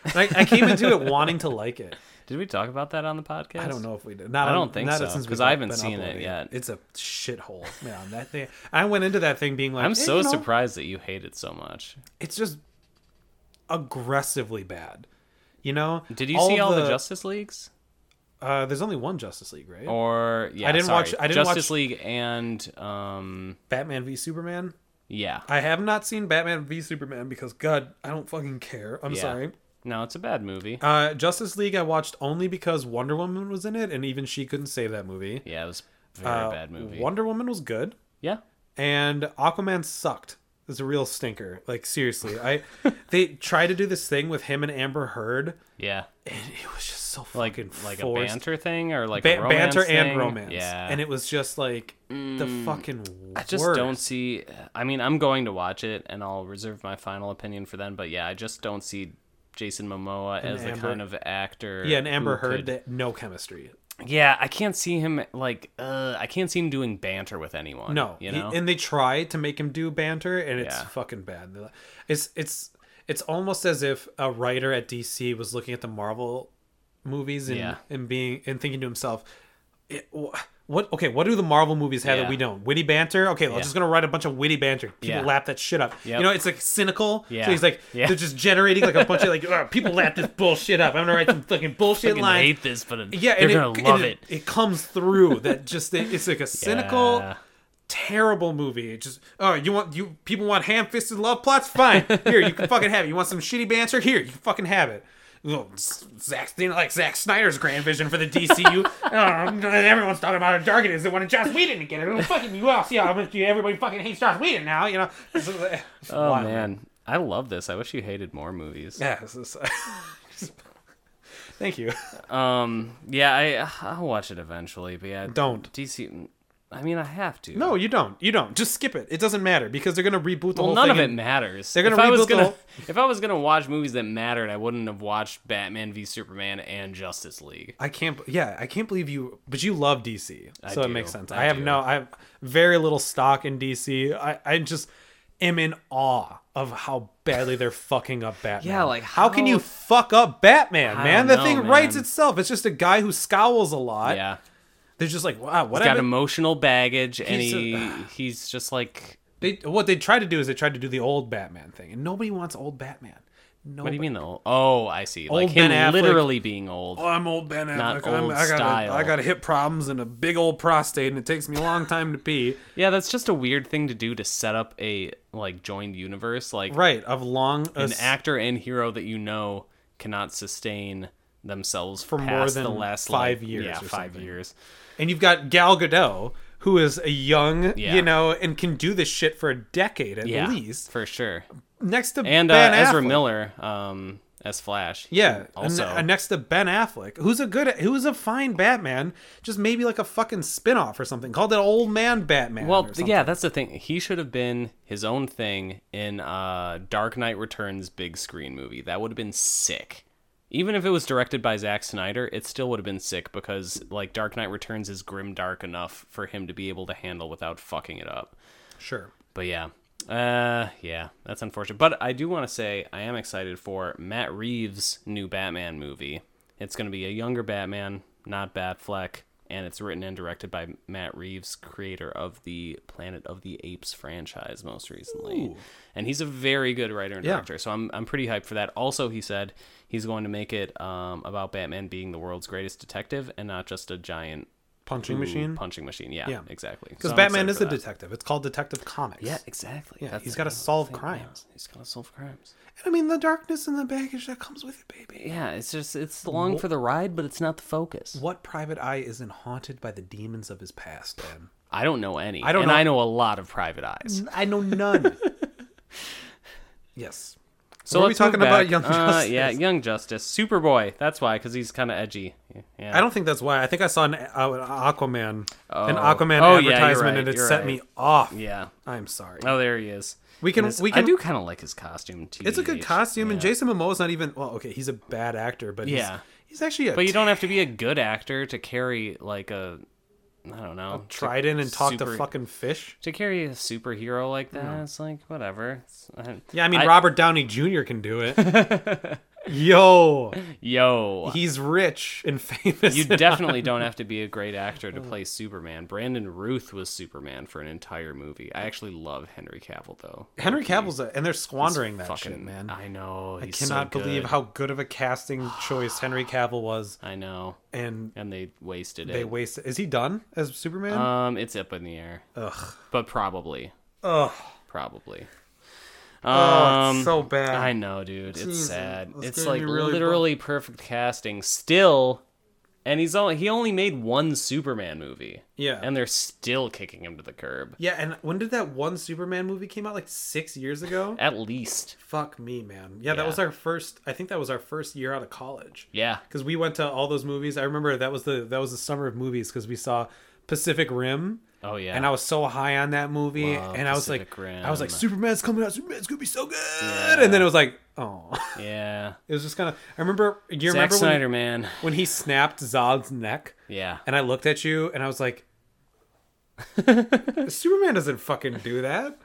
Speaker 1: And I, I came into it wanting to like it.
Speaker 2: did we talk about that on the podcast?
Speaker 1: I don't know if we did. Not
Speaker 2: I
Speaker 1: on-
Speaker 2: don't think
Speaker 1: not
Speaker 2: so,
Speaker 1: since we've
Speaker 2: 'cause I haven't
Speaker 1: been
Speaker 2: seen it
Speaker 1: uploading
Speaker 2: yet.
Speaker 1: It's a shithole, man. That thing. I went into that thing being like,
Speaker 2: I'm
Speaker 1: "Eh,
Speaker 2: so
Speaker 1: you know,
Speaker 2: surprised that you hate it so much.
Speaker 1: It's just aggressively bad. You know?
Speaker 2: Did you see all the, Justice Leagues?
Speaker 1: Uh, there's only one Justice League, right?
Speaker 2: Oh. Or yeah,
Speaker 1: I didn't
Speaker 2: sorry,
Speaker 1: watch- I didn't
Speaker 2: Justice
Speaker 1: watch-
Speaker 2: League and um
Speaker 1: Batman v Superman.
Speaker 2: yeah.
Speaker 1: I have not seen Batman v Superman because God, I don't fucking care. I'm
Speaker 2: Yeah.
Speaker 1: sorry.
Speaker 2: No, it's a bad movie.
Speaker 1: Uh, Justice League I watched only because Wonder Woman was in it, and even she couldn't save that movie.
Speaker 2: yeah, it was a very
Speaker 1: Uh,
Speaker 2: bad movie.
Speaker 1: Wonder Woman was good,
Speaker 2: yeah.
Speaker 1: and Aquaman sucked. It's a real stinker. Like seriously, I they tried to do this thing with him and Amber Heard,
Speaker 2: Yeah.
Speaker 1: and it was just so
Speaker 2: Like
Speaker 1: fucking
Speaker 2: like a
Speaker 1: forced.
Speaker 2: banter thing or like a
Speaker 1: Ba-
Speaker 2: romance
Speaker 1: banter
Speaker 2: thing?
Speaker 1: and romance.
Speaker 2: Yeah.
Speaker 1: and it was just like the fucking.
Speaker 2: I just don't see. I mean, I'm going to watch it, and I'll reserve my final opinion for then. But yeah, I just don't see Jason Momoa as the
Speaker 1: Amber-
Speaker 2: kind of actor.
Speaker 1: Yeah, and
Speaker 2: who
Speaker 1: Amber Heard,
Speaker 2: could-
Speaker 1: that no chemistry.
Speaker 2: yeah, I can't see him like. Uh, I can't see him doing banter with anyone.
Speaker 1: No,
Speaker 2: you
Speaker 1: he-
Speaker 2: know.
Speaker 1: and they try to make him do banter, and it's
Speaker 2: Yeah.
Speaker 1: fucking bad. They're like- It's it's it's almost as if a writer at DC was looking at the Marvel movies and
Speaker 2: Yeah.
Speaker 1: and being and thinking to himself, "It- wh- what okay, what do the Marvel movies have
Speaker 2: Yeah.
Speaker 1: that we don't? Witty banter. Okay, I'm
Speaker 2: Yeah.
Speaker 1: just gonna write a bunch of witty banter. People
Speaker 2: Yeah.
Speaker 1: lap that shit up.
Speaker 2: Yep.
Speaker 1: You know, it's like cynical.
Speaker 2: Yeah.
Speaker 1: So he's like,
Speaker 2: Yeah.
Speaker 1: they're just generating like a bunch of like "Ugh, people lap this bullshit up. I'm gonna write some fucking bullshit
Speaker 4: fucking
Speaker 1: lines.
Speaker 4: hate this, but
Speaker 1: yeah,
Speaker 4: they're
Speaker 1: and it,
Speaker 4: gonna love
Speaker 1: and
Speaker 4: it.
Speaker 1: it. comes through that just it's like a cynical
Speaker 2: Yeah.
Speaker 1: terrible movie. It just oh, you want you people want ham fisted love plots? Fine. Here, you can fucking have it. You want some shitty banter? Here, you can fucking have it. Oh, Zack, you know, like Zack Snyder's grand vision for the DCU. oh, everyone's talking about how dark it is. They wanted Josh Whedon to get it. Oh, fucking you all see how much you- everybody fucking hates Josh Whedon now. You know. This is, uh,
Speaker 2: Oh
Speaker 1: wild.
Speaker 2: man, I love this. I wish you hated more movies.
Speaker 1: Yeah. This is, thank you.
Speaker 2: Um, yeah, I I'll watch it eventually. But yeah,
Speaker 1: Don't.
Speaker 2: DC. I mean, I have to.
Speaker 1: No, you don't. You don't. Just skip it. It doesn't matter because they're gonna reboot the whole
Speaker 2: Well, none
Speaker 1: thing.
Speaker 2: of it
Speaker 1: and-
Speaker 2: matters.
Speaker 1: They're gonna
Speaker 2: if I was
Speaker 1: reboot the
Speaker 2: gonna
Speaker 1: whole-
Speaker 2: if I was gonna watch movies that mattered, I wouldn't have watched Batman v Superman and Justice League.
Speaker 1: I can't. Yeah, I can't believe you. But you love DC, so it
Speaker 2: do.
Speaker 1: makes sense.
Speaker 2: I
Speaker 1: I, have
Speaker 2: do.
Speaker 1: no. I have very little stock in DC. I, I just am in awe of how badly they're fucking up Batman.
Speaker 2: Yeah, like,
Speaker 1: how, can
Speaker 2: how-
Speaker 1: you fuck up Batman,
Speaker 2: I
Speaker 1: man?
Speaker 2: don't
Speaker 1: The thing
Speaker 2: know,
Speaker 1: writes
Speaker 2: man.
Speaker 1: itself. It's just a guy who scowls a lot.
Speaker 2: Yeah,
Speaker 1: They're just like, wow, what
Speaker 2: he's got
Speaker 1: happened-
Speaker 2: emotional baggage, and
Speaker 1: He's
Speaker 2: he
Speaker 1: a-
Speaker 2: he's just like.
Speaker 1: They what they tried to do is they tried to do the old Batman thing, and nobody wants old Batman. Nobody.
Speaker 2: What do you mean though? Oh, I see. Like
Speaker 1: Old Ben
Speaker 2: him
Speaker 1: Affleck.
Speaker 2: literally being old.
Speaker 1: Oh, I'm old Ben Affleck.
Speaker 2: Not
Speaker 1: I'm,
Speaker 2: old
Speaker 1: I got
Speaker 2: style.
Speaker 1: I got hip problems and a big old prostate, and it takes me a long time to pee.
Speaker 2: Yeah, that's just a weird thing to do to set up a like joined universe. Like
Speaker 1: Right, of long
Speaker 2: an actor and hero that you know cannot sustain themselves for
Speaker 1: more
Speaker 2: past the
Speaker 1: than
Speaker 2: last
Speaker 1: five
Speaker 2: like,
Speaker 1: years
Speaker 2: Yeah,
Speaker 1: or
Speaker 2: five
Speaker 1: something.
Speaker 2: years.
Speaker 1: and you've got Gal Gadot, who is a young,
Speaker 2: Yeah.
Speaker 1: you know, and can do this shit for a decade at
Speaker 2: Yeah,
Speaker 1: least.
Speaker 2: for sure.
Speaker 1: Next to
Speaker 2: and uh,
Speaker 1: Ben
Speaker 2: Ezra
Speaker 1: Affleck.
Speaker 2: Miller um, as Flash.
Speaker 1: Yeah,
Speaker 2: also.
Speaker 1: also next to Ben Affleck, who's a good, who's a fine Batman, just maybe like a fucking spin-off or something called an Old Man Batman.
Speaker 2: well,
Speaker 1: or
Speaker 2: th-
Speaker 1: something.
Speaker 2: yeah, that's the thing. He should have been his own thing in uh, Dark Knight Returns big screen movie. That would have been sick. Even if it was directed by Zack Snyder, it still would have been sick because like Dark Knight Returns is grim dark enough for him to be able to handle without fucking it up.
Speaker 1: sure.
Speaker 2: But yeah. Uh yeah, that's unfortunate. But I do want to say I am excited for Matt Reeves' new Batman movie. It's going to be a younger Batman, not Batfleck, and it's written and directed by Matt Reeves, creator of the Planet of the Apes franchise most recently. And he's a very good writer and
Speaker 1: Yeah.
Speaker 2: director, so I'm I'm pretty hyped for that. Also, he said he's going to make it um about Batman being the world's greatest detective and not just a giant
Speaker 1: Punching machine.
Speaker 2: punching machine. Yeah,
Speaker 1: Yeah.
Speaker 2: exactly.
Speaker 1: Because
Speaker 2: So I'm
Speaker 1: Batman
Speaker 2: excited
Speaker 1: is
Speaker 2: for
Speaker 1: a
Speaker 2: that.
Speaker 1: detective. It's called Detective Comics.
Speaker 2: Yeah, exactly.
Speaker 1: Yeah,
Speaker 2: That's
Speaker 1: he's
Speaker 2: the
Speaker 1: gotta
Speaker 2: whole
Speaker 1: solve
Speaker 2: thing,
Speaker 1: crimes.
Speaker 2: man. He's got to solve crimes.
Speaker 1: I mean the darkness and the baggage that comes with it, baby.
Speaker 2: Yeah, it's just it's long for the ride, but it's not the focus.
Speaker 1: What private eye isn't haunted by the demons of his past? Dan?
Speaker 2: I don't know any.
Speaker 1: I don't
Speaker 2: and
Speaker 1: know-
Speaker 2: I know a lot of private eyes.
Speaker 1: I know none. yes.
Speaker 2: So
Speaker 1: What are we
Speaker 2: let's move
Speaker 1: talking about
Speaker 2: back.
Speaker 1: Young
Speaker 2: Uh,
Speaker 1: Justice?
Speaker 2: yeah, Young Justice, Superboy. That's why, because he's kind of edgy. Yeah.
Speaker 1: I don't think that's why. I think I saw an, uh, an Aquaman, an
Speaker 2: Oh.
Speaker 1: Aquaman
Speaker 2: Oh, yeah, you're
Speaker 1: advertisement,
Speaker 2: right,
Speaker 1: and it
Speaker 2: you're
Speaker 1: set
Speaker 2: right.
Speaker 1: me off.
Speaker 2: Yeah.
Speaker 1: I'm sorry.
Speaker 2: Oh, there he is.
Speaker 1: We can-
Speaker 2: And it's-
Speaker 1: we
Speaker 2: I
Speaker 1: can-
Speaker 2: do kind of like his costume. TBH.
Speaker 1: it's a good costume, and
Speaker 2: Yeah.
Speaker 1: Jason Momoa's not even. Well, okay, he's a bad actor, but he's,
Speaker 2: Yeah.
Speaker 1: he's actually a.
Speaker 2: But you don't have to be a good actor to carry like a I don't know.
Speaker 1: Trident and talk to
Speaker 2: super-
Speaker 1: fucking fish.
Speaker 2: to carry a superhero like that, it's like whatever. It's- I-
Speaker 1: Yeah, I mean Robert Downey Jr. can do it. Yo,
Speaker 2: Yo,
Speaker 1: he's rich and famous.
Speaker 2: you
Speaker 1: and-
Speaker 2: definitely don't have to be a great actor to play Superman. Brandon Ruth was Superman for an entire movie. I actually love Henry Cavill though.
Speaker 1: Henry Cavill's a, and they're squandering that
Speaker 2: Fucking
Speaker 1: shit, man.
Speaker 2: I know.
Speaker 1: I
Speaker 2: he's so
Speaker 1: cannot believe
Speaker 2: good.
Speaker 1: how good of a casting choice Henry Cavill was,
Speaker 2: I know.
Speaker 1: and
Speaker 2: And they wasted
Speaker 1: they
Speaker 2: it.
Speaker 1: wasted. Is he done as Superman?
Speaker 2: um, it's up in the air.
Speaker 1: Ugh.
Speaker 2: But probably,
Speaker 1: Ugh.
Speaker 2: probably.
Speaker 1: Oh,
Speaker 2: Um,
Speaker 1: it's so bad.
Speaker 2: I know, dude. It's
Speaker 1: Jesus,
Speaker 2: sad.
Speaker 1: that's
Speaker 2: It's
Speaker 1: gonna
Speaker 2: like
Speaker 1: be really
Speaker 2: literally perfect casting still, and he's only he only made one Superman movie.
Speaker 1: Yeah.
Speaker 2: and they're still kicking him to the curb.
Speaker 1: Yeah, and when did that one Superman movie came out? Like six years ago.
Speaker 2: At least,
Speaker 1: Fuck me, man. Yeah, that
Speaker 2: Yeah.
Speaker 1: was our first. I think that was our first year out of college.
Speaker 2: yeah.
Speaker 1: because we went to all those movies. I remember that was the that was the summer of movies because we saw Pacific Rim.
Speaker 2: Oh yeah.
Speaker 1: And I was so high on that movie,
Speaker 2: Love
Speaker 1: and I was like,
Speaker 2: Pacific Rim.
Speaker 1: I was like, Superman's coming out. Superman's gonna be so good. And then it was like, oh,
Speaker 2: yeah.
Speaker 1: it was just kind of. I remember. Do you
Speaker 2: Zack
Speaker 1: remember
Speaker 2: Snyder,
Speaker 1: when,
Speaker 2: man.
Speaker 1: when he snapped Zod's neck?
Speaker 2: Yeah.
Speaker 1: And I looked at you, and I was like, Superman doesn't fucking do that.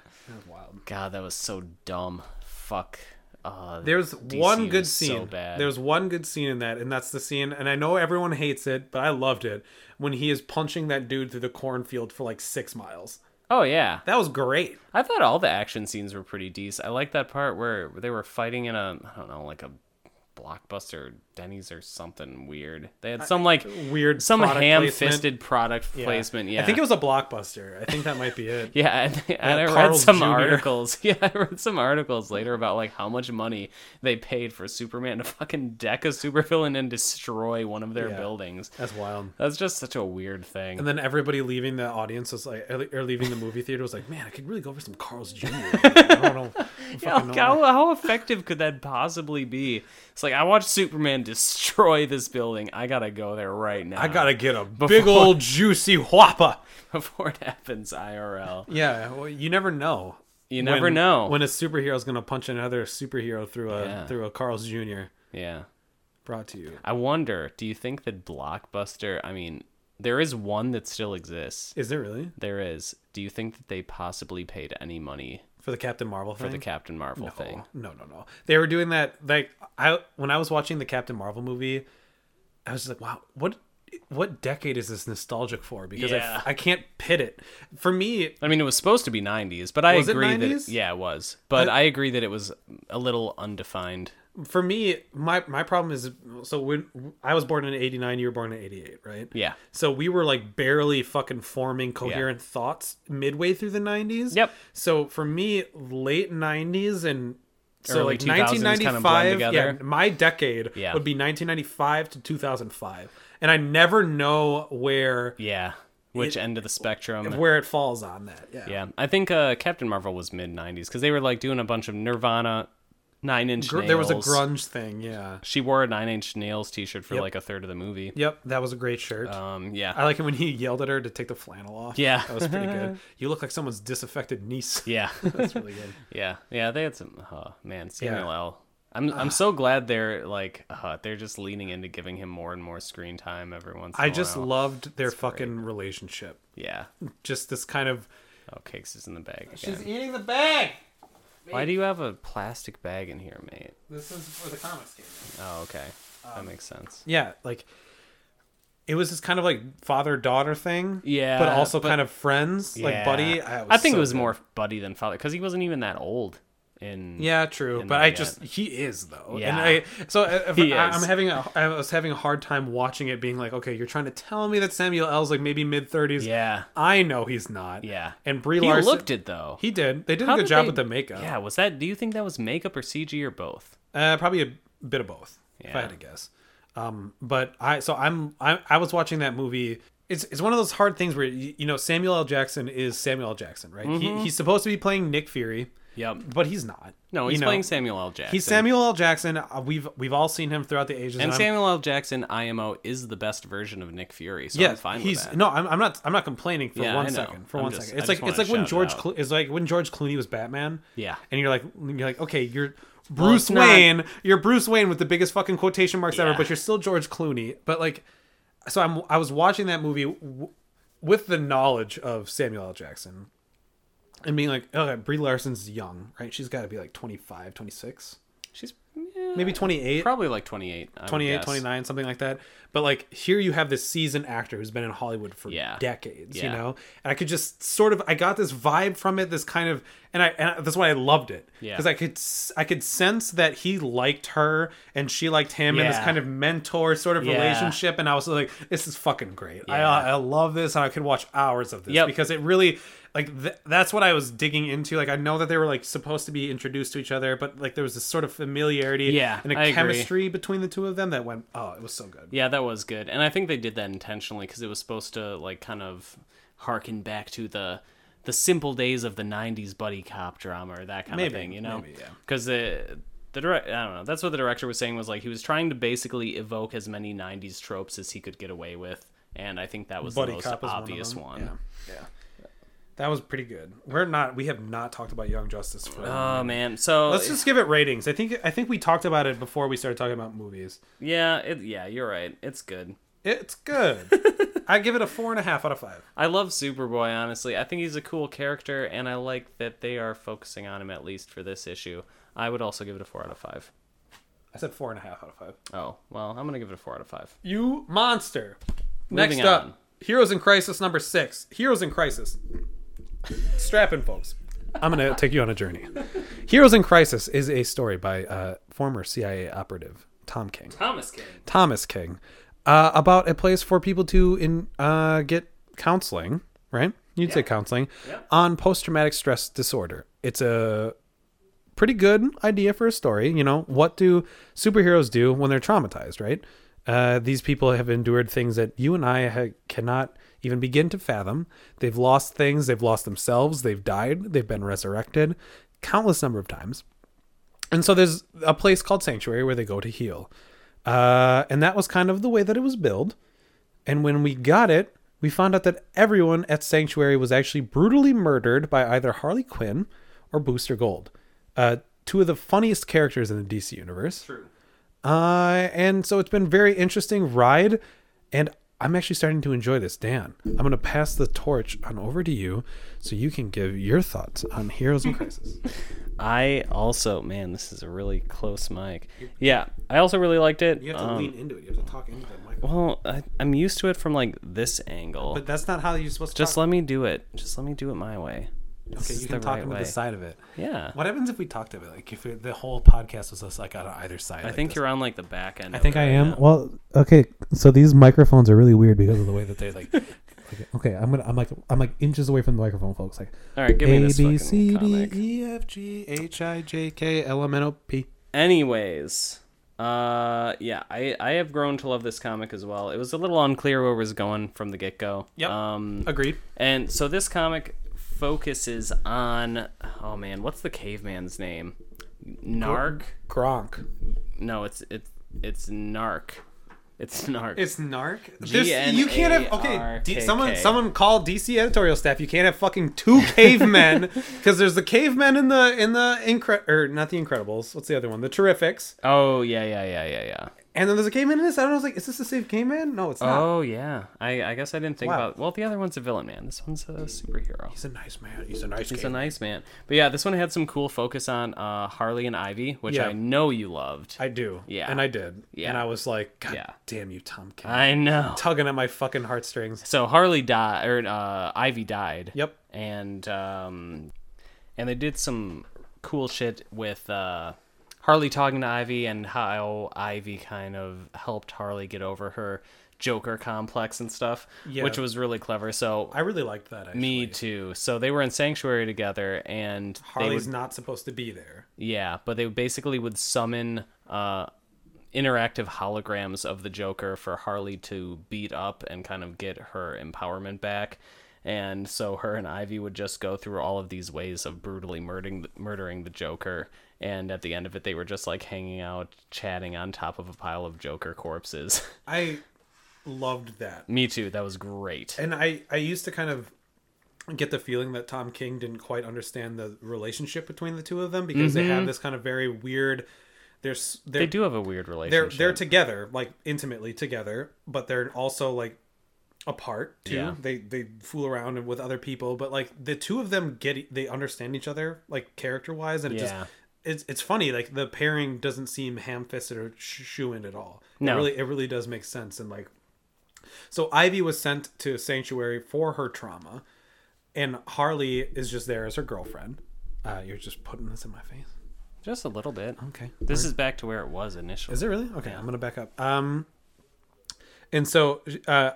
Speaker 2: God, that was so dumb. Fuck. Uh,
Speaker 1: There's
Speaker 2: DC
Speaker 1: one good
Speaker 2: was so
Speaker 1: scene.
Speaker 2: bad.
Speaker 1: There's one good scene in that, and that's the scene. And I know everyone hates it, but I loved it when he is punching that dude through the cornfield for like six miles.
Speaker 2: oh yeah.
Speaker 1: That was great.
Speaker 2: I thought all the action scenes were pretty decent. I like that part where they were fighting in a I don't know, like a blockbuster Denny's or something weird. They had some like
Speaker 1: Weird.
Speaker 2: some
Speaker 1: product placement.
Speaker 2: ham-fisted product placement. Yeah.
Speaker 1: I think it was a blockbuster. I think that might be it.
Speaker 2: yeah, and, and I read
Speaker 1: Carl's
Speaker 2: some
Speaker 1: Jr..
Speaker 2: articles. Yeah, I read some articles later about like how much money they paid for Superman to fucking deck a supervillain and destroy one of their
Speaker 1: Yeah.
Speaker 2: buildings.
Speaker 1: That's wild.
Speaker 2: That's just such a weird thing.
Speaker 1: And then everybody leaving the audience was like, or leaving the movie theater was like, man, I could really go for some Carl's Jr. I don't know. I fucking
Speaker 2: Yeah,
Speaker 1: don't
Speaker 2: like, how, how effective could that possibly be? It's like I watched Superman destroy this building. I gotta go there right now.
Speaker 1: I gotta get a big old juicy whopper.
Speaker 2: before it happens IRL.
Speaker 1: Yeah, well, you never know.
Speaker 2: You never
Speaker 1: when-
Speaker 2: know.
Speaker 1: when a superhero's gonna punch another superhero through a
Speaker 2: Yeah.
Speaker 1: through a Carl's Jr.
Speaker 2: yeah.
Speaker 1: Brought to you
Speaker 2: I wonder. Do you think that Blockbuster? I mean, there is one that still exists.
Speaker 1: is it really
Speaker 2: There is. Do you think that they possibly paid any money
Speaker 1: for the Captain Marvel thing?
Speaker 2: for the Captain Marvel
Speaker 1: no.
Speaker 2: thing?
Speaker 1: No, no, no. They were doing that like I when I was watching the Captain Marvel movie, I was just like, wow, what what decade is this nostalgic for? Because
Speaker 2: Yeah.
Speaker 1: I, I can't pit it. For me,
Speaker 2: I mean, it was supposed to be '90s, but I
Speaker 1: Was it
Speaker 2: agree that
Speaker 1: 90s?
Speaker 2: yeah, it was. But I agree that it was a little undefined.
Speaker 1: for me, my my problem is so when I was born in '89, you were born in '88, right?
Speaker 2: Yeah.
Speaker 1: So we were like barely fucking forming coherent thoughts midway through the 90s.
Speaker 2: Yep.
Speaker 1: So for me, late 90s and so
Speaker 2: Early
Speaker 1: like
Speaker 2: 2000s kind of
Speaker 1: 1995,
Speaker 2: blend
Speaker 1: yeah,
Speaker 2: together.
Speaker 1: my decade
Speaker 2: Yeah.
Speaker 1: would be 1995 to 2005, and I never know where
Speaker 2: Yeah. Which end of the spectrum?
Speaker 1: where it falls on that. Yeah.
Speaker 2: Yeah, I think uh, Captain Marvel was mid '90s because they were like doing a bunch of Nirvana, Nine Inch
Speaker 1: Gr-
Speaker 2: Nails.
Speaker 1: there was a grunge thing. Yeah.
Speaker 2: She wore a Nine Inch Nails T-shirt for like a third of the movie.
Speaker 1: Yep, that was a great shirt.
Speaker 2: Um, yeah,
Speaker 1: I like it when he yelled at her to take the flannel off.
Speaker 2: Yeah.
Speaker 1: That was pretty good. You look like someone's disaffected niece.
Speaker 2: yeah, Oh,
Speaker 1: That's really good.
Speaker 2: yeah, yeah. They had some. Oh man, Samuel
Speaker 1: Yeah.
Speaker 2: L. I'm I'm so glad they're like uh, they're just leaning into giving him more and more screen time every once. In
Speaker 1: I
Speaker 2: a
Speaker 1: just
Speaker 2: while.
Speaker 1: loved their fucking relationship.
Speaker 2: yeah.
Speaker 1: Just this kind of
Speaker 2: Oh, cakes is in the bag again.
Speaker 1: eating the bag.
Speaker 2: Why do you have a plastic bag in here, mate?
Speaker 1: This is for the comics game.
Speaker 2: Oh, okay,
Speaker 1: Um,
Speaker 2: that makes sense.
Speaker 1: Yeah, like it was this kind of like father daughter thing.
Speaker 2: Yeah,
Speaker 1: but also
Speaker 2: but-
Speaker 1: kind of friends, like
Speaker 2: Yeah.
Speaker 1: buddy.
Speaker 2: I think
Speaker 1: so
Speaker 2: it was
Speaker 1: good.
Speaker 2: more buddy than father because he wasn't even that old. In
Speaker 1: Yeah, true.
Speaker 2: in
Speaker 1: But
Speaker 2: that
Speaker 1: I
Speaker 2: yet.
Speaker 1: just he is though.
Speaker 2: Yeah.
Speaker 1: And I so uh, if,
Speaker 2: He
Speaker 1: I,
Speaker 2: is.
Speaker 1: I'm having a I was having a hard time watching it, being like, okay, you're trying to tell me that Samuel L's like maybe mid thirties.
Speaker 2: Yeah.
Speaker 1: I know he's not.
Speaker 2: Yeah.
Speaker 1: and Brie
Speaker 2: He
Speaker 1: Larson
Speaker 2: looked it though.
Speaker 1: He did. They did
Speaker 2: How
Speaker 1: a good
Speaker 2: did
Speaker 1: job
Speaker 2: they-
Speaker 1: with the makeup.
Speaker 2: Yeah, was that do you think that was makeup or CG or both?
Speaker 1: Uh, probably a bit of both, if I
Speaker 2: Yeah.
Speaker 1: had to guess. Um, but I so I'm I, I was watching that movie. It's it's one of those hard things where you, you know Samuel L. Jackson is Samuel L. Jackson, right?
Speaker 2: Mm-hmm.
Speaker 1: He, he's supposed to be playing Nick Fury,
Speaker 2: Yep.
Speaker 1: but he's not.
Speaker 2: No,
Speaker 1: You
Speaker 2: he's
Speaker 1: know,
Speaker 2: playing Samuel L. Jackson.
Speaker 1: He's Samuel L. Jackson. Uh, we've we've all seen him throughout the ages.
Speaker 2: and
Speaker 1: I'm-
Speaker 2: Samuel L. Jackson IMO is the best version of Nick Fury, so
Speaker 1: yeah,
Speaker 2: I'm fine
Speaker 1: he's
Speaker 2: with that.
Speaker 1: no, I'm, I'm not I'm not complaining for
Speaker 2: Yeah, I
Speaker 1: one
Speaker 2: know.
Speaker 1: second. For
Speaker 2: I'm
Speaker 1: one second,
Speaker 2: just- I
Speaker 1: it's
Speaker 2: just
Speaker 1: like it's
Speaker 2: wanna
Speaker 1: like when
Speaker 2: shout it
Speaker 1: George
Speaker 2: out.
Speaker 1: Clo- it's like when George Clooney was Batman.
Speaker 2: Yeah.
Speaker 1: and you're like you're like okay, you're Bruce
Speaker 2: it's not-
Speaker 1: Wayne. You're Bruce Wayne with the biggest fucking quotation marks ever,
Speaker 2: Yeah.
Speaker 1: but you're still George Clooney. But like, so I'm I was watching that movie. w- with the knowledge of Samuel L. Jackson and being like, okay, Brie Larson's young, right? She's got to be like 25, 26,
Speaker 2: She's yeah,
Speaker 1: maybe 28.
Speaker 2: probably like 28. I would
Speaker 1: 28
Speaker 2: guess.
Speaker 1: 29 something like that but like here you have this seasoned actor who's been in hollywood for
Speaker 2: Yeah.
Speaker 1: decades you
Speaker 2: Yeah.
Speaker 1: know and i could just sort of i got this vibe from it this kind of and i and that's why i loved it
Speaker 2: Yeah.
Speaker 1: because i could s- i could sense that he liked her and she liked him and this
Speaker 2: Yeah.
Speaker 1: kind of mentor sort of
Speaker 2: Yeah.
Speaker 1: relationship and i was like this is fucking great
Speaker 2: Yeah.
Speaker 1: I, I love this and i could watch hours of this
Speaker 2: Yep.
Speaker 1: because it really like th- that's what i was digging into like i know that they were like supposed to be introduced to each other but like there was this sort of familiarity
Speaker 2: Yeah,
Speaker 1: and a
Speaker 2: I agree.
Speaker 1: chemistry between the two of them that went oh it was so good
Speaker 2: Yeah, that was good. And I think they did that intentionally because it was supposed to like kind of harken back to the the simple days of the 90s buddy cop drama or that kind
Speaker 1: Maybe,
Speaker 2: of thing, you know?
Speaker 1: maybe, yeah.
Speaker 2: Cuz the the direct, I don't know. That's what the director was saying was like he was trying to basically evoke as many 90s tropes as he could get away with, and I think that was
Speaker 1: buddy
Speaker 2: the most
Speaker 1: cop is
Speaker 2: obvious
Speaker 1: one,
Speaker 2: one.
Speaker 1: of them. yeah yeah that was pretty good we're not we have not talked about young justice for a while.
Speaker 2: Oh man. So
Speaker 1: let's just give it ratings i think i think we talked about it before we started talking about movies
Speaker 2: yeah, it, yeah, you're right. It's good.
Speaker 1: it's good i give it a four and a half out of five
Speaker 2: I love Superboy, honestly. I think he's a cool character, and I like that they are focusing on him at least for this issue. I would also give it a 4 out of 5.
Speaker 1: i said four and a half out of five
Speaker 2: Oh, well, I'm going to give it a 4 out of 5.
Speaker 1: you monster
Speaker 2: Moving
Speaker 1: next up
Speaker 2: on.
Speaker 1: heroes in crisis number six heroes in crisis strap in folks i'm gonna take you on a journey heroes in crisis is a story by uh, former cia operative tom king
Speaker 2: Thomas King.
Speaker 1: Thomas King, uh, about a place for people to in uh, get counseling, right? You'd say counseling on post traumatic stress disorder. It's a pretty good idea for a story. You know, what do superheroes do when they're traumatized, right? Uh, these people have endured things that you and I ha- cannot even begin to fathom. They've lost things, they've lost themselves, they've died, they've been resurrected countless number of times. And so there's a place called Sanctuary where they go to heal. Uh, and that was kind of the way that it was billed. And when we got it, we found out that everyone at Sanctuary was actually brutally murdered by either Harley Quinn or Booster Gold, uh, two of the funniest characters in the DC universe. True. Uh, and so it's been a very interesting ride, and I'm actually starting to enjoy this. Dan, I'm going to pass the torch on over to you, so you can give your thoughts on Heroes in Crisis.
Speaker 2: I also, man, this is a really close mic. Yeah, I also really liked it. Um,
Speaker 1: lean into it. You have to talk into that microphone.
Speaker 2: well, I, I'm used to it from like this angle.
Speaker 1: But that's not how you're supposed to
Speaker 2: just let me do it. Just let me do it my way. This
Speaker 1: Okay,
Speaker 2: is
Speaker 1: you can
Speaker 2: the
Speaker 1: talk
Speaker 2: right
Speaker 1: into
Speaker 2: way.
Speaker 1: the side of it.
Speaker 2: Yeah.
Speaker 1: What happens if we talked of it? Like if it, the whole podcast was us like on either side.
Speaker 2: I think you're on like the back end.
Speaker 1: I think I am. Well, okay. So these microphones are really weird because of the way that they like. like, okay, I'm gonna. I'm like. I'm like inches away from the microphone, folks. Like.
Speaker 2: All right, give me
Speaker 1: A
Speaker 2: this
Speaker 1: B
Speaker 2: fucking
Speaker 1: C D
Speaker 2: comic.
Speaker 1: E F G H I J K L M N O P.
Speaker 2: anyways uh yeah i i have grown to love this comic as well it was a little unclear where it was going from the get-go
Speaker 1: Yep.
Speaker 2: um
Speaker 1: Agreed.
Speaker 2: and so this comic focuses on oh man what's the caveman's name narg
Speaker 1: Gronk.
Speaker 2: no it's it's it's narc it's narc
Speaker 1: It's narc. This, you can't have okay. D,
Speaker 2: G-N-A-R-K-K.
Speaker 1: someone someone call DC editorial staff. You can't have fucking two cavemen because there's the cavemen in the in the incre or not the Incredibles. What's the other one? The Terrifics.
Speaker 2: oh yeah yeah yeah yeah yeah
Speaker 1: And then there's a caveman in this. I don't know. I was like, is this the same caveman? No, it's not.
Speaker 2: oh yeah i i guess i didn't think
Speaker 1: Ah. Wow.
Speaker 2: about well the other one's a villain man this one's a superhero
Speaker 1: He's a nice man. He's a nice.
Speaker 2: He's a nice man. But yeah, this one had some cool focus on uh, Harley and Ivy, which
Speaker 1: Yeah.
Speaker 2: I know you loved. I,
Speaker 1: I do.
Speaker 2: Yeah.
Speaker 1: And I did.
Speaker 2: Yeah.
Speaker 1: And I was like, God
Speaker 2: Yeah. Uh,
Speaker 1: damn you, Tom King.
Speaker 2: know.
Speaker 1: Tugging at my fucking heartstrings.
Speaker 2: So Harley died, or uh, Ivy died.
Speaker 1: Yep.
Speaker 2: And um, and they did some cool shit with uh, Harley talking to Ivy and how Ivy kind of helped Harley get over her Joker complex and stuff,
Speaker 1: Yeah.
Speaker 2: which was really clever. So
Speaker 1: I really liked that. Actually.
Speaker 2: me too. So they were in Sanctuary together, and they would
Speaker 1: Harley's not supposed to be there.
Speaker 2: Yeah, but they basically would summon uh, interactive holograms of the Joker for Harley to beat up and kind of get her empowerment back. And so her and Ivy would just go through all of these ways of brutally murdering murdering the Joker. And at the end of it, they were just like hanging out, chatting on top of a pile of Joker corpses.
Speaker 1: I loved that.
Speaker 2: Me too. That was great.
Speaker 1: and I I used to kind of get the feeling that Tom King didn't quite understand the relationship between the two of them because they have this kind of very weird they're s- they're
Speaker 2: They do have a weird
Speaker 1: they're
Speaker 2: relationship.
Speaker 1: they're together like intimately together but they're also like apart too.
Speaker 2: Yeah.
Speaker 1: They they fool around with other people, but like the two of them get e, they understand each other like character wise, and it
Speaker 2: Yeah.
Speaker 1: just it's it's funny. Like the pairing doesn't seem ham fisted or shoo in at all.
Speaker 2: No.
Speaker 1: it really it really does make sense. And like, so Ivy was sent to sanctuary for her trauma, and Harley is just there as her girlfriend. Uh, you're just putting this in my face.
Speaker 2: Just a little bit.
Speaker 1: Okay.
Speaker 2: This is back to where it was initially.
Speaker 1: Is it really? Okay, I'm gonna back up. Um, and so uh,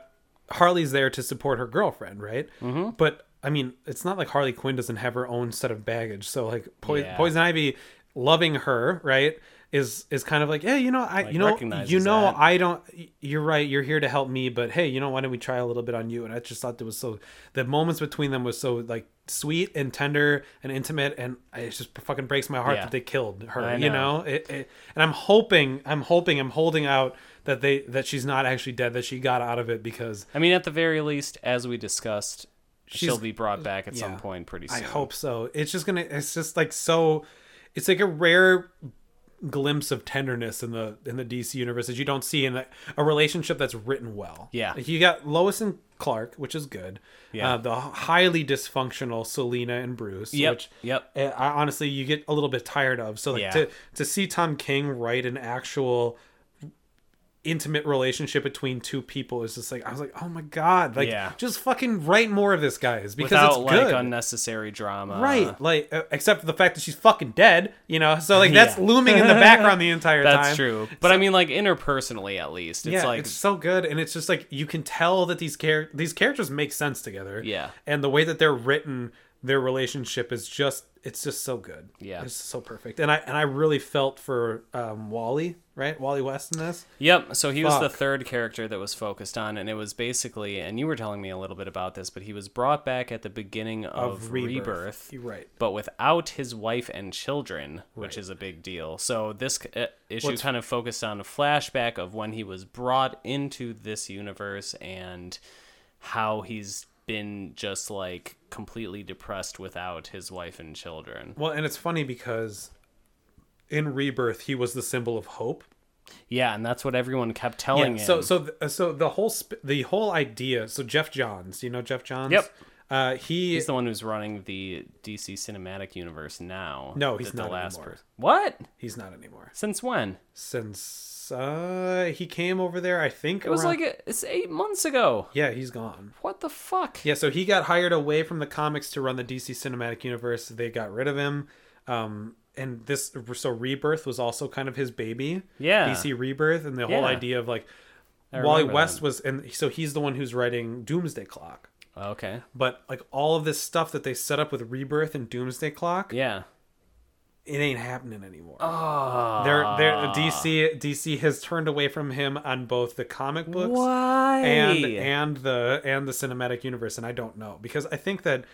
Speaker 1: Harley's there to support her girlfriend, right? Mm-hmm. But I mean, it's not like Harley Quinn doesn't have her own set of baggage. So like Poi-
Speaker 2: Yeah.
Speaker 1: Poison Ivy loving her, right? Is is kind of like, hey, you know, I, you know,
Speaker 2: recognizes
Speaker 1: you know,
Speaker 2: that.
Speaker 1: I don't. You're right. You're here to help me, but hey, you know, why don't we try a little bit on you? And I just thought there was so the moments between them was so like sweet and tender and intimate, and it just fucking breaks my heart
Speaker 2: Yeah.
Speaker 1: that they killed her.
Speaker 2: I
Speaker 1: You
Speaker 2: know.
Speaker 1: know, know? It, it, and I'm hoping, I'm hoping, I'm holding out that they that she's not actually dead, that she got out of it because
Speaker 2: I mean, at the very least, as we discussed, she'll
Speaker 1: She's-
Speaker 2: be brought back at some
Speaker 1: yeah.
Speaker 2: point pretty soon.
Speaker 1: I hope so. It's just gonna, it's just like so, it's like a rare glimpse of tenderness in the in the DC universe that you don't see in a, a relationship that's written well.
Speaker 2: Yeah.
Speaker 1: like you got Lois and Clark, which is good.
Speaker 2: Yeah.
Speaker 1: uh, the highly dysfunctional Selena and Bruce.
Speaker 2: Yep,
Speaker 1: which
Speaker 2: yep.
Speaker 1: I, I honestly you get a little bit tired of. So like
Speaker 2: Yeah.
Speaker 1: to to see Tom King write an actual intimate relationship between two people is just like I was like, oh my god, like
Speaker 2: Yeah.
Speaker 1: just fucking write more of this, guys, because
Speaker 2: Without
Speaker 1: it's
Speaker 2: like
Speaker 1: good,
Speaker 2: unnecessary drama.
Speaker 1: right? Like uh, except for the fact that she's fucking dead, you know. So like that's
Speaker 2: Yeah.
Speaker 1: looming in the background the entire time.
Speaker 2: That's true. But I mean, like interpersonally, at least, it's
Speaker 1: yeah,
Speaker 2: like
Speaker 1: it's so good, and it's just like you can tell that these char- these characters make sense together.
Speaker 2: Yeah.
Speaker 1: and the way that they're written, their relationship is just it's just so good.
Speaker 2: Yeah.
Speaker 1: it's so perfect, and I and I really felt for um, Wally, right? Wally West in this.
Speaker 2: Yep. So he was the
Speaker 1: Fuck.
Speaker 2: third character that was focused on, and it was basically, and you were telling me a little bit about this, but he was brought back at the beginning of, Rebirth.
Speaker 1: You're right.
Speaker 2: But without his wife and children, which is a big deal. So this uh, issue
Speaker 1: What's-
Speaker 2: kind of focused on a flashback of when he was brought into this universe and how he's been just like completely depressed without his wife and children.
Speaker 1: Well, and it's funny because in Rebirth he was the symbol of hope.
Speaker 2: Yeah, and that's what everyone kept telling him.
Speaker 1: So so th- uh, so the whole sp- the whole idea. So Jeff Johns, you know Jeff Johns.
Speaker 2: Yep.
Speaker 1: Uh, he
Speaker 2: He's the one who's running the DC cinematic universe now.
Speaker 1: No, he's
Speaker 2: That
Speaker 1: not anymore.
Speaker 2: per- What?
Speaker 1: he's not anymore.
Speaker 2: Since when?
Speaker 1: since uh he came over there i think
Speaker 2: It was like a, it's eight months ago.
Speaker 1: yeah he's gone
Speaker 2: What the fuck?
Speaker 1: yeah so he got hired away from the comics to run the dc cinematic universe they got rid of him um and this so rebirth was also kind of his baby
Speaker 2: Yeah.
Speaker 1: dc rebirth and the whole
Speaker 2: Yeah.
Speaker 1: idea of like wally
Speaker 2: remember
Speaker 1: west
Speaker 2: that.
Speaker 1: was and so he's the one who's writing doomsday clock
Speaker 2: Okay.
Speaker 1: but like all of this stuff that they set up with rebirth and doomsday clock
Speaker 2: Yeah. Uh,
Speaker 1: it ain't happening anymore. They're, they're,
Speaker 2: Ah.
Speaker 1: DC DC has turned away from him on both the comic books
Speaker 2: Why?
Speaker 1: and and the and the cinematic universe, and I don't know because I think that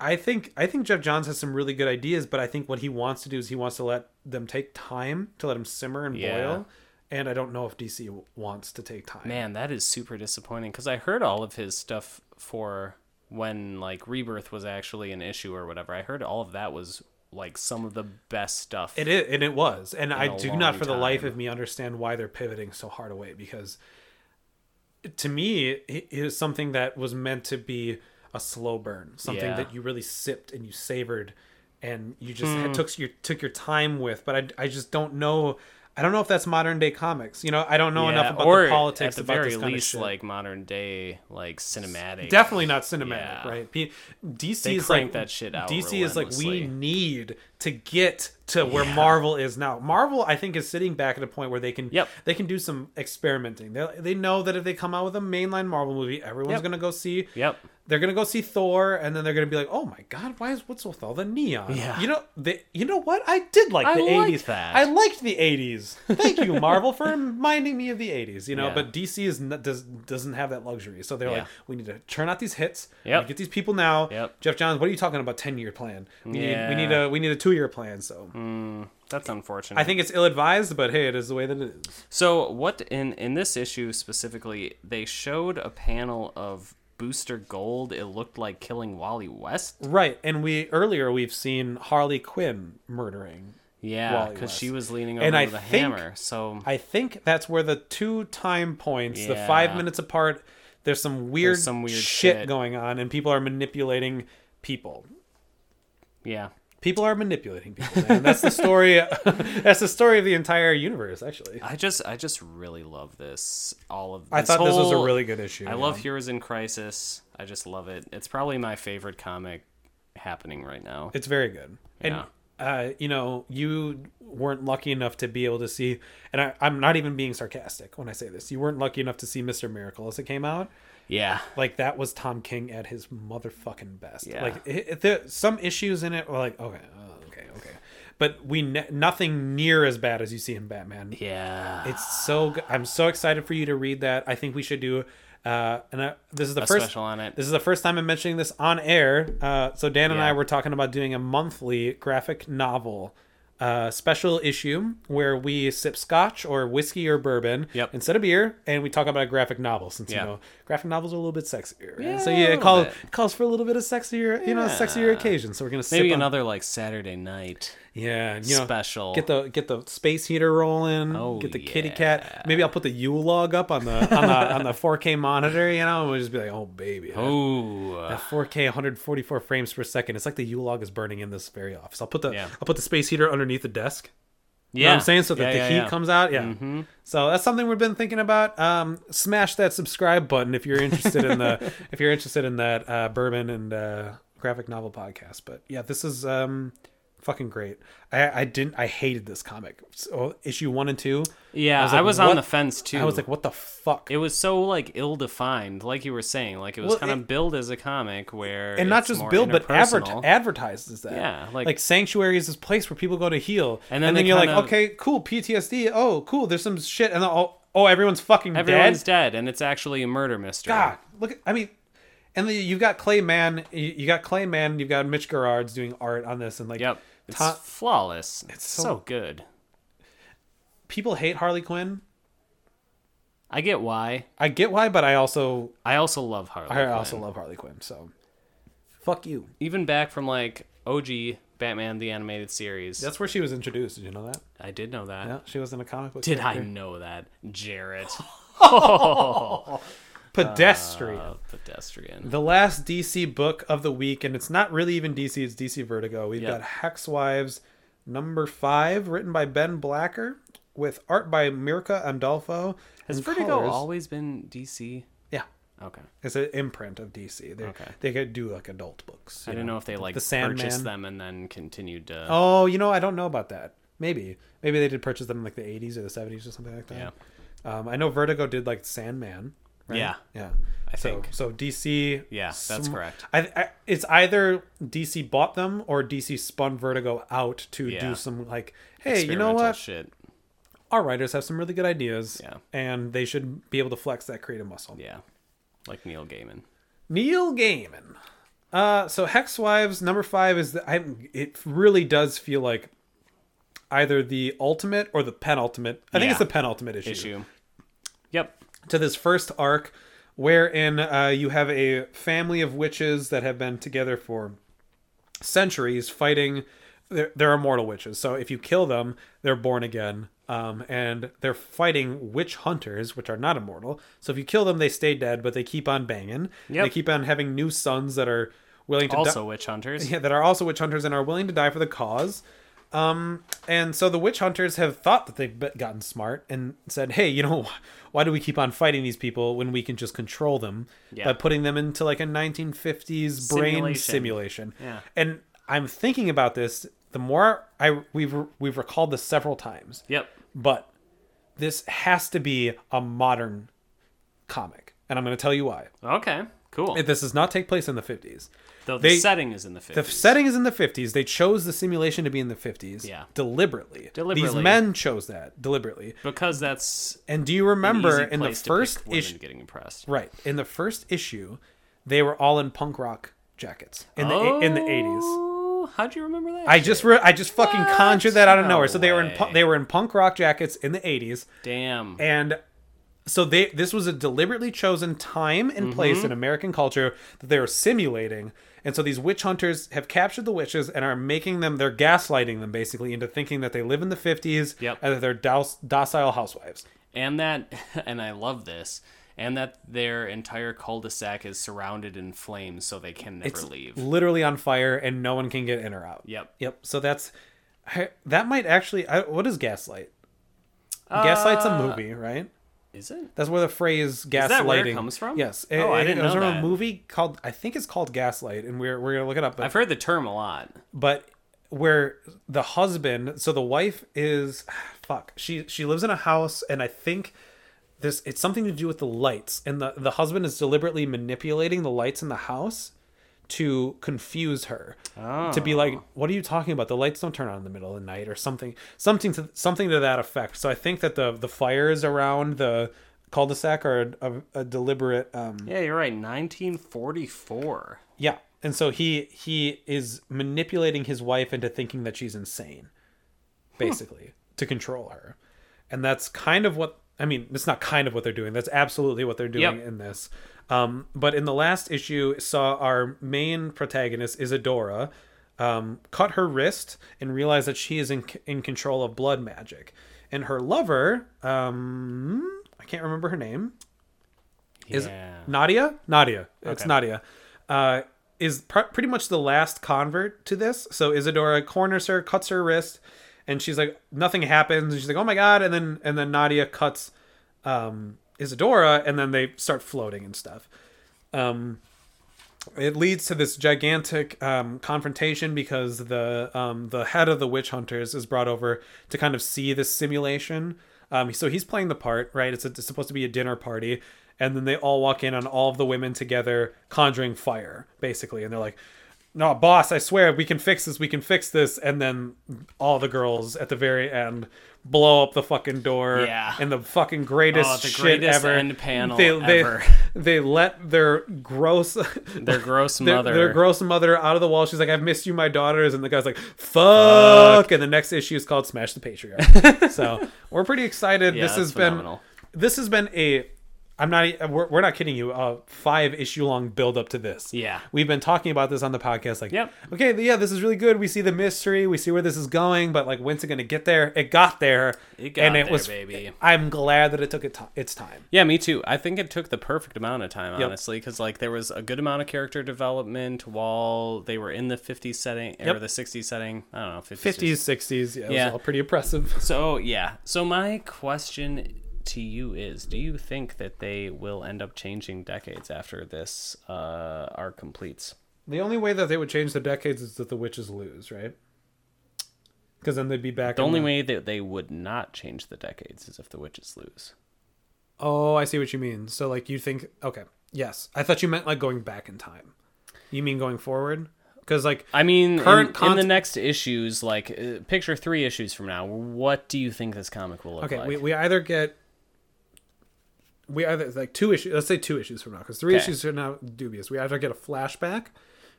Speaker 1: I think I think Jeff Johns has some really good ideas, but I think what he wants to do is he wants to let them take time to let him simmer and
Speaker 2: Yeah.
Speaker 1: boil, and I don't know if DC w- wants to take time.
Speaker 2: Man, that is super disappointing because I heard all of his stuff for when like Rebirth was actually an issue or whatever. I heard all of that was like some of the best stuff.
Speaker 1: It is, and it was, and I
Speaker 2: a
Speaker 1: do
Speaker 2: long
Speaker 1: not for the life
Speaker 2: time.
Speaker 1: of me understand why they're pivoting so hard away because to me it it is something that was meant to be a slow burn, something
Speaker 2: Yeah. Hmm.
Speaker 1: that you really sipped and you savored, and you just had- took your took your time with. But I I just don't know. I don't know if that's modern day comics. You know, I don't know
Speaker 2: Yeah,
Speaker 1: enough about
Speaker 2: or
Speaker 1: the politics
Speaker 2: at the
Speaker 1: about
Speaker 2: very
Speaker 1: this kind
Speaker 2: least,
Speaker 1: of shit.
Speaker 2: like modern day, like cinematic.
Speaker 1: Definitely not cinematic,
Speaker 2: Yeah.
Speaker 1: right? P- DC
Speaker 2: They
Speaker 1: is
Speaker 2: crank
Speaker 1: like
Speaker 2: that shit out
Speaker 1: DC is like we
Speaker 2: relentlessly.
Speaker 1: need to get to where Marvel is now. Marvel, I think, is sitting back at a point where they can
Speaker 2: Yep.
Speaker 1: they can do some experimenting. They they know that if they come out with a mainline Marvel movie, everyone's
Speaker 2: Yep.
Speaker 1: gonna go see.
Speaker 2: Yep.
Speaker 1: They're gonna go see Thor, and then they're gonna be like, "Oh my God, why is what's with all the neon?"
Speaker 2: Yeah.
Speaker 1: you know, they, you know what? I did like
Speaker 2: I
Speaker 1: the
Speaker 2: liked
Speaker 1: eighties.
Speaker 2: that.
Speaker 1: I liked the eighties. Thank you, Marvel, for reminding me of the eighties. You know,
Speaker 2: Yeah.
Speaker 1: but DC is not, does doesn't have that luxury, so they're like,
Speaker 2: Yeah.
Speaker 1: "We need to churn out these hits. We
Speaker 2: Yep.
Speaker 1: need to get these people now."
Speaker 2: Yep.
Speaker 1: Jeff Johns, what are you talking about? Ten year plan? We
Speaker 2: Yeah.
Speaker 1: need we need a we need a two year plan. So
Speaker 2: That's unfortunate.
Speaker 1: I think it's ill advised, but hey, it is the way that it is.
Speaker 2: So what in in this issue specifically, they showed a panel of Booster Gold. It looked like killing Wally West.
Speaker 1: Right, and we earlier we've seen Harley Quinn murdering
Speaker 2: Yeah,
Speaker 1: Wally
Speaker 2: because
Speaker 1: West.
Speaker 2: she was leaning over
Speaker 1: And I
Speaker 2: the
Speaker 1: think-
Speaker 2: hammer. So
Speaker 1: I think that's where the two time points, the
Speaker 2: Yeah.
Speaker 1: five minutes apart, there's some weird,
Speaker 2: some weird
Speaker 1: shit,
Speaker 2: shit.
Speaker 1: going on, and people are manipulating people.
Speaker 2: Yeah.
Speaker 1: People are manipulating people, and that's the story. that's the story of the entire universe, actually.
Speaker 2: I just I just really love this all of
Speaker 1: I thought this was a
Speaker 2: whole-
Speaker 1: really good issue.
Speaker 2: I love Heroes in Crisis. I just love it. It's probably my favorite comic happening right now.
Speaker 1: It's very good.
Speaker 2: Yeah.
Speaker 1: And uh, you know, you weren't lucky enough to be able to see, and I, I'm not even being sarcastic when I say this. You weren't lucky enough to see Mister Miracle as it came out.
Speaker 2: yeah.
Speaker 1: Like that was Tom King at his motherfucking best.
Speaker 2: Yeah.
Speaker 1: Like it, it- there, some issues in it were like okay, oh, okay, okay, but we ne- nothing near as bad as you see in Batman.
Speaker 2: Yeah.
Speaker 1: It's so good. I'm so excited for you to read that. I think we should do. Uh, and I, this is the
Speaker 2: A
Speaker 1: first
Speaker 2: special on it.
Speaker 1: This is the first time I'm mentioning this on air. Uh, so Dan and
Speaker 2: Yeah.
Speaker 1: I were talking about doing a monthly graphic novel uh, special issue where we sip scotch or whiskey or bourbon
Speaker 2: Yep.
Speaker 1: instead of beer, and we talk about a graphic novel since
Speaker 2: Yeah.
Speaker 1: you know graphic novels are a little bit sexier. And so
Speaker 2: Yeah, a
Speaker 1: yeah, it
Speaker 2: little
Speaker 1: calls
Speaker 2: bit.
Speaker 1: calls for a little bit of sexier, you know, sexier occasions. So we're gonna sip
Speaker 2: Maybe
Speaker 1: on-
Speaker 2: another like Saturday night.
Speaker 1: yeah, and, you know,
Speaker 2: Special.
Speaker 1: Get the get the space heater rolling.
Speaker 2: Oh,
Speaker 1: get the kitty cat. Maybe I'll put the Yule log up on the on the on the 4K monitor. You know, and we'll just be like, oh baby, that-
Speaker 2: Ooh.
Speaker 1: that 4K 144 frames per second. It's like the Yule log is burning in this very office. I'll put the
Speaker 2: Yeah.
Speaker 1: I'll put the space heater underneath the desk.
Speaker 2: yeah.
Speaker 1: You know what I'm saying? So that
Speaker 2: Yeah,
Speaker 1: the
Speaker 2: yeah, Mm-hmm.
Speaker 1: heat
Speaker 2: yeah.
Speaker 1: comes out. Yeah. So that's something we've been thinking about. Um, smash that subscribe button if you're interested in the if you're interested in that uh, bourbon and uh, graphic novel podcast. But yeah, this is um, fucking great. I, I didn't I hated this comic. So issue one and two.
Speaker 2: Yeah, I was,
Speaker 1: like,
Speaker 2: on
Speaker 1: what?
Speaker 2: the fence too.
Speaker 1: I was like, what the fuck?
Speaker 2: it was so like ill defined, like you were saying. Like it was
Speaker 1: Well,
Speaker 2: kind
Speaker 1: it-
Speaker 2: of billed as a comic where
Speaker 1: and not
Speaker 2: it's
Speaker 1: just
Speaker 2: more
Speaker 1: build, but
Speaker 2: interpersonal.
Speaker 1: advert- advertises that.
Speaker 2: Yeah, like-
Speaker 1: like sanctuary is this place where people go to heal,
Speaker 2: And
Speaker 1: and
Speaker 2: then
Speaker 1: then,
Speaker 2: they
Speaker 1: you're like,
Speaker 2: kinda-
Speaker 1: okay, cool, PTSD. Oh, cool. There's some shit, and then, oh, oh, everyone's fucking
Speaker 2: Everyone's
Speaker 1: dead.
Speaker 2: dead. and it's actually a murder mystery.
Speaker 1: God, look, at- I mean, and the, you've got Clay Man, you, you got Clay Man, you've got Mitch Gerards doing art on this, and like,
Speaker 2: Yep. It's
Speaker 1: Ta-
Speaker 2: flawless. It's
Speaker 1: so-
Speaker 2: so good.
Speaker 1: people hate Harley Quinn.
Speaker 2: I get why.
Speaker 1: I get why, but I also
Speaker 2: I also love Harley.
Speaker 1: I
Speaker 2: Quinn.
Speaker 1: also love Harley Quinn. So, fuck you.
Speaker 2: even back from like OG Batman the animated series.
Speaker 1: That's where she was introduced. Did you know that?
Speaker 2: I did know that.
Speaker 1: Yeah, she was in a comic book.
Speaker 2: Did I know that, Jarrett?
Speaker 1: Pedestrian.
Speaker 2: Uh, pedestrian.
Speaker 1: the last DC book of the week, and it's not really even DC, it's DC Vertigo. We've
Speaker 2: Yep.
Speaker 1: got Hexwives number five, written by Ben Blacker, with art by Mirka Andolfo.
Speaker 2: Has
Speaker 1: and
Speaker 2: Vertigo
Speaker 1: colors-
Speaker 2: always been DC?
Speaker 1: Yeah.
Speaker 2: Okay.
Speaker 1: It's an imprint of DC. They
Speaker 2: Okay.
Speaker 1: they could do like adult books.
Speaker 2: I
Speaker 1: you
Speaker 2: don't know if they like
Speaker 1: The
Speaker 2: purchased
Speaker 1: Sandman.
Speaker 2: them and then continued to.
Speaker 1: Oh, you know, I don't know about that. Maybe. Maybe they did purchase them in like the 80s or the 70s or something like that. Yeah. Um, I know Vertigo did like Sandman. Right?
Speaker 2: Yeah.
Speaker 1: Yeah.
Speaker 2: I
Speaker 1: so,
Speaker 2: think.
Speaker 1: So DC.
Speaker 2: Yeah, that's correct.
Speaker 1: I, I, it's either DC bought them or DC spun Vertigo out to
Speaker 2: Yeah.
Speaker 1: do some like, hey, you know
Speaker 2: experimental
Speaker 1: what?
Speaker 2: Shit.
Speaker 1: Our writers have some really good ideas.
Speaker 2: Yeah.
Speaker 1: And they should be able to flex that creative muscle.
Speaker 2: Yeah. Like Neil Gaiman.
Speaker 1: Neil Gaiman. Uh, so Hexwives number five is the, I. It really does feel like either the ultimate or the penultimate. I think
Speaker 2: Yeah.
Speaker 1: it's the penultimate issue,
Speaker 2: Issue. Yep.
Speaker 1: to this first arc, wherein uh, you have a family of witches that have been together for centuries fighting. They're, they're immortal witches, so if you kill them, they're born again. Um, and they're fighting witch hunters, which are not immortal. So if you kill them, they stay dead, but they keep on banging.
Speaker 2: Yep.
Speaker 1: They keep on having new sons that are willing to
Speaker 2: Also
Speaker 1: di-
Speaker 2: witch hunters.
Speaker 1: yeah, that are also witch hunters and are willing to die for the cause. Um, and so the witch hunters have thought that they've be- gotten smart and said, "Hey, you know, why do we keep on fighting these people when we can just control them
Speaker 2: Yeah.
Speaker 1: by putting them into like a 1950s brain
Speaker 2: Simulation.
Speaker 1: simulation?"
Speaker 2: Yeah.
Speaker 1: And I'm thinking about this. The more I we've we've recalled this several times,
Speaker 2: Yep.
Speaker 1: but this has to be a modern comic, and I'm going to tell you why.
Speaker 2: Okay. Cool.
Speaker 1: This does not take place in the 50s.
Speaker 2: Though the
Speaker 1: they-
Speaker 2: setting is in the 50s.
Speaker 1: The setting is in the 50s. They chose the simulation to be in the 50s
Speaker 2: Yeah.
Speaker 1: deliberately. These
Speaker 2: Deliberately.
Speaker 1: men chose that deliberately.
Speaker 2: because that's
Speaker 1: And do you
Speaker 2: an
Speaker 1: remember
Speaker 2: easy
Speaker 1: in the
Speaker 2: place to pick
Speaker 1: first
Speaker 2: women
Speaker 1: issue?
Speaker 2: getting impressed.
Speaker 1: Right. In the first issue, they were all in punk rock jackets in the in the 80s.
Speaker 2: Oh, How'd you remember that?
Speaker 1: I just re- I just fucking
Speaker 2: Oh, What?
Speaker 1: conjured that out of
Speaker 2: No
Speaker 1: nowhere. So they were in
Speaker 2: way.
Speaker 1: pu- they were in punk rock jackets in the 80s.
Speaker 2: damn.
Speaker 1: and so they this was a deliberately chosen time
Speaker 2: Mm-hmm.
Speaker 1: and place in American culture that they were simulating. And so these witch hunters have captured the witches and are making them they're gaslighting them basically into thinking that they live in the 50s
Speaker 2: Yep.
Speaker 1: and that they're douse, docile housewives.
Speaker 2: and that and i love this and that their entire cul-de-sac is surrounded in flames, so they can never
Speaker 1: It's
Speaker 2: leave.
Speaker 1: literally on fire and no one can get in or out.
Speaker 2: Yep.
Speaker 1: Yep. So that's I- that might actually. I, what is gaslight?
Speaker 2: Uh,
Speaker 1: Gaslight's a movie, right?
Speaker 2: Is it?
Speaker 1: That's where the phrase gaslighting
Speaker 2: that where it comes from?
Speaker 1: Yes. Eh,
Speaker 2: Oh, I didn't
Speaker 1: it was
Speaker 2: know
Speaker 1: from a
Speaker 2: that.
Speaker 1: movie called I think it's called Gaslight, and we're we're gonna look it up. But
Speaker 2: I've heard the term a lot.
Speaker 1: but where the husband so the wife is fuck she she lives in a house and i think this it's something to do with the lights and the the husband is deliberately manipulating the lights in the house to confuse her to be like what are you talking about the lights don't turn on in the middle of the night or something something to something to that effect so i think that the the fires around the cul-de-sac are a, a, a deliberate um
Speaker 2: Yeah, you're right. 1944.
Speaker 1: yeah. And so he he is manipulating his wife into thinking that she's insane, basically, to control her. And that's kind of what I mean, it's not kind of what they're doing. That's absolutely what they're doing
Speaker 2: Yep.
Speaker 1: in this. Um, but in the last issue, saw our main protagonist, Isadora, um, cut her wrist and realize that she is in, in control of blood magic. And her lover, um, I can't remember her name, is
Speaker 2: Yeah.
Speaker 1: Nadia? Nadia. It's Nadia. Uh, is pr- pretty much the last convert to this. So Isadora corners her, cuts her wrist, and she's like, nothing happens. And she's like, oh my god. And then and then Nadia cuts um, Isadora, and then they start floating and stuff. Um, it leads to this gigantic um, confrontation because the um, the head of the witch hunters is brought over to kind of see this simulation. Um, so he's playing the part, right? It's, a, it's supposed to be a dinner party, and then they all walk in on all of the women together, conjuring fire, basically, and they're like. No, boss, I swear we can fix this. We can fix this. And then all the girls at the very end blow up the fucking door
Speaker 2: Yeah.
Speaker 1: and the fucking greatest
Speaker 2: Oh, the
Speaker 1: shit
Speaker 2: greatest
Speaker 1: ever.
Speaker 2: end panel
Speaker 1: they, they,
Speaker 2: ever.
Speaker 1: They let their gross,
Speaker 2: Their gross
Speaker 1: their,
Speaker 2: mother.
Speaker 1: their gross mother out of the wall. She's like, "I've missed you, my daughters," and the guy's like, "Fuck!"
Speaker 2: Fuck.
Speaker 1: And the next issue is called "Smash the Patriarch." so we're pretty excited.
Speaker 2: Yeah,
Speaker 1: this
Speaker 2: that's
Speaker 1: has
Speaker 2: phenomenal.
Speaker 1: been this has been a. I'm not. e, We're, we're not kidding you. A five issue long build up to this.
Speaker 2: Yeah.
Speaker 1: we've been talking about this on the podcast. Like,
Speaker 2: Yep.
Speaker 1: okay, yeah, this is really good. We see the mystery. We see where this is going. But like, when's it gonna get there? It got there.
Speaker 2: It got
Speaker 1: and it
Speaker 2: there,
Speaker 1: was
Speaker 2: baby.
Speaker 1: I'm glad that it took it ti its time.
Speaker 2: Yeah, me too. I think it took the perfect amount of time, honestly, because like there was a good amount of character development while they were in the 50s setting or
Speaker 1: Yep.
Speaker 2: the 60s setting. I don't know, 50s.
Speaker 1: 50s, 60s. Yeah, it
Speaker 2: Yeah.
Speaker 1: was all pretty oppressive.
Speaker 2: So yeah. So my question to you is: Do you think that they will end up changing decades after this uh, arc completes?
Speaker 1: The only way that they would change the decades is that the witches lose, right? Because then they'd be back.
Speaker 2: The
Speaker 1: in
Speaker 2: only way that they would not change the decades is if the witches lose.
Speaker 1: Oh, I see what you mean. So, like, you think? Okay, yes. I thought you meant like going back in time. You mean going forward? Because like
Speaker 2: I mean,
Speaker 1: Current
Speaker 2: in, in
Speaker 1: cont-
Speaker 2: the next issues, like uh, picture three issues from now, what do you think this comic will look
Speaker 1: Okay,
Speaker 2: like?
Speaker 1: we, we either get we either like two issues. Let's say two issues from now, because three
Speaker 2: Okay.
Speaker 1: issues are now dubious. We either get a flashback,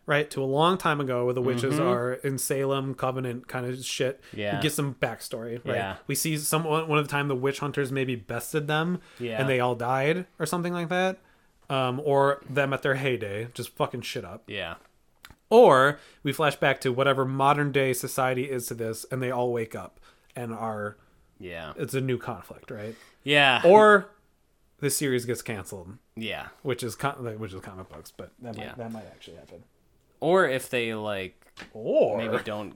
Speaker 1: right, to a long time ago where the witches are in Salem Covenant kind of shit.
Speaker 2: Mm-hmm. Yeah.
Speaker 1: we get some backstory. Right,
Speaker 2: Yeah.
Speaker 1: we see someone one of the time the witch hunters maybe bested them,
Speaker 2: Yeah.
Speaker 1: and they all died or something like that. Um, or them at their heyday, just fucking shit up.
Speaker 2: yeah.
Speaker 1: Or we flash back to whatever modern day society is to this, and they all wake up and are
Speaker 2: Yeah.
Speaker 1: it's a new conflict, right?
Speaker 2: Yeah.
Speaker 1: or the series gets canceled,
Speaker 2: yeah.
Speaker 1: which is con- like, which is comic books, but that might,
Speaker 2: Yeah.
Speaker 1: that might actually happen.
Speaker 2: Or if they like
Speaker 1: Or
Speaker 2: maybe don't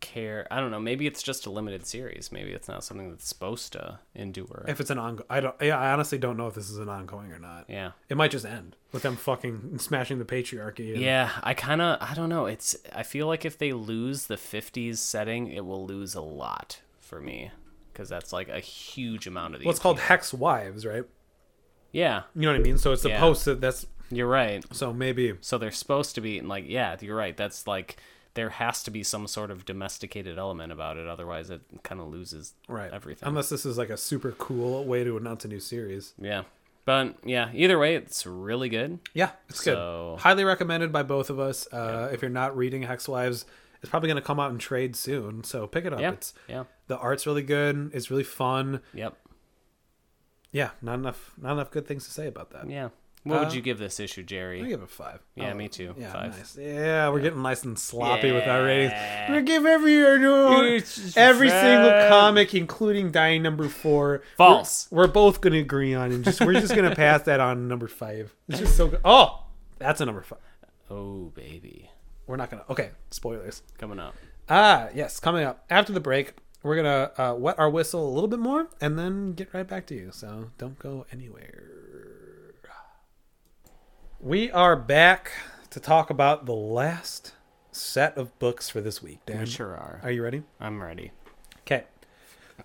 Speaker 2: care. I don't know. Maybe it's just a limited series. Maybe it's not something that's supposed to endure.
Speaker 1: if it's an ongoing, I don't. Yeah, I honestly don't know if this is an ongoing or not.
Speaker 2: yeah.
Speaker 1: It might just end with them fucking smashing the patriarchy. and-
Speaker 2: Yeah, I kind of I don't know. It's I feel like if they lose the 50s setting, it will lose a lot for me cuz that's like a huge amount of these.
Speaker 1: Well, it's called Hex Wives, right?
Speaker 2: Yeah,
Speaker 1: You know what I mean? So it's
Speaker 2: Yeah.
Speaker 1: supposed to. That's
Speaker 2: you're right.
Speaker 1: so maybe.
Speaker 2: So they're supposed to be like yeah, you're right. That's like there has to be some sort of domesticated element about it otherwise it kind of loses
Speaker 1: Right.
Speaker 2: everything.
Speaker 1: Unless this is like a super cool way to announce a new series.
Speaker 2: yeah. But yeah, either way it's really good.
Speaker 1: Yeah, it's
Speaker 2: So-
Speaker 1: good. Highly recommended by both of us. Uh, If you're not reading Hex Wives, it's probably going to come out in trade soon. So pick it up.
Speaker 2: Yeah.
Speaker 1: It's
Speaker 2: Yeah.
Speaker 1: the art's really good. It's really fun.
Speaker 2: Yep.
Speaker 1: Yeah, not enough, not enough good things to say about that.
Speaker 2: Yeah. What would you give this issue, Jerry?
Speaker 1: Uh, I give it five.
Speaker 2: Yeah,
Speaker 1: Oh,
Speaker 2: me too.
Speaker 1: Yeah,
Speaker 2: Five.
Speaker 1: nice. Yeah, we're getting nice and sloppy with our ratings.
Speaker 2: Yeah.
Speaker 1: We give every uh, every
Speaker 2: It's just
Speaker 1: single
Speaker 2: five.
Speaker 1: comic, including Dying Number Four.
Speaker 2: False.
Speaker 1: We're, we're both going to agree on, and just we're just going to pass that on to number five. It's just so good. Oh, that's a number five.
Speaker 2: Oh baby,
Speaker 1: We're not gonna. Okay, spoilers.
Speaker 2: coming up.
Speaker 1: Ah, yes, coming up after the break, we're gonna uh, wet our whistle a little bit more, and then get right back to you. So don't go anywhere. We are back to talk about the last set of books for this week. Dan,
Speaker 2: Sure are.
Speaker 1: are you ready?
Speaker 2: I'm ready.
Speaker 1: Okay.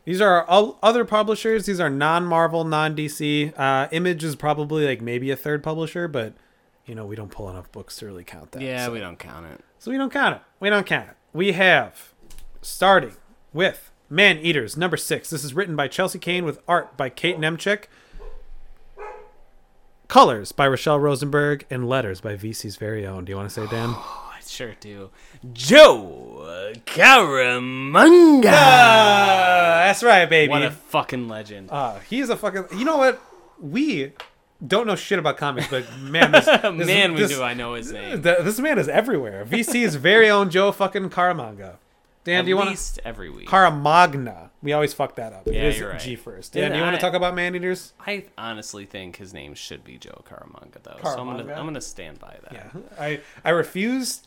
Speaker 1: These are all other publishers. These are non-Marvel, non-DC. Uh, Image is probably like maybe a third publisher, but you know we don't pull enough books to really count that.
Speaker 2: Yeah,
Speaker 1: so-
Speaker 2: we don't count it.
Speaker 1: so we don't count it. We don't count it. We have starting with Man Eaters number six. This is written by Chelsea Kane with art by Kate Nemchek. Colors by Rochelle Rosenberg and letters by VC's very own. Do you want to say Dan?
Speaker 2: I sure do.
Speaker 4: Joe Caramunga.
Speaker 2: Uh,
Speaker 1: that's right, baby.
Speaker 2: What a fucking legend.
Speaker 1: Uh, he is a fucking. You know what? We don't know shit about comics, but man, this, this-
Speaker 2: Man, we
Speaker 1: this,
Speaker 2: do I know his name.
Speaker 1: th- this man is everywhere. VC's very own Joe fucking Caramanga. Dan,
Speaker 2: At
Speaker 1: do you want
Speaker 2: least every week.
Speaker 1: Caramagna. We always fuck that up.
Speaker 2: Yeah,
Speaker 1: it is
Speaker 2: you're right.
Speaker 1: G first.
Speaker 2: Yeah,
Speaker 1: Yeah, do you want
Speaker 2: I-
Speaker 1: to talk about man eaters?
Speaker 2: I honestly think his name should be Joe Caramanga though. So I'm gonna
Speaker 1: Caramanga?
Speaker 2: I'm gonna stand by that.
Speaker 1: Yeah. I I refuse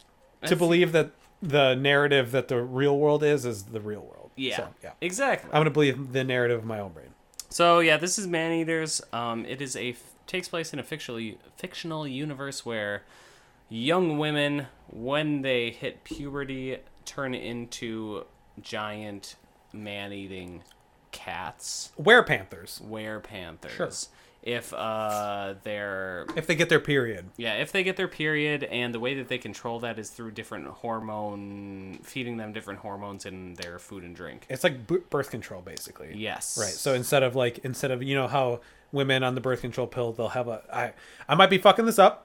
Speaker 1: to believe that the narrative that the real world is is the real world.
Speaker 2: Yeah.
Speaker 1: So, yeah.
Speaker 2: Exactly.
Speaker 1: I'm gonna believe the narrative of my own brain.
Speaker 2: So yeah, this is Man Eaters. Um, it is a takes place in a fictional fictional universe where young women, when they hit puberty, turn into giant man eating cats,
Speaker 1: Were panthers.
Speaker 2: were panthers. If uh, they're
Speaker 1: If they get their period.
Speaker 2: yeah, if they get their period, and the way that they control that is through different hormone feeding them different hormones in their food and drink.
Speaker 1: It's like b- birth control basically.
Speaker 2: Yes.
Speaker 1: Right. So instead of like instead of you know how women on the birth control pill they'll have a I I might be fucking this up.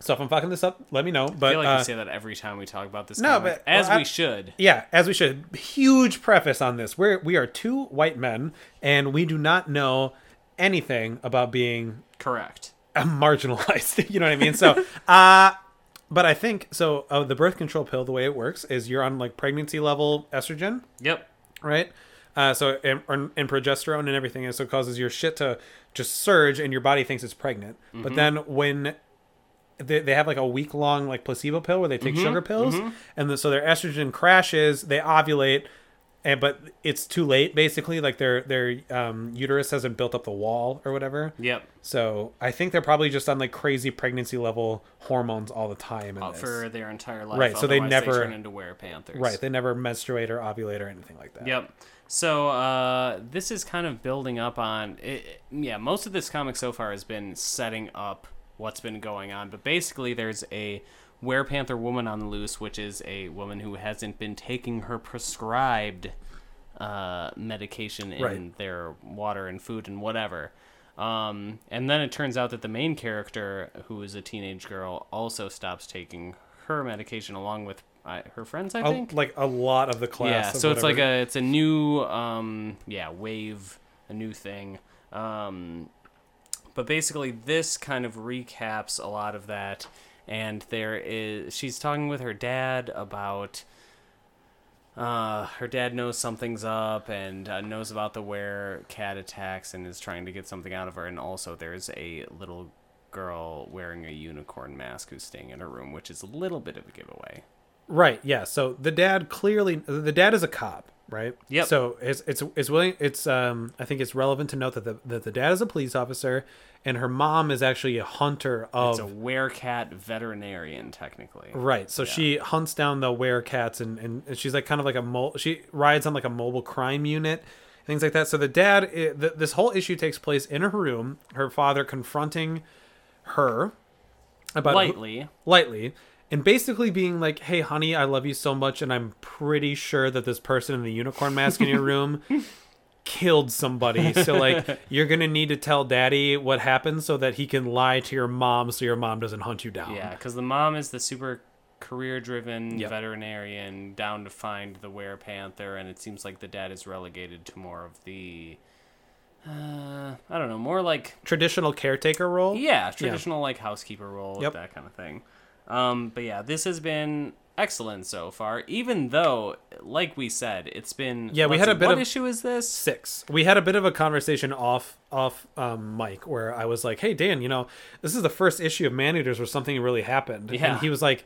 Speaker 1: So if I'm fucking this up, let me know. But
Speaker 2: I feel like
Speaker 1: uh,
Speaker 2: we say that every time we talk about this.
Speaker 1: no,
Speaker 2: comic,
Speaker 1: but-
Speaker 2: as
Speaker 1: well, I-
Speaker 2: we should.
Speaker 1: Yeah, as we should. Huge preface on this. We're we are two white men, and we do not know anything about being
Speaker 2: Correct.
Speaker 1: uh, marginalized. you know what I mean? So, uh but I think so. Uh, the birth control pill, the way it works is you're on like pregnancy level estrogen,
Speaker 2: Yep.
Speaker 1: right? Uh, so and, and, and progesterone and everything, and so it causes your shit to just surge, and your body thinks it's pregnant.
Speaker 2: Mm-hmm.
Speaker 1: But then when they, they have like a week long like placebo pill where they take
Speaker 2: Mm-hmm.
Speaker 1: sugar pills, and then so their estrogen crashes, they ovulate, and but it's too late basically. Like their their um, uterus hasn't built up the wall or whatever.
Speaker 2: Yep.
Speaker 1: So I think they're probably just on like crazy pregnancy level hormones all the time. in
Speaker 2: Uh,
Speaker 1: this.
Speaker 2: For their entire life.
Speaker 1: Right, so they
Speaker 2: otherwise
Speaker 1: never-
Speaker 2: turn into werepanthers.
Speaker 1: right, they never menstruate or ovulate or anything like that.
Speaker 2: Yep. So uh, this is kind of building up on. It, yeah, most of this comic so far has been setting up what's been going on, but basically there's a werepanther woman on the loose, which is a woman who hasn't been taking her prescribed uh, medication in
Speaker 1: Right.
Speaker 2: their water and food and whatever. Um, and then it turns out that the main character, who is a teenage girl, also stops taking her medication along with uh, her friends. I
Speaker 1: A-
Speaker 2: think
Speaker 1: like a lot of the class.
Speaker 2: yeah
Speaker 1: of
Speaker 2: so it's like
Speaker 1: whatever-
Speaker 2: a it's a new um yeah wave a new thing um but basically this kind of recaps a lot of that and there is she's talking with her dad about uh, her dad knows something's up and uh, knows about the where cat attacks and is trying to get something out of her. And also, there's a little girl wearing a unicorn mask who's staying in her room, which is a little bit of a giveaway.
Speaker 1: Right. Yeah. So the dad clearly, the dad is a cop, right?
Speaker 2: Yep.
Speaker 1: So it's it's it's willing. It's um. I think it's relevant to note that the that the dad is a police officer, and her mom is actually a hunter of.
Speaker 2: It's a werecat veterinarian, technically.
Speaker 1: Right, so she hunts down the werecats and, and and she's like kind of like a mo- she rides on like a mobile crime unit, things like that. So the dad, i th- this whole issue takes place in her room. Her father confronting her about who-
Speaker 2: Lightly.
Speaker 1: lightly and basically being like hey honey i love you so much and i'm pretty sure that this person in the unicorn mask in your room killed somebody so like you're gonna need to tell daddy what happened so that he can lie to your mom so your mom doesn't hunt you down
Speaker 2: Yeah, because the mom is the super career driven veterinarian down to find the were panther, and it seems like the dad is relegated to more of the uh, I don't know, more like
Speaker 1: Traditional caretaker role.
Speaker 2: yeah, traditional like housekeeper role,
Speaker 1: Yep.
Speaker 2: that kind of thing. Um, but yeah, this has been excellent so far. Even though, like we said, it's been
Speaker 1: Yeah, we
Speaker 2: let's
Speaker 1: had a
Speaker 2: see,
Speaker 1: bit
Speaker 2: What
Speaker 1: of-
Speaker 2: issue is this?
Speaker 1: six. We had a bit of a conversation off off um, mic where I was like, "Hey Dan, you know, this is the first issue of Man Eaters where something really happened,"
Speaker 2: Yeah.
Speaker 1: and he was like,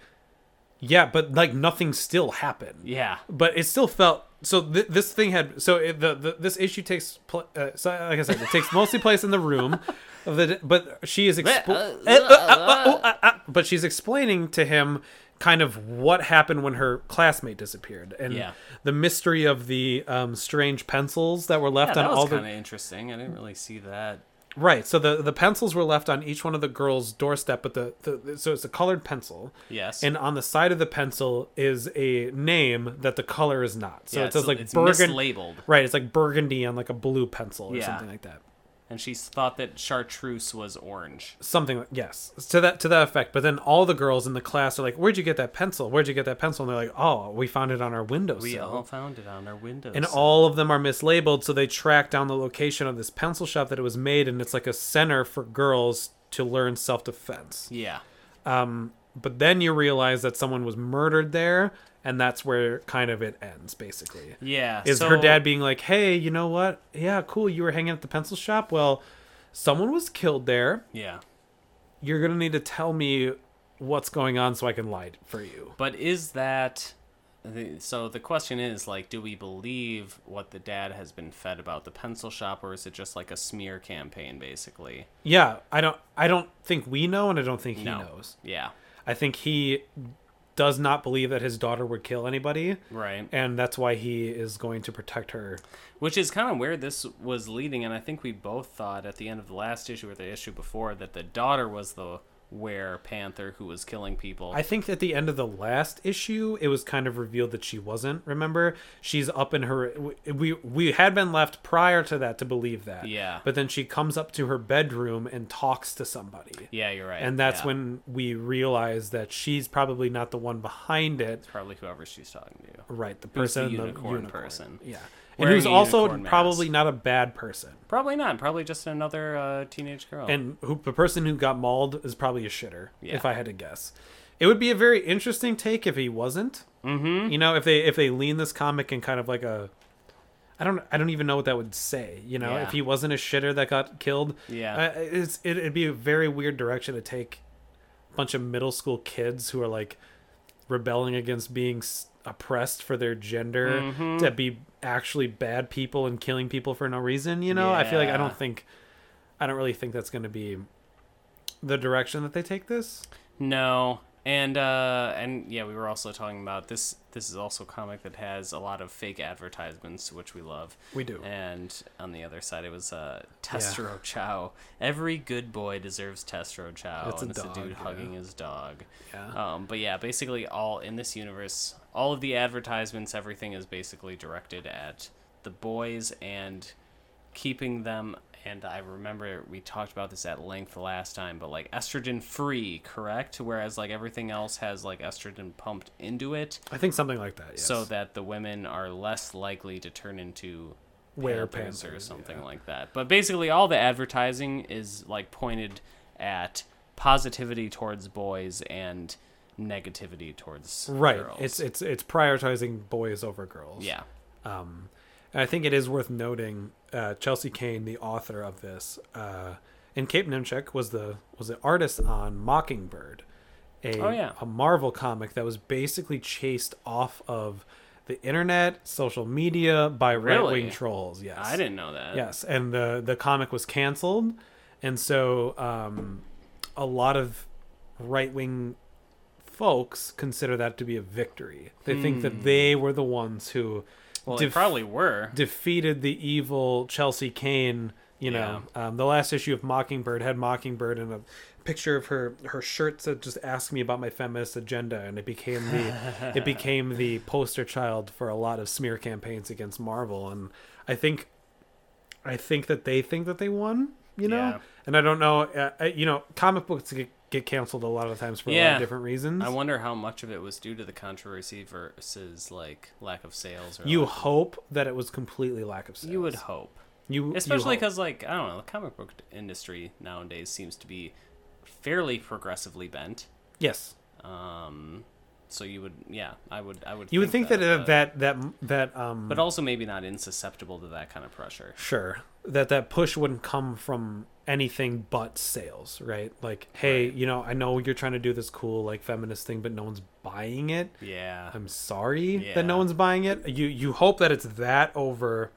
Speaker 1: "Yeah, but like nothing still happened."
Speaker 2: Yeah,
Speaker 1: but it still felt so. Th- this thing had so it, the, the this issue takes pl- uh, so like I said, it takes mostly place in the room. Of the, but she is expo-
Speaker 2: Uh, uh,
Speaker 1: eh, uh, uh, uh, uh, uh, but she's explaining to him kind of what happened when her classmate disappeared and
Speaker 2: Yeah.
Speaker 1: the mystery of the um, strange pencils that were
Speaker 2: yeah,
Speaker 1: left
Speaker 2: that
Speaker 1: on
Speaker 2: was
Speaker 1: all
Speaker 2: kind
Speaker 1: the
Speaker 2: of interesting. I didn't really see that.
Speaker 1: right so the the pencils were left on each one of the girls doorstep but the, the so it's a colored pencil
Speaker 2: Yes,
Speaker 1: and on the side of the pencil is a name that the color is not. So
Speaker 2: Yeah,
Speaker 1: it says
Speaker 2: it's-
Speaker 1: like
Speaker 2: it's
Speaker 1: burgundy,
Speaker 2: mislabeled.
Speaker 1: right? It's like burgundy on like a blue pencil or
Speaker 2: Yeah.
Speaker 1: something like that.
Speaker 2: and she thought that chartreuse was orange.
Speaker 1: Something like yes, to that to that effect. But then all the girls in the class are like, "Where'd you get that pencil? Where'd you get that pencil?" And they're like, "Oh, we found it on our
Speaker 2: We
Speaker 1: windowsill."
Speaker 2: all found it on our windows.
Speaker 1: and all of them are mislabeled, so they track down the location of this pencil shop that it was made, and it's like a center for girls to learn self defense.
Speaker 2: yeah,
Speaker 1: But then you realize that someone was murdered there, and that's where kind of it ends, basically.
Speaker 2: yeah.
Speaker 1: is
Speaker 2: so-
Speaker 1: her dad being like, "Hey, you know what? Yeah, cool. You were hanging at the pencil shop. Well, someone was killed there.
Speaker 2: Yeah,
Speaker 1: You're gonna need to tell me what's going on so I can lie for you."
Speaker 2: But is that the- so? The question is like, do we believe what the dad has been fed about the pencil shop, or is it just like a smear campaign, basically?
Speaker 1: Yeah, I don't. I don't think we know, and I don't think he
Speaker 2: No.
Speaker 1: knows.
Speaker 2: Yeah,
Speaker 1: I think he does not believe that his daughter would kill anybody,
Speaker 2: right.
Speaker 1: and that's why he is going to protect her.
Speaker 2: Which is kind of where this was leading, and I think we both thought at the end of the last issue or the issue before that the daughter was the were panther who was killing people.
Speaker 1: I think at the end of the last issue, it was kind of revealed that she wasn't. Remember, she's up in her. We we had been left prior to that to believe that.
Speaker 2: Yeah.
Speaker 1: But then she comes up to her bedroom and talks to somebody.
Speaker 2: yeah, you're right.
Speaker 1: And that's
Speaker 2: yeah.
Speaker 1: when we realize that she's probably not the one behind it.
Speaker 2: probably whoever she's talking to.
Speaker 1: Right, the
Speaker 2: Who's the
Speaker 1: person, in
Speaker 2: unicorn person.
Speaker 1: Yeah. And
Speaker 2: Wearing
Speaker 1: who's
Speaker 2: a
Speaker 1: also
Speaker 2: unicorn mask.
Speaker 1: probably not a bad person.
Speaker 2: Probably not. Probably just another uh, teenage girl.
Speaker 1: And who the person who got mauled is probably a shitter,
Speaker 2: Yeah.
Speaker 1: if I had to guess. It would be a very interesting take if he wasn't. Mm-hmm. You know, if they if they lean this comic in kind of like a, I don't I don't even know what that would say. You know,
Speaker 2: Yeah.
Speaker 1: if he wasn't a shitter that got killed,
Speaker 2: Yeah.
Speaker 1: uh, it's it, it'd be a very weird direction to take. A bunch of middle school kids who are like rebelling against being s- oppressed for their gender
Speaker 2: Mm-hmm.
Speaker 1: to be actually bad people and killing people for no reason. You know, I feel like I
Speaker 2: Yeah.
Speaker 1: don't think I don't really think that's going to be the direction that they take this.
Speaker 2: No, and uh, and yeah, we were also talking about this. This is also a comic that has a lot of fake advertisements, which we love.
Speaker 1: We do.
Speaker 2: And on the other side, it was uh, Testro Chow. Every good boy deserves Testro Chow,
Speaker 1: It's a
Speaker 2: and it's
Speaker 1: dog,
Speaker 2: a dude
Speaker 1: yeah.
Speaker 2: hugging his dog.
Speaker 1: Yeah.
Speaker 2: Um, but yeah, basically, all in this universe, all of the advertisements, everything is basically directed at the boys and keeping them. And I remember we talked about this at length last time, but like estrogen free, correct? Whereas like everything else has like estrogen pumped into it,
Speaker 1: I think something like that. Yes.
Speaker 2: so that the women are less likely to turn into
Speaker 1: Were
Speaker 2: panthers or
Speaker 1: panthers,
Speaker 2: something like that. But basically, all the advertising is like pointed at positivity towards boys and negativity towards
Speaker 1: right.
Speaker 2: girls.
Speaker 1: It's it's it's prioritizing boys over girls.
Speaker 2: yeah,
Speaker 1: Um, And I think it is worth noting uh, Chelsea Kane, the author of this, uh, and Kate Nemchek was the was the artist on Mockingbird, a
Speaker 2: Oh, yeah.
Speaker 1: a Marvel comic that was basically chased off of the internet, social media by right
Speaker 2: Really?
Speaker 1: wing trolls. Yes,
Speaker 2: I didn't know that.
Speaker 1: Yes, and the the comic was canceled, and so um, a lot of right wing folks consider that to be a victory. They think that they were the ones who
Speaker 2: Hmm. well,
Speaker 1: def-
Speaker 2: they probably were.
Speaker 1: defeated the evil Chelsea Kane. You know, um, the last issue of Mockingbird had Mockingbird and a picture of her her shirt that just asked me about my feminist agenda, and it became the it became the poster child for a lot of smear campaigns against Marvel. And I think I think that they think that they won. You know,
Speaker 2: Yeah.
Speaker 1: and I don't know. Uh, uh, you know, comic books get, get canceled a lot of times for a lot
Speaker 2: Yeah.
Speaker 1: of different reasons.
Speaker 2: I wonder how much of it was due to the controversy versus like lack of sales. Or
Speaker 1: you
Speaker 2: lack-
Speaker 1: hope that it was completely lack of sales.
Speaker 2: you would hope.
Speaker 1: You you
Speaker 2: especially
Speaker 1: hope.
Speaker 2: because like i don't know the comic book industry nowadays seems to be fairly progressively bent
Speaker 1: yes,
Speaker 2: um so you would yeah i would i would
Speaker 1: you would think that
Speaker 2: uh,
Speaker 1: that that that, that um
Speaker 2: but also maybe not insusceptible to that kind of pressure
Speaker 1: sure that that push wouldn't come from anything but sales, right? Like, hey, you know, I know you're trying to do this cool like feminist thing, but no one's buying it.
Speaker 2: yeah
Speaker 1: I'm sorry that
Speaker 2: Yeah.
Speaker 1: no one's buying it. You you hope that it's that over.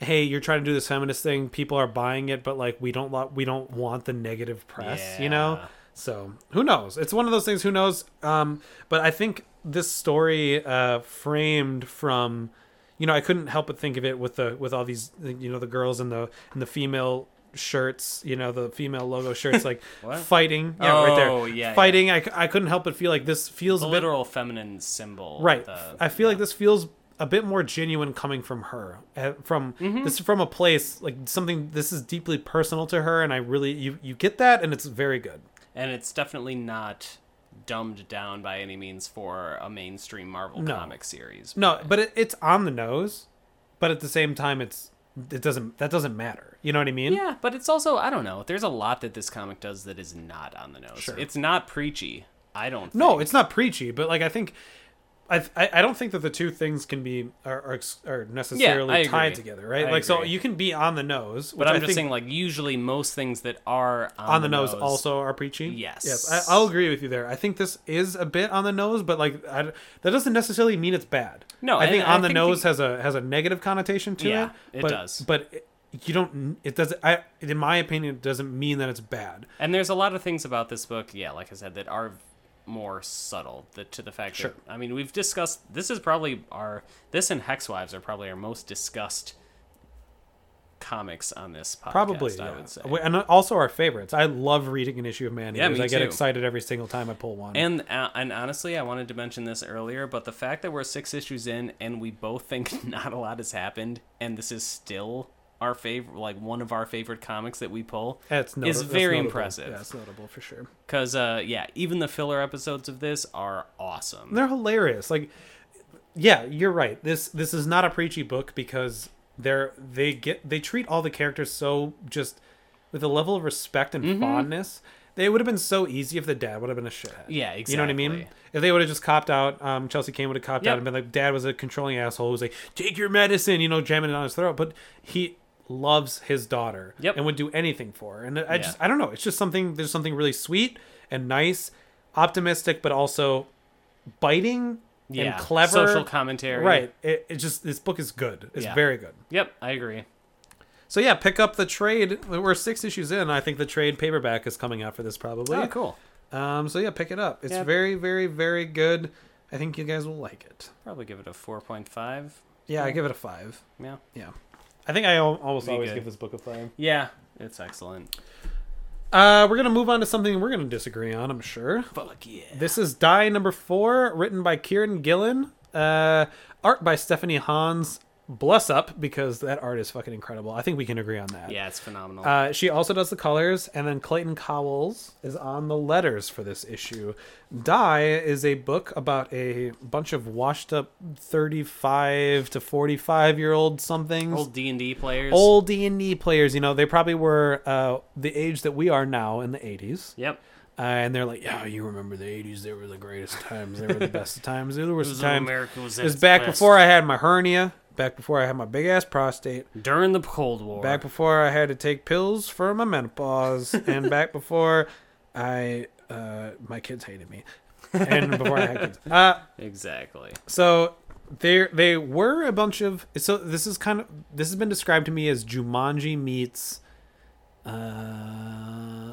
Speaker 1: Hey, you're trying to do this feminist thing. People are buying it, but like we don't lo- we don't want the negative press, you know.
Speaker 2: Yeah.
Speaker 1: So who knows? It's one of those things. Who knows? Um, but I think this story uh, framed from, you know, I couldn't help but think of it with the with all these you know the girls and the and the female shirts, you know, the female logo shirts like fighting. Yeah, right
Speaker 2: Oh,
Speaker 1: there.
Speaker 2: yeah, yeah.
Speaker 1: fighting. I, c- I couldn't help but feel like this feels
Speaker 2: the
Speaker 1: a bit
Speaker 2: literal feminine symbol
Speaker 1: right
Speaker 2: the-
Speaker 1: i feel like this feels a bit more genuine coming from her uh, from
Speaker 2: Mm-hmm.
Speaker 1: this is from a place like something this is deeply personal to her and i really you you get that and it's very good
Speaker 2: and it's definitely not dumbed down by any means for a mainstream marvel
Speaker 1: No.
Speaker 2: comic series
Speaker 1: no but it, it's on the nose but at the same time it's it doesn't that doesn't matter you know what i mean
Speaker 2: Yeah, but it's also I don't know. There's a lot that this comic does that is not on the nose.
Speaker 1: Sure.
Speaker 2: It's not preachy. I don't.
Speaker 1: no
Speaker 2: think.
Speaker 1: it's not preachy but like i think I, I I don't think that the two things can be are, are, ex- are necessarily
Speaker 2: I
Speaker 1: tied
Speaker 2: agree.
Speaker 1: together, right?
Speaker 2: I
Speaker 1: like so,
Speaker 2: agree.
Speaker 1: you can be on the nose,
Speaker 2: But
Speaker 1: which
Speaker 2: I'm
Speaker 1: I
Speaker 2: just
Speaker 1: think
Speaker 2: saying, like usually most things that are on,
Speaker 1: on the nose, also are preachy.
Speaker 2: Yes.
Speaker 1: yes, I, I'll agree with you there. I think this is a bit on the nose, but like I, that doesn't necessarily mean it's bad.
Speaker 2: No,
Speaker 1: I
Speaker 2: and
Speaker 1: think
Speaker 2: I
Speaker 1: on the
Speaker 2: think
Speaker 1: nose
Speaker 2: the-
Speaker 1: has a has a negative connotation to
Speaker 2: Yeah,
Speaker 1: it.
Speaker 2: it
Speaker 1: but,
Speaker 2: does.
Speaker 1: but it- you don't. It doesn't. I, in my opinion, it doesn't mean that it's bad.
Speaker 2: And there's a lot of things about this book, yeah, like I said, that are more subtle that, to the fact
Speaker 1: Sure.
Speaker 2: that I mean we've discussed this is probably our this and Hexwives are probably our most discussed comics on this podcast.
Speaker 1: Probably,
Speaker 2: I
Speaker 1: yeah.
Speaker 2: would say.
Speaker 1: and also our favorites. I love reading an issue of Man
Speaker 2: Yeah,
Speaker 1: Eaters.
Speaker 2: me
Speaker 1: I get
Speaker 2: too.
Speaker 1: excited every single time I pull one.
Speaker 2: And uh, and honestly, I wanted to mention this earlier, but the fact that we're six issues in and we both think not a lot has happened, and this is still our favorite, like one of our favorite comics that we pull,
Speaker 1: that's nota-
Speaker 2: is
Speaker 1: that's
Speaker 2: very
Speaker 1: notable. Yeah,
Speaker 2: impressive.
Speaker 1: it's notable for sure.
Speaker 2: Because uh, yeah, even the filler episodes of this are awesome.
Speaker 1: they're hilarious like yeah you're right this this is not a preachy book because they're they get they treat all the characters so just with a level of respect and
Speaker 2: Mm-hmm.
Speaker 1: fondness they would have been so easy if the dad would have been a shithead
Speaker 2: Yeah,
Speaker 1: you know what i mean
Speaker 2: exactly.
Speaker 1: if they would have just copped out um chelsea kane would have copped
Speaker 2: Yep.
Speaker 1: out and been like dad was a controlling asshole who was like take your medicine you know jamming it on his throat but he loves his daughter
Speaker 2: Yep.
Speaker 1: and would do anything for her and i
Speaker 2: Yeah.
Speaker 1: just i don't know it's just something there's something really sweet and nice optimistic but also biting
Speaker 2: yeah,
Speaker 1: and clever
Speaker 2: social commentary.
Speaker 1: Right. It, it just this book is good. It's
Speaker 2: Yeah.
Speaker 1: very good.
Speaker 2: Yep, I agree.
Speaker 1: So yeah, pick up the trade. We're six issues in. I think the trade paperback is coming out for this probably.
Speaker 2: Oh, cool.
Speaker 1: Um. So yeah, pick it up. It's
Speaker 2: Yeah.
Speaker 1: very, very, very good. I think you guys will like it.
Speaker 2: Probably give it a four point five.
Speaker 1: Yeah, I give it a five.
Speaker 2: Yeah.
Speaker 1: Yeah. I think I al- almost
Speaker 2: Be
Speaker 1: always
Speaker 2: good.
Speaker 1: give this book a five.
Speaker 2: Yeah, it's excellent.
Speaker 1: Uh, we're gonna move on to something we're gonna disagree on. I'm sure.
Speaker 2: Fuck yeah.
Speaker 1: This is Die number four, written by Kieran Gillen, uh, art by Stephanie Hans. Bless up because that art is fucking incredible. I think we can agree on that.
Speaker 2: Yeah, it's phenomenal.
Speaker 1: Uh, she also does the colors, and then Clayton Cowles is on the letters for this issue. Die is a book about a bunch of washed up 35 to 45 year old somethings.
Speaker 2: Old D and D players.
Speaker 1: Old D&D players, you know, they probably were uh, the age that we are now in the 80s.
Speaker 2: Yep.
Speaker 1: Uh, and they're like, yeah, you remember the 80s. They were the greatest times. They were the best of times. They were the worst of
Speaker 2: when
Speaker 1: times.
Speaker 2: America was
Speaker 1: it
Speaker 2: at
Speaker 1: was
Speaker 2: its
Speaker 1: back
Speaker 2: best.
Speaker 1: before I had my hernia, back before I had my big ass prostate,
Speaker 2: During the Cold War.
Speaker 1: back before I had to take pills for my menopause, and back before I uh, my kids hated me, and before I had kids. Uh,
Speaker 2: Exactly.
Speaker 1: so there they were a bunch of so this is kind of this has been described to me as Jumanji meets uh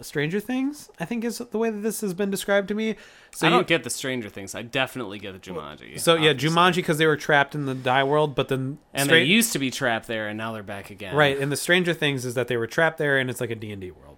Speaker 1: Stranger Things, I think is the way that this has been described to me. So
Speaker 2: I
Speaker 1: you-
Speaker 2: don't get the Stranger Things. I definitely get the Jumanji.
Speaker 1: so yeah,
Speaker 2: obviously.
Speaker 1: Jumanji because they were trapped in the die world, but then
Speaker 2: And
Speaker 1: Stra-
Speaker 2: they used to be trapped there, and now they're back again.
Speaker 1: right, and the Stranger Things is that they were trapped there, and it's like a D and D world.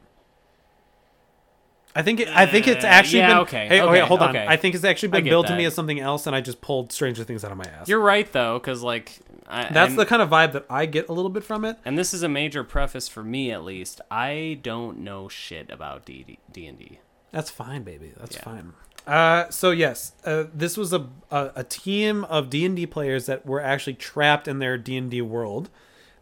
Speaker 1: I think it, I think it's
Speaker 2: Uh,
Speaker 1: actually
Speaker 2: yeah,
Speaker 1: been
Speaker 2: okay,
Speaker 1: Hey,
Speaker 2: okay,
Speaker 1: hold on.
Speaker 2: okay.
Speaker 1: I think it's actually
Speaker 2: I
Speaker 1: been
Speaker 2: get
Speaker 1: billed to
Speaker 2: that.
Speaker 1: me as something else, and I just pulled Stranger Things out of my ass.
Speaker 2: You're right though, because like I,
Speaker 1: That's
Speaker 2: and,
Speaker 1: the kind of vibe that I get a little bit from it.
Speaker 2: And this is a major preface for me, at least. I don't know shit about D D and D.
Speaker 1: That's fine, baby. That's fine. Uh, so yes, uh, this was a, a a team of D and D players that were actually trapped in their D and D world.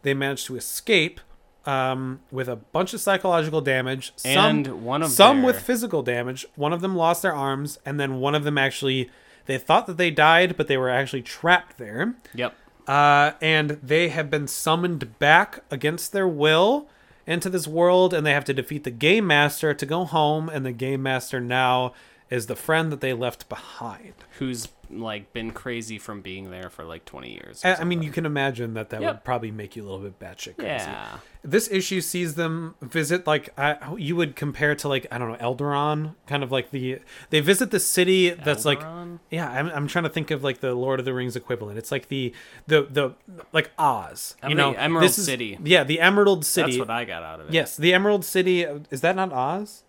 Speaker 1: They managed to escape um, with a bunch of psychological damage. Some,
Speaker 2: And one of
Speaker 1: some
Speaker 2: their-
Speaker 1: with physical damage. One of them lost their arms, and then one of them actually they thought that they died, but they were actually trapped there.
Speaker 2: Yep.
Speaker 1: Uh, and they have been summoned back against their will into this world, and they have to defeat the game master to go home. And the game master now is the friend that they left behind.
Speaker 2: Who's like been crazy from being there for like 20 years. or
Speaker 1: I, I mean, you can imagine that that would
Speaker 2: Yep.
Speaker 1: probably make you a little bit batshit crazy.
Speaker 2: Yeah.
Speaker 1: This issue sees them visit like I, you would compare to like I don't know Eldaron, kind of like the they visit the city that's like
Speaker 2: Eldaron?
Speaker 1: yeah I'm, I'm trying to think of like the Lord of the Rings equivalent. It's like the the the like Oz, you
Speaker 2: Emer-
Speaker 1: know,
Speaker 2: Emerald
Speaker 1: This is-
Speaker 2: City.
Speaker 1: Yeah, the Emerald
Speaker 2: something.
Speaker 1: City.
Speaker 2: That's what I got out of it.
Speaker 1: yes, the Emerald City. Is that not Oz?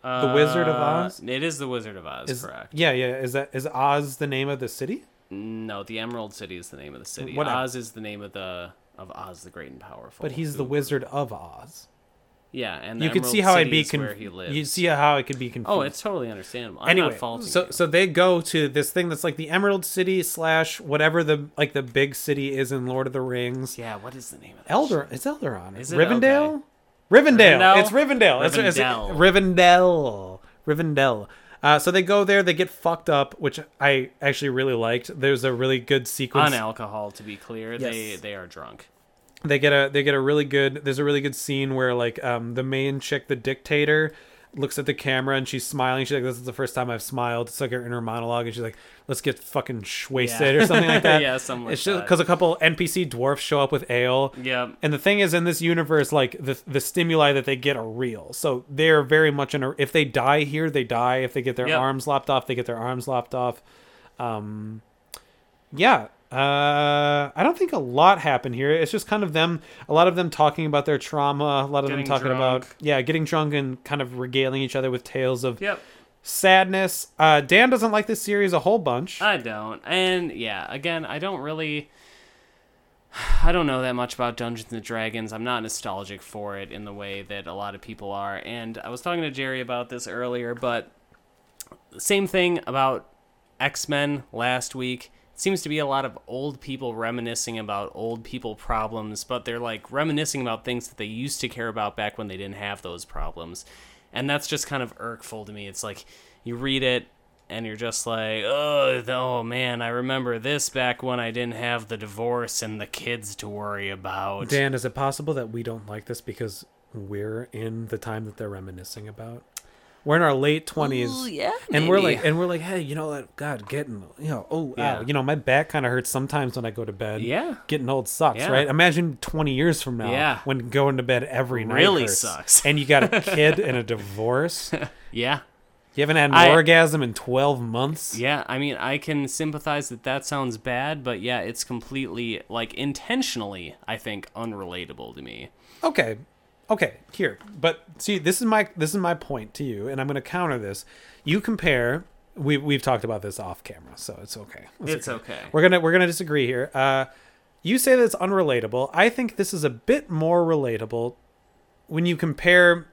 Speaker 1: the Wizard of
Speaker 2: Uh,
Speaker 1: Oz?
Speaker 2: It is the Wizard of Oz,
Speaker 1: Is,
Speaker 2: correct?
Speaker 1: yeah, yeah. Is that is Oz the name of the city?
Speaker 2: No, the Emerald City is the name of the city.
Speaker 1: Whatever.
Speaker 2: Oz is the name of the of Oz the Great and Powerful.
Speaker 1: But he's the
Speaker 2: who-
Speaker 1: Wizard of Oz.
Speaker 2: Yeah, and the
Speaker 1: you can see
Speaker 2: Emerald
Speaker 1: how I'd
Speaker 2: City
Speaker 1: be
Speaker 2: is where
Speaker 1: conf-
Speaker 2: he lives.
Speaker 1: you see how I could be confused.
Speaker 2: Oh, it's totally understandable. I'm
Speaker 1: anyway.
Speaker 2: not faulting
Speaker 1: so
Speaker 2: you.
Speaker 1: so they go to this thing that's like the Emerald City slash whatever the like the big city is in Lord of the Rings.
Speaker 2: yeah, what is the name of that?
Speaker 1: Elder, it's Eldaron.
Speaker 2: Is it?
Speaker 1: Rivendell?
Speaker 2: Okay.
Speaker 1: Rivendell.
Speaker 2: Rivendell?
Speaker 1: It's Rivendell. It's, it's-
Speaker 2: Rivendell.
Speaker 1: Rivendell. Rivendell. Uh, so they go there. They get fucked up, which I actually really liked. There's a really good sequence
Speaker 2: On alcohol, to be clear, they
Speaker 1: Yes.
Speaker 2: they are drunk.
Speaker 1: they get a they get a really good there's a really good scene where like um the main chick the dictator looks at the camera and she's smiling she's like this is the first time i've smiled it's like her inner monologue and she's like let's get fucking wasted or something like that
Speaker 2: Yeah, something like
Speaker 1: it's just
Speaker 2: that.
Speaker 1: because a couple npc dwarfs show up with ale
Speaker 2: Yep.
Speaker 1: and the thing is in this universe like the the stimuli that they get are real so they're very much in a if they die here they die if they get their
Speaker 2: Yep.
Speaker 1: arms lopped off they get their arms lopped off um yeah uh i don't think a lot happened here it's just kind of them a lot of them talking about their trauma a lot of them
Speaker 2: Getting
Speaker 1: talking
Speaker 2: drunk.
Speaker 1: about yeah getting drunk and kind of regaling each other with tales of
Speaker 2: Yep.
Speaker 1: sadness uh dan doesn't like this series a whole bunch
Speaker 2: I don't. And yeah, again, I don't really I don't know that much about Dungeons and Dragons. I'm not nostalgic for it in the way that a lot of people are. And I was talking to Jerry about this earlier, but same thing about X-Men last week. It seems to be a lot of old people reminiscing about old people problems, but they're like reminiscing about things that they used to care about back when they didn't have those problems. And that's just kind of irkful to me. It's like you read it and you're just like, oh, th- oh man, I remember this back when I didn't have the divorce and the kids to worry about.
Speaker 1: dan is it possible that we don't like this because we're in the time that they're reminiscing about we're in our late 20s
Speaker 2: yeah,
Speaker 1: and we're
Speaker 2: maybe.
Speaker 1: like and we're like hey you know what god getting you know oh
Speaker 2: Yeah.
Speaker 1: ow, you know my back kind of hurts sometimes when i go to bed
Speaker 2: Yeah.
Speaker 1: getting old sucks
Speaker 2: Yeah.
Speaker 1: right imagine 20 years from now
Speaker 2: Yeah.
Speaker 1: when going to bed every night
Speaker 2: Really
Speaker 1: hurts.
Speaker 2: sucks.
Speaker 1: and you got a kid and a divorce
Speaker 2: Yeah.
Speaker 1: you haven't had an
Speaker 2: I-
Speaker 1: orgasm in 12 months
Speaker 2: Yeah, I mean, I can sympathize that that sounds bad, but yeah, it's completely, like, intentionally, I think, unrelatable to me.
Speaker 1: okay okay here but see this is my this is my point to you and i'm going to counter this you compare we, we've talked about this off camera so it's okay
Speaker 2: It's okay.
Speaker 1: we're gonna we're gonna disagree here uh you say that it's unrelatable i think this is a bit more relatable when you compare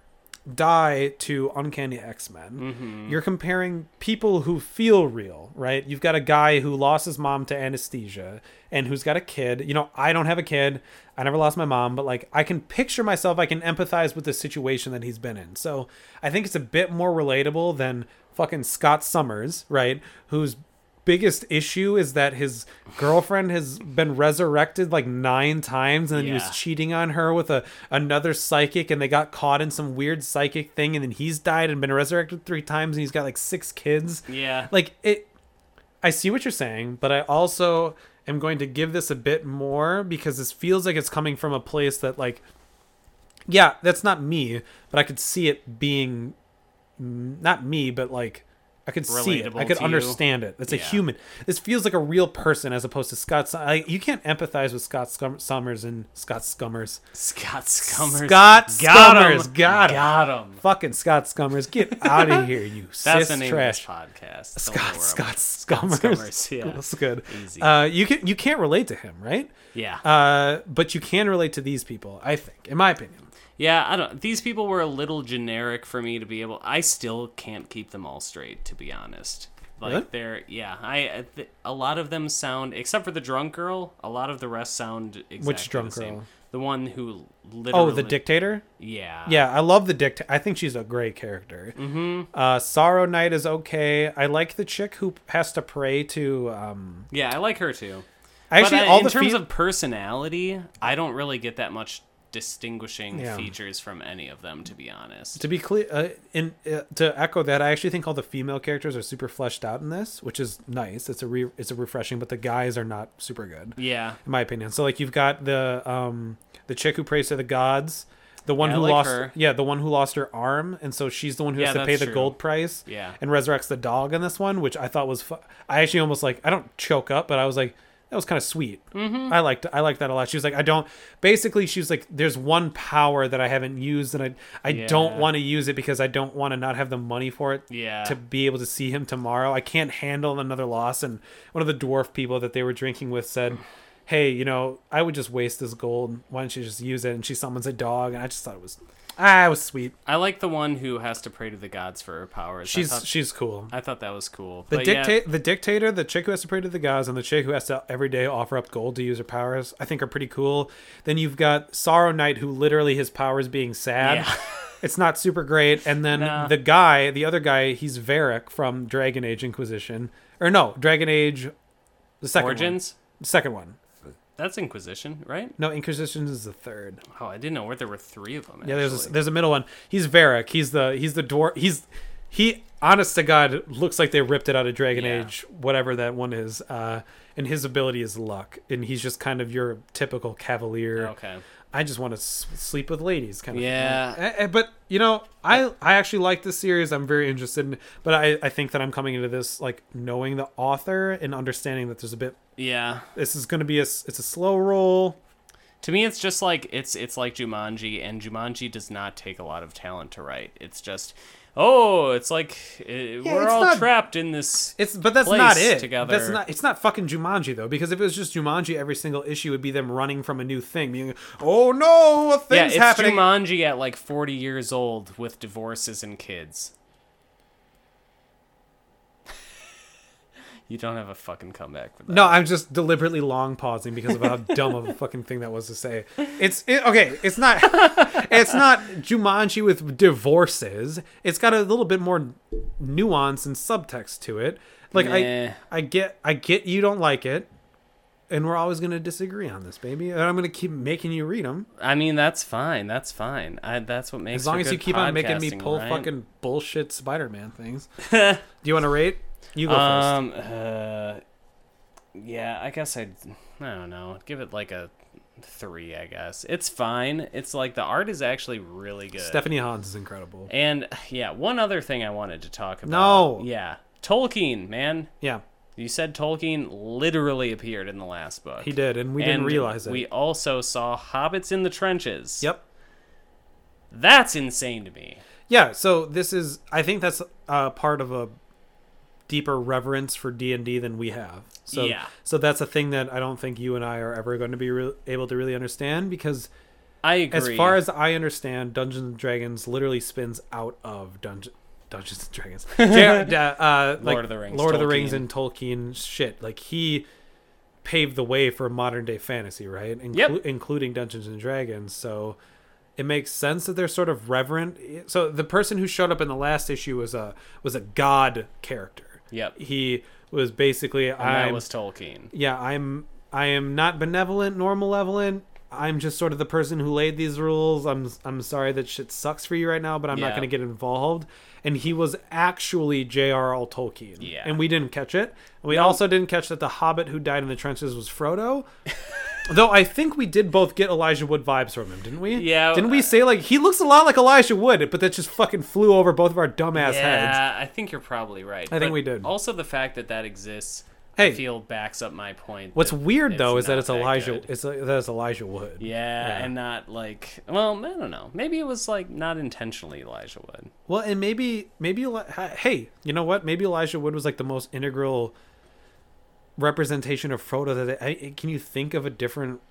Speaker 1: die to uncanny x-men you're comparing people who feel real right you've got a guy who lost his mom to anesthesia and who's got a kid you know i don't have a kid i never lost my mom but like i can picture myself i can empathize with the situation that he's been in so i think it's a bit more relatable than fucking scott summers right who's biggest issue is that his girlfriend has been resurrected like nine times and then he
Speaker 2: Yeah.
Speaker 1: was cheating on her with a another psychic and they got caught in some weird psychic thing and then he's died and been resurrected three times and he's got like six kids
Speaker 2: Yeah.
Speaker 1: like it i see what you're saying but i also am going to give this a bit more because this feels like it's coming from a place that like yeah that's not me but i could see it being mm, not me but like i could see it i
Speaker 2: Relatable
Speaker 1: could
Speaker 2: to you.
Speaker 1: understand it it's a
Speaker 2: Yeah.
Speaker 1: human this feels like a real person as opposed to scott Sum- I, you can't empathize with scott Scum- summers and scott scummers
Speaker 2: Scott Scummers.
Speaker 1: Scott
Speaker 2: Got him.
Speaker 1: Scummers. Got him.
Speaker 2: Got him.
Speaker 1: fucking scott scummers get out of here you
Speaker 2: That's
Speaker 1: cis
Speaker 2: the name
Speaker 1: trash
Speaker 2: of this podcast. Don't
Speaker 1: Scott
Speaker 2: worry.
Speaker 1: Scott Scummers.
Speaker 2: Scummers, yeah.
Speaker 1: That's good.
Speaker 2: Easy.
Speaker 1: Uh, you can you can't relate to him, right?
Speaker 2: Yeah.
Speaker 1: Uh, but you can relate to these people, I think, in my opinion.
Speaker 2: Yeah, I don't. These people were a little generic for me to be able. I still can't keep them all straight, to be honest. Like
Speaker 1: Really?
Speaker 2: they're yeah. I I th- a lot of them sound, except for the drunk girl. A lot of the rest sound exactly
Speaker 1: drunk
Speaker 2: the same.
Speaker 1: girl?
Speaker 2: The one who
Speaker 1: Oh,
Speaker 2: literally.
Speaker 1: the dictator.
Speaker 2: Yeah.
Speaker 1: Yeah, I love the dictator. I think she's a great character. Mm-hmm. Uh, Sorrow Knight is okay. I like the chick who has to pray to. Um,
Speaker 2: Yeah, I like her too.
Speaker 1: actually,
Speaker 2: but, uh,
Speaker 1: all
Speaker 2: in
Speaker 1: the
Speaker 2: terms
Speaker 1: fe-
Speaker 2: of personality, I don't really get that much distinguishing
Speaker 1: Yeah.
Speaker 2: features from any of them, to be honest.
Speaker 1: to be clear, uh, in uh, to echo that, I actually think all the female characters are super fleshed out in this, which is nice. It's a re- it's a refreshing, but the guys are not super good.
Speaker 2: yeah,
Speaker 1: in my opinion. So like you've got the um the chick who prays to the gods, the one
Speaker 2: Yeah, I
Speaker 1: who
Speaker 2: like
Speaker 1: lost
Speaker 2: her.
Speaker 1: yeah, the one who lost her arm, and so she's the one who has
Speaker 2: Yeah,
Speaker 1: to pay
Speaker 2: that's
Speaker 1: the
Speaker 2: true.
Speaker 1: gold price.
Speaker 2: Yeah.
Speaker 1: and resurrects the dog in this one, which I thought was fu- I actually almost like I don't choke up, but I was like that was kind of sweet. Mm-hmm. I liked I liked that a lot. She was like I don't basically she was like there's one power that I haven't used and I I don't
Speaker 2: Yeah.
Speaker 1: want to use it because I don't want to not have the money for it
Speaker 2: Yeah.
Speaker 1: to be able to see him tomorrow. I can't handle another loss. And one of the dwarf people that they were drinking with said, Hey, you know, I would just waste this gold. Why don't you just use it? And she summons a dog. And I just thought it was, ah, it was sweet.
Speaker 2: I like the one who has to pray to the gods for her powers.
Speaker 1: She's
Speaker 2: I thought,
Speaker 1: she's cool.
Speaker 2: I thought that was cool.
Speaker 1: The
Speaker 2: But yeah,
Speaker 1: dicta- the dictator, the chick who has to pray to the gods, and the chick who has to every day offer up gold to use her powers, I think are pretty cool. Then you've got Sorrow Knight, who literally his powers being sad.
Speaker 2: Yeah.
Speaker 1: It's not super great. And then
Speaker 2: Nah.
Speaker 1: the guy, the other guy, he's Varric from Dragon Age Inquisition, or no, Dragon Age, the second
Speaker 2: Origins.
Speaker 1: one. Second one.
Speaker 2: That's Inquisition, right?
Speaker 1: No, Inquisition is the third.
Speaker 2: Oh, I didn't know where there were three of them.
Speaker 1: Yeah, there's a,
Speaker 2: actually.
Speaker 1: there's a middle one. He's Varric. He's the he's the dwarf. He's he honest to god looks like they ripped it out of Dragon
Speaker 2: Yeah.
Speaker 1: Age, whatever that one is. Uh, and his ability is luck, and he's just kind of your typical cavalier.
Speaker 2: okay.
Speaker 1: I just want to s- sleep with ladies, kind of. thing.
Speaker 2: Yeah.
Speaker 1: Eh, eh, but you know, I I actually like this series. I'm very interested in, but I I think that I'm coming into this like knowing the author and understanding that there's a bit.
Speaker 2: Yeah.
Speaker 1: This is going to be a s- it's a slow roll.
Speaker 2: To me, it's just like it's it's like Jumanji, and Jumanji does not take a lot of talent to write. It's just, oh, it's like eh, we're
Speaker 1: it's
Speaker 2: all
Speaker 1: not-
Speaker 2: trapped in this.
Speaker 1: It's but that's
Speaker 2: place
Speaker 1: not it.
Speaker 2: together.
Speaker 1: That's not. It's not fucking Jumanji though, because if it was just Jumanji, every single issue would be them running from a new thing. Being, oh no, a
Speaker 2: yeah,
Speaker 1: thing's
Speaker 2: it's
Speaker 1: happening.
Speaker 2: Jumanji at like forty years old with divorces and kids. you don't have a fucking comeback for that.
Speaker 1: no, I'm just deliberately long pausing because of how dumb of a fucking thing that was to say. It's it, okay. It's not. It's not Jumanji with divorces. It's got a little bit more nuance and subtext to it. Like
Speaker 2: Nah.
Speaker 1: I, I get, I get you don't like it, and we're always gonna disagree on this, baby. And I'm gonna keep making you read them.
Speaker 2: I mean that's fine. That's fine. I, that's what makes
Speaker 1: As long
Speaker 2: for
Speaker 1: as you
Speaker 2: good
Speaker 1: keep on making me
Speaker 2: podcasting,
Speaker 1: pull
Speaker 2: right?
Speaker 1: fucking bullshit Spider-Man things. Do you want to rate? You go
Speaker 2: Um. Uh, yeah, I guess I'd. I don't know. Give it like a three. I guess it's fine. It's like the art is actually really good.
Speaker 1: first. Stephanie Hans is incredible.
Speaker 2: and yeah, one other thing I wanted to talk about.
Speaker 1: No.
Speaker 2: Yeah, Tolkien, man.
Speaker 1: Yeah,
Speaker 2: You said Tolkien literally appeared in the last book.
Speaker 1: he did, and we didn't
Speaker 2: And
Speaker 1: realize it.
Speaker 2: We also saw hobbits in the trenches.
Speaker 1: Yep.
Speaker 2: That's insane to me.
Speaker 1: Yeah. So this is. I think that's uh, part of a deeper reverence for D and D than we have. So
Speaker 2: Yeah.
Speaker 1: So that's a thing that I don't think you and I are ever going to be re- able to really understand because,
Speaker 2: I agree.
Speaker 1: as far as I understand, Dungeons and Dragons literally spins out of Dungeon. Dungeons and Dragons, Ja- da- uh, like,
Speaker 2: Lord of the Rings,
Speaker 1: Lord of the Rings,
Speaker 2: Tolkien.
Speaker 1: and Tolkien shit. Like he paved the way for modern day fantasy, right? Inclu-
Speaker 2: Yep.
Speaker 1: Including Dungeons and Dragons, so it makes sense that they're sort of reverent. So the person who showed up in the last issue was a was a god character.
Speaker 2: Yep.
Speaker 1: He was basically
Speaker 2: and that
Speaker 1: I
Speaker 2: was Tolkien.
Speaker 1: yeah, I'm I am not benevolent nor malevolent. I'm just sort of the person who laid these rules. I'm I'm sorry that shit sucks for you right now, but I'm not
Speaker 2: Yeah.
Speaker 1: going to get involved. And he was actually J.R.R. Tolkien.
Speaker 2: Yeah.
Speaker 1: And we didn't catch it. And we also didn't catch that the hobbit who died in the trenches was Frodo. Though I think we did both get Elijah Wood vibes from him, didn't we?
Speaker 2: Yeah,
Speaker 1: Didn't we
Speaker 2: uh,
Speaker 1: say like he looks a lot like Elijah Wood, but that just fucking flew over both of our dumbass heads.
Speaker 2: Yeah, I think you're probably right.
Speaker 1: I think
Speaker 2: But
Speaker 1: we did.
Speaker 2: Also, the fact that that exists, I
Speaker 1: Hey.
Speaker 2: feel backs up my point.
Speaker 1: What's
Speaker 2: that
Speaker 1: weird though is that
Speaker 2: not
Speaker 1: it's Elijah.
Speaker 2: good.
Speaker 1: It's uh, that it's Elijah Wood.
Speaker 2: yeah,
Speaker 1: Yeah.
Speaker 2: and not like. Well, I don't know. Maybe it was like not intentionally Elijah Wood.
Speaker 1: Well, and maybe maybe Eli- ha- hey, you know what? Maybe Elijah Wood was like the most integral representation of Frodo. That I, I- can you think of a different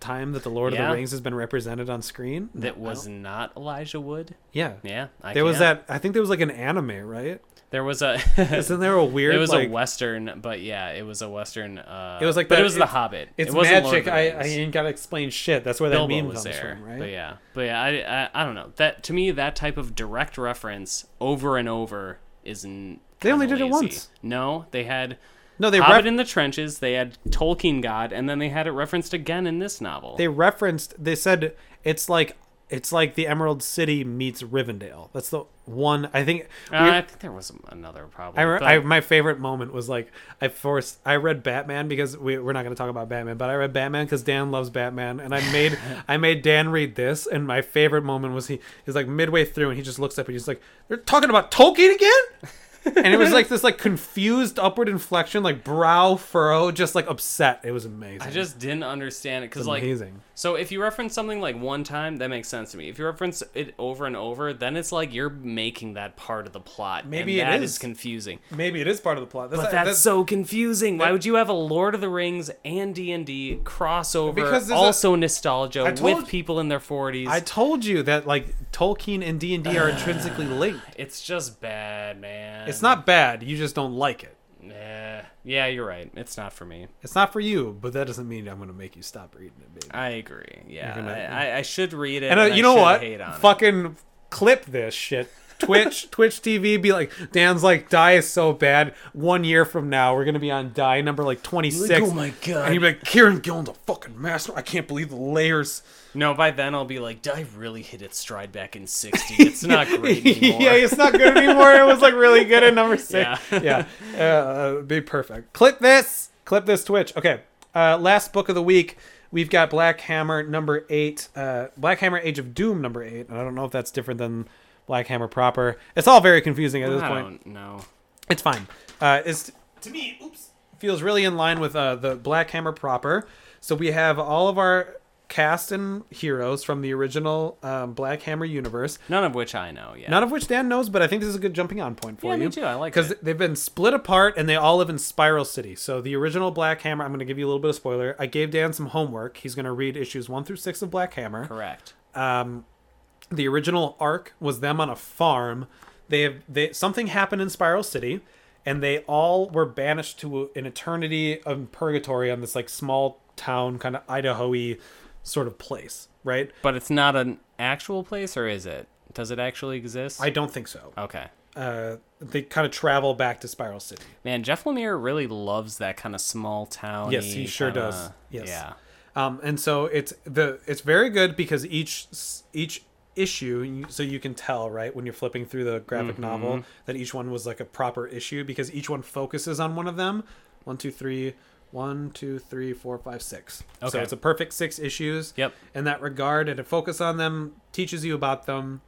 Speaker 1: time that the Lord of
Speaker 2: Yeah.
Speaker 1: the Rings has been represented on screen?
Speaker 2: that was not Elijah Wood.
Speaker 1: Yeah.
Speaker 2: Yeah, I
Speaker 1: There was
Speaker 2: can.
Speaker 1: that I think there was like an anime, right?
Speaker 2: There was a.
Speaker 1: Isn't there a weird
Speaker 2: it was
Speaker 1: like
Speaker 2: a western, but yeah, it was a western. Uh,
Speaker 1: It was like
Speaker 2: but
Speaker 1: that-
Speaker 2: it was The
Speaker 1: it's-
Speaker 2: Hobbit.
Speaker 1: it's
Speaker 2: it wasn't Lord
Speaker 1: magic.
Speaker 2: of the
Speaker 1: I, I
Speaker 2: Rings.
Speaker 1: ain't gotta explain shit. That's where that
Speaker 2: Bilbo
Speaker 1: meme
Speaker 2: was
Speaker 1: comes
Speaker 2: there,
Speaker 1: from, right?
Speaker 2: but yeah, but yeah, I, I I don't know that to me that type of direct reference over and over isn't.
Speaker 1: They only did it once.
Speaker 2: No, they had
Speaker 1: No, they
Speaker 2: Hobbit
Speaker 1: ref-
Speaker 2: in the trenches. They had Tolkien God, and then they had it referenced again in this novel.
Speaker 1: they referenced they said it's like it's like the Emerald City meets Rivendell. That's the one I think we-
Speaker 2: Uh, I think there was another problem.
Speaker 1: I, re-
Speaker 2: but-
Speaker 1: I my favorite moment was like I forced I read Batman because we, we're not going to talk about Batman, but I read Batman because Dan loves Batman, and I made I made Dan read this, and my favorite moment was he he's like midway through and he just looks up and he's like they're talking about Tolkien again, and it was like this like confused upward inflection, like brow furrow, just like upset. It was amazing.
Speaker 2: I just didn't understand it because like
Speaker 1: amazing.
Speaker 2: so if you reference something like one time that makes sense to me if you reference it over and over then it's like you're making that part of the plot
Speaker 1: Maybe
Speaker 2: and
Speaker 1: it
Speaker 2: that
Speaker 1: is.
Speaker 2: confusing
Speaker 1: maybe it is part of the plot. That's,
Speaker 2: but that's, so confusing why would you have a lord of the rings and d&d
Speaker 1: Because
Speaker 2: crossover
Speaker 1: there's a-
Speaker 2: also nostalgia
Speaker 1: I told-
Speaker 2: with people in their 40s
Speaker 1: I told you that like Tolkien and D and D are intrinsically linked.
Speaker 2: it's just bad man
Speaker 1: It's not bad. You just don't like it.
Speaker 2: yeah yeah you're right it's not for me
Speaker 1: It's not for you, but that doesn't mean I'm going to make you stop reading it, baby.
Speaker 2: i agree yeah
Speaker 1: You're gonna-
Speaker 2: I, I, I should read it
Speaker 1: and uh,
Speaker 2: I
Speaker 1: you know
Speaker 2: should
Speaker 1: what?
Speaker 2: hate on it.
Speaker 1: Fucking clip this shit. Twitch, Twitch TV, be like, Dan's like, die is so bad. One year from now, we're gonna be on die number like twenty six.
Speaker 4: oh my God.
Speaker 1: And you'd be like, Kieran Gillen's a fucking master. I can't believe the layers.
Speaker 2: No, by then I'll be like, I really hit its stride back in '60. It's not great anymore.
Speaker 1: yeah, it's not good anymore. it was like really good at number six.
Speaker 2: Yeah.
Speaker 1: Yeah, Uh, uh, be perfect. Clip this. Clip this Twitch. Okay. Uh, last book of the week. We've got Black Hammer number eight. Uh, Black Hammer Age of Doom number eight. And I don't know if that's different than Black Hammer proper. It's all very confusing at this
Speaker 2: I
Speaker 1: point.
Speaker 2: don't know.
Speaker 1: It's fine. Uh, it's to me. Oops. Feels really in line with uh, the Black Hammer proper. So we have all of our cast and heroes from the original um, Black Hammer universe.
Speaker 2: None of which I know. Yeah.
Speaker 1: None of which Dan knows, but I think this is a good jumping on point for
Speaker 2: Yeah,
Speaker 1: you.
Speaker 2: me too. I like
Speaker 1: because
Speaker 2: it.
Speaker 1: they've been split apart and they all live in Spiral City. So the original Black Hammer. I'm going to give you a little bit of spoiler. I gave Dan some homework. He's going to read issues one through six of Black Hammer.
Speaker 2: Correct.
Speaker 1: The original arc was them on a farm. They have they something happened in Spiral City, and they all were banished to an eternity of purgatory on this like small town, kind of Idaho-y sort of place, right?
Speaker 2: But it's not an actual place, or is it? Does it actually exist?
Speaker 1: I don't think so.
Speaker 2: Okay.
Speaker 1: Uh, they kind of travel back to Spiral City.
Speaker 2: Man, Jeff Lemire really loves that kind of small town.
Speaker 1: Yes, he sure does. Yes.
Speaker 2: Yeah.
Speaker 1: Um, and so it's the it's very good because each s- each issue you- so you can tell right when you're flipping through the graphic
Speaker 2: Mm-hmm.
Speaker 1: novel that each one was like a proper issue because each one focuses on one of them one two three one two three four five six so
Speaker 2: Okay.
Speaker 1: it's a perfect six issues
Speaker 2: Yep.
Speaker 1: in that regard and a focus on them teaches you about them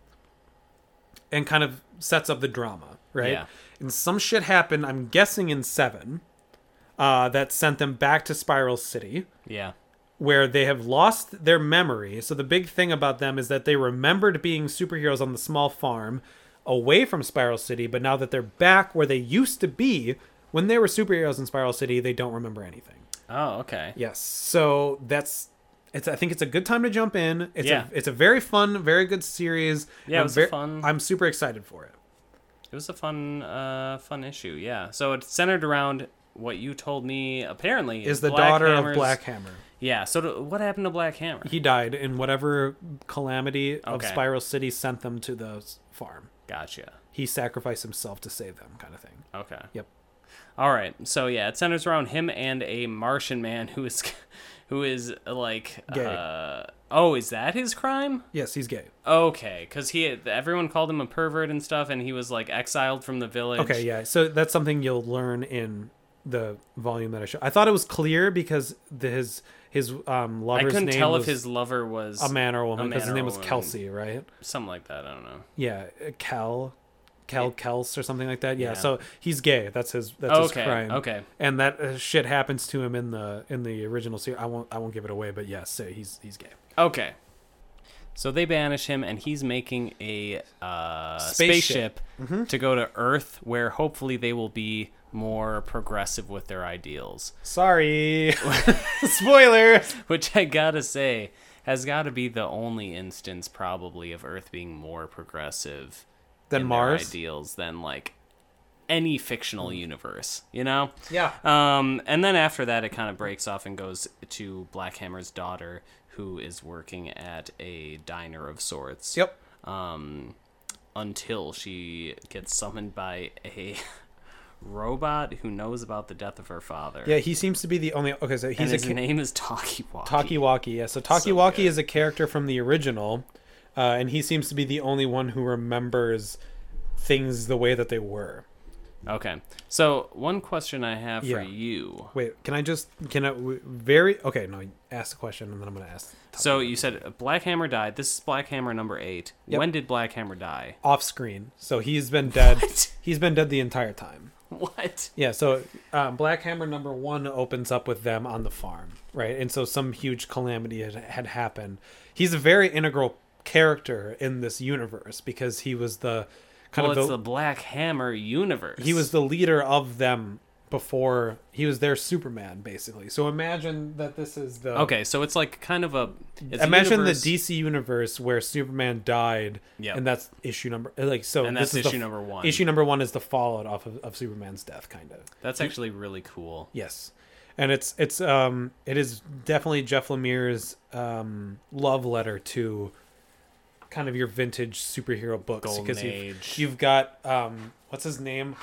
Speaker 1: and kind of sets up the drama right
Speaker 2: Yeah.
Speaker 1: and some shit happened i'm guessing in seven uh, that sent them back to spiral city
Speaker 2: Yeah.
Speaker 1: where they have lost their memory. So the big thing about them is that they remembered being superheroes on the small farm away from Spiral City, but now that they're back where they used to be when they were superheroes in Spiral City, they don't remember anything.
Speaker 2: Oh, okay.
Speaker 1: Yes. So that's it's I think it's a good time to jump in. It's
Speaker 2: Yeah.
Speaker 1: a, it's a very fun, very good series.
Speaker 2: Yeah, it
Speaker 1: I'm
Speaker 2: was a
Speaker 1: ver-
Speaker 2: fun-
Speaker 1: I'm super excited for it.
Speaker 2: It was a fun, uh, fun issue. Yeah. So it's centered around what you told me. Apparently,
Speaker 1: Is the
Speaker 2: Black
Speaker 1: daughter
Speaker 2: Hammer's-
Speaker 1: of Black Hammer.
Speaker 2: Yeah. So do- what happened to Black Hammer?
Speaker 1: He died in whatever calamity of
Speaker 2: Okay.
Speaker 1: Spiral City sent them to the s- farm.
Speaker 2: Gotcha.
Speaker 1: he sacrificed himself to save them kind of thing
Speaker 2: Okay.
Speaker 1: Yep.
Speaker 2: All right. So yeah, it centers around him and a Martian man who is, who is like,
Speaker 1: Gay.
Speaker 2: uh, oh, is that his crime?
Speaker 1: yes he's gay
Speaker 2: Okay, because he everyone called him a pervert and stuff, and he was like exiled from the village.
Speaker 1: okay yeah so that's something you'll learn in the volume that i showed i thought it was clear because the, his his um
Speaker 2: I
Speaker 1: lover's
Speaker 2: couldn't
Speaker 1: name
Speaker 2: tell
Speaker 1: was
Speaker 2: if his lover was
Speaker 1: a man or a woman
Speaker 2: a
Speaker 1: because
Speaker 2: man
Speaker 1: his
Speaker 2: or
Speaker 1: name
Speaker 2: a
Speaker 1: was
Speaker 2: woman.
Speaker 1: kelsey right
Speaker 2: something like that. I don't know.
Speaker 1: yeah uh, cal cal kels or something like that yeah,
Speaker 2: Yeah.
Speaker 1: so he's gay that's his that's
Speaker 2: Okay,
Speaker 1: his crime
Speaker 2: okay.
Speaker 1: and that uh, shit happens to him in the in the original series i won't i won't give it away but yes so he's he's gay
Speaker 2: Okay. So they banish him, and he's making a uh,
Speaker 1: Spaceship. Mm-hmm.
Speaker 2: spaceship, to go to Earth, where hopefully they will be more progressive with their ideals.
Speaker 1: Sorry. Spoiler.
Speaker 2: Which I gotta say has got to be the only instance, probably, of Earth being more progressive
Speaker 1: Then
Speaker 2: in their
Speaker 1: Mars. Hmm.
Speaker 2: ideals than like any fictional universe. You know?
Speaker 1: Yeah.
Speaker 2: Um, and then after that, it kind of breaks off and goes to Black Hammer's daughter, who is working at a diner of sorts.
Speaker 1: Yep.
Speaker 2: Um, until she gets summoned by a robot who knows about the death of her father.
Speaker 1: Yeah, he seems to be the only. Okay, so
Speaker 2: and
Speaker 1: he's
Speaker 2: his
Speaker 1: a ca-
Speaker 2: name is Takiwaki.
Speaker 1: Takiwaki. Yeah, so Takiwaki
Speaker 2: good.
Speaker 1: is a character from the original, uh, and he seems to be the only one who remembers things the way that they were.
Speaker 2: Okay. So one question I have
Speaker 1: Yeah.
Speaker 2: for you.
Speaker 1: Wait, can I just can I w- very okay? No, ask the question, and then I'm gonna ask
Speaker 2: So you said Black Hammer died. This is Black Hammer number eight.
Speaker 1: Yep.
Speaker 2: When did Black Hammer die?
Speaker 1: off screen. So he's been dead.
Speaker 2: What?
Speaker 1: He's been dead the entire time.
Speaker 2: What?
Speaker 1: Yeah, so um, Black Hammer number one opens up with them on the farm, right? And so some huge calamity had, had happened. He's a very integral character in this universe because he was the kind
Speaker 2: Well,
Speaker 1: of
Speaker 2: it's
Speaker 1: the,
Speaker 2: the Black Hammer universe.
Speaker 1: he was the leader of them before he was their Superman, basically. So imagine that this is the
Speaker 2: Okay, so it's like kind of a. It's a
Speaker 1: Imagine
Speaker 2: universe,
Speaker 1: the DC universe where Superman died,
Speaker 2: Yep.
Speaker 1: and that's issue number like so.
Speaker 2: And
Speaker 1: this
Speaker 2: that's
Speaker 1: is the-
Speaker 2: issue number one.
Speaker 1: Issue number one is the fallout off of, of Superman's death, kind of.
Speaker 2: That's actually really cool.
Speaker 1: Yes, and it's it's um it is definitely Jeff Lemire's um love letter to kind of your vintage superhero books
Speaker 2: Golden
Speaker 1: you've,
Speaker 2: Age.
Speaker 1: you've got um what's his name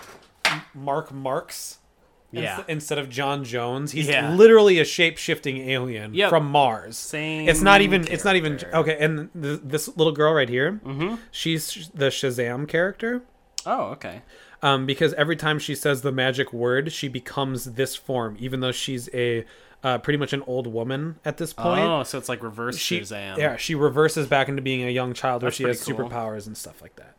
Speaker 1: M- Mark Marks. ins-
Speaker 2: Yeah.
Speaker 1: Instead of John Jones, he's
Speaker 2: Yeah.
Speaker 1: literally a shape shifting alien
Speaker 2: Yep.
Speaker 1: from Mars.
Speaker 2: Same
Speaker 1: It's not even. It's not even.
Speaker 2: character. Mm-hmm.
Speaker 1: Okay. And th- this little girl right here, she's sh- the Shazam character
Speaker 2: Oh, okay.
Speaker 1: um, because every time she says the magic word, she becomes this form, even though she's a uh, pretty much an old woman at this point.
Speaker 2: Oh, so it's like reverse
Speaker 1: she,
Speaker 2: Shazam.
Speaker 1: Yeah, she reverses back into being a young child where
Speaker 2: That's
Speaker 1: she
Speaker 2: pretty
Speaker 1: has
Speaker 2: cool.
Speaker 1: superpowers and stuff like that.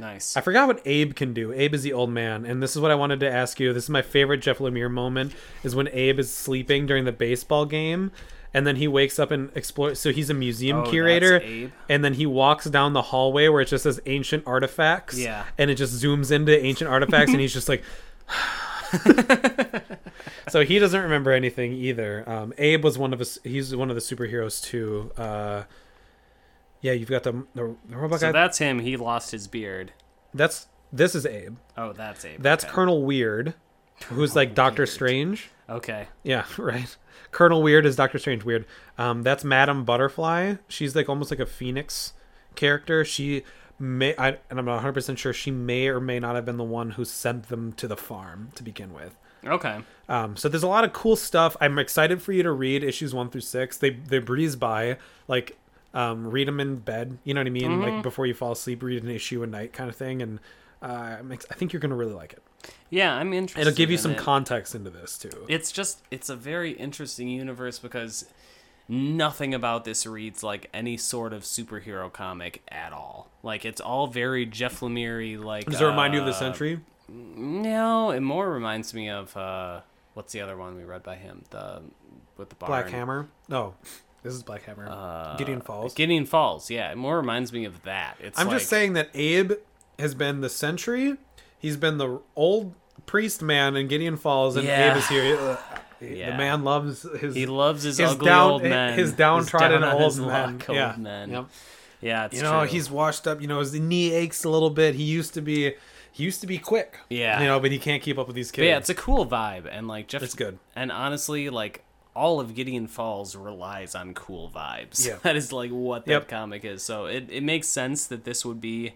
Speaker 2: Nice.
Speaker 1: I forgot what Abe can do. Abe is the old man, and this is what I wanted to ask you. This is my favorite Jeff Lemire moment is when Abe is sleeping during the baseball game, and then he wakes up and explores. So he's a museum
Speaker 2: Oh,
Speaker 1: curator,
Speaker 2: that's Abe?
Speaker 1: and then he walks down the hallway where it just says ancient artifacts.
Speaker 2: Yeah.
Speaker 1: and it just zooms into ancient artifacts, and he's just like. so he doesn't remember anything either. Um, Abe was one of us. He's one of the superheroes too. Uh, yeah, you've got the the, the robot
Speaker 2: so
Speaker 1: guy.
Speaker 2: that's him. He lost his beard.
Speaker 1: that's this is Abe.
Speaker 2: Oh, that's Abe.
Speaker 1: That's
Speaker 2: okay.
Speaker 1: Colonel Weird, who's like Doctor Strange.
Speaker 2: Okay.
Speaker 1: Yeah, right. Colonel Weird is Doctor Strange. Weird. Um, that's Madame Butterfly. She's like almost like a phoenix character. She may, I, and I'm not 100 percent sure. She may or may not have been the one who sent them to the farm to begin with.
Speaker 2: Okay.
Speaker 1: Um, so there's a lot of cool stuff. I'm excited for you to read issues one through six. They they breeze by, like um, read them in bed. You know what I mean? Like before you fall asleep, read an issue a night kind of thing. And uh, I'm ex- I think you're gonna really like it.
Speaker 2: Yeah, I'm interested.
Speaker 1: It'll give you
Speaker 2: in
Speaker 1: some
Speaker 2: it.
Speaker 1: context into this too.
Speaker 2: it's just it's a very interesting universe because nothing about this reads like any sort of superhero comic at all. Like it's all very Jeff Lemire like
Speaker 1: Does it remind you of the
Speaker 2: uh,
Speaker 1: century?
Speaker 2: No, it more reminds me of uh what's the other one we read by him? The with the barn.
Speaker 1: Black Hammer? No, this is Black Hammer. Gideon Falls.
Speaker 2: Uh, Gideon Falls, yeah. It more reminds me of that. It's
Speaker 1: I'm
Speaker 2: like-
Speaker 1: just saying that Abe has been the century. He's been the old priest man in Gideon Falls, and
Speaker 2: Yeah.
Speaker 1: Abe is here. Ugh. The
Speaker 2: Yeah.
Speaker 1: man loves his.
Speaker 2: he loves his,
Speaker 1: his
Speaker 2: ugly
Speaker 1: down-
Speaker 2: old men.
Speaker 1: his downtrodden
Speaker 2: down on
Speaker 1: old
Speaker 2: his
Speaker 1: men.
Speaker 2: luck
Speaker 1: Yeah.
Speaker 2: Old men.
Speaker 1: Yep.
Speaker 2: Yeah, it's
Speaker 1: you know
Speaker 2: true.
Speaker 1: he's washed up. You know his knee aches a little bit. He used to be. He used to be quick.
Speaker 2: Yeah.
Speaker 1: You know, but he can't keep up with these kids.
Speaker 2: But yeah, it's a cool vibe, and like Jeff,
Speaker 1: It's good.
Speaker 2: And honestly, like all of Gideon Falls relies on cool vibes.
Speaker 1: Yeah.
Speaker 2: that is like what that
Speaker 1: Yep.
Speaker 2: comic is. So it it makes sense that this would be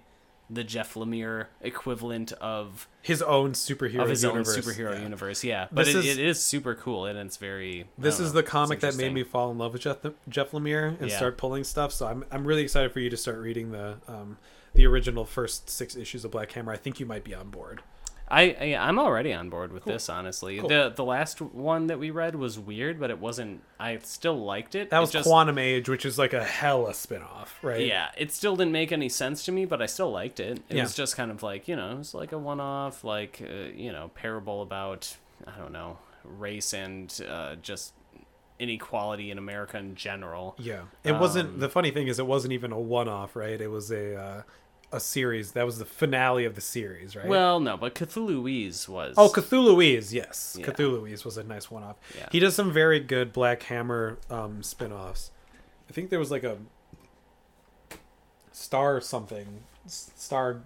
Speaker 2: the Jeff Lemire equivalent of
Speaker 1: his own superhero
Speaker 2: of his
Speaker 1: universe.
Speaker 2: own superhero
Speaker 1: Yeah.
Speaker 2: universe. Yeah, but
Speaker 1: This
Speaker 2: it,
Speaker 1: is-
Speaker 2: it is super cool, and it's very. I
Speaker 1: This
Speaker 2: don't
Speaker 1: is the
Speaker 2: know, it's
Speaker 1: comic that made
Speaker 2: Oh, interesting.
Speaker 1: me fall in love with Jeff, Jeff Lemire and
Speaker 2: Yeah.
Speaker 1: start pulling stuff. So I'm I'm really excited for you to start reading the um the original first six issues of Black Hammer. I think you might be on board.
Speaker 2: I, I I'm already on board with this. Honestly, the the last one that we read was weird, but it wasn't. I still liked it.
Speaker 1: That
Speaker 2: It
Speaker 1: was
Speaker 2: just,
Speaker 1: Quantum Age, which is like a hella spinoff, right?
Speaker 2: Yeah, it still didn't make any sense to me, but I still liked it. It
Speaker 1: Yeah.
Speaker 2: was just kind of like, you know, it was like a one off, like, uh, you know, parable about, I don't know, race and uh, just inequality in America in general.
Speaker 1: Yeah, it
Speaker 2: Um,
Speaker 1: wasn't. The funny thing is, it wasn't even a one-off, right? It was a uh, a series. That was the finale of the series, right?
Speaker 2: Well, no, but Cthulhuese was.
Speaker 1: oh, Cthulhuese, yes, Cthulhuese was a nice one-off.
Speaker 2: Yeah.
Speaker 1: He does some very good Black Hammer um, spin-offs. I think there was like a star something, S- star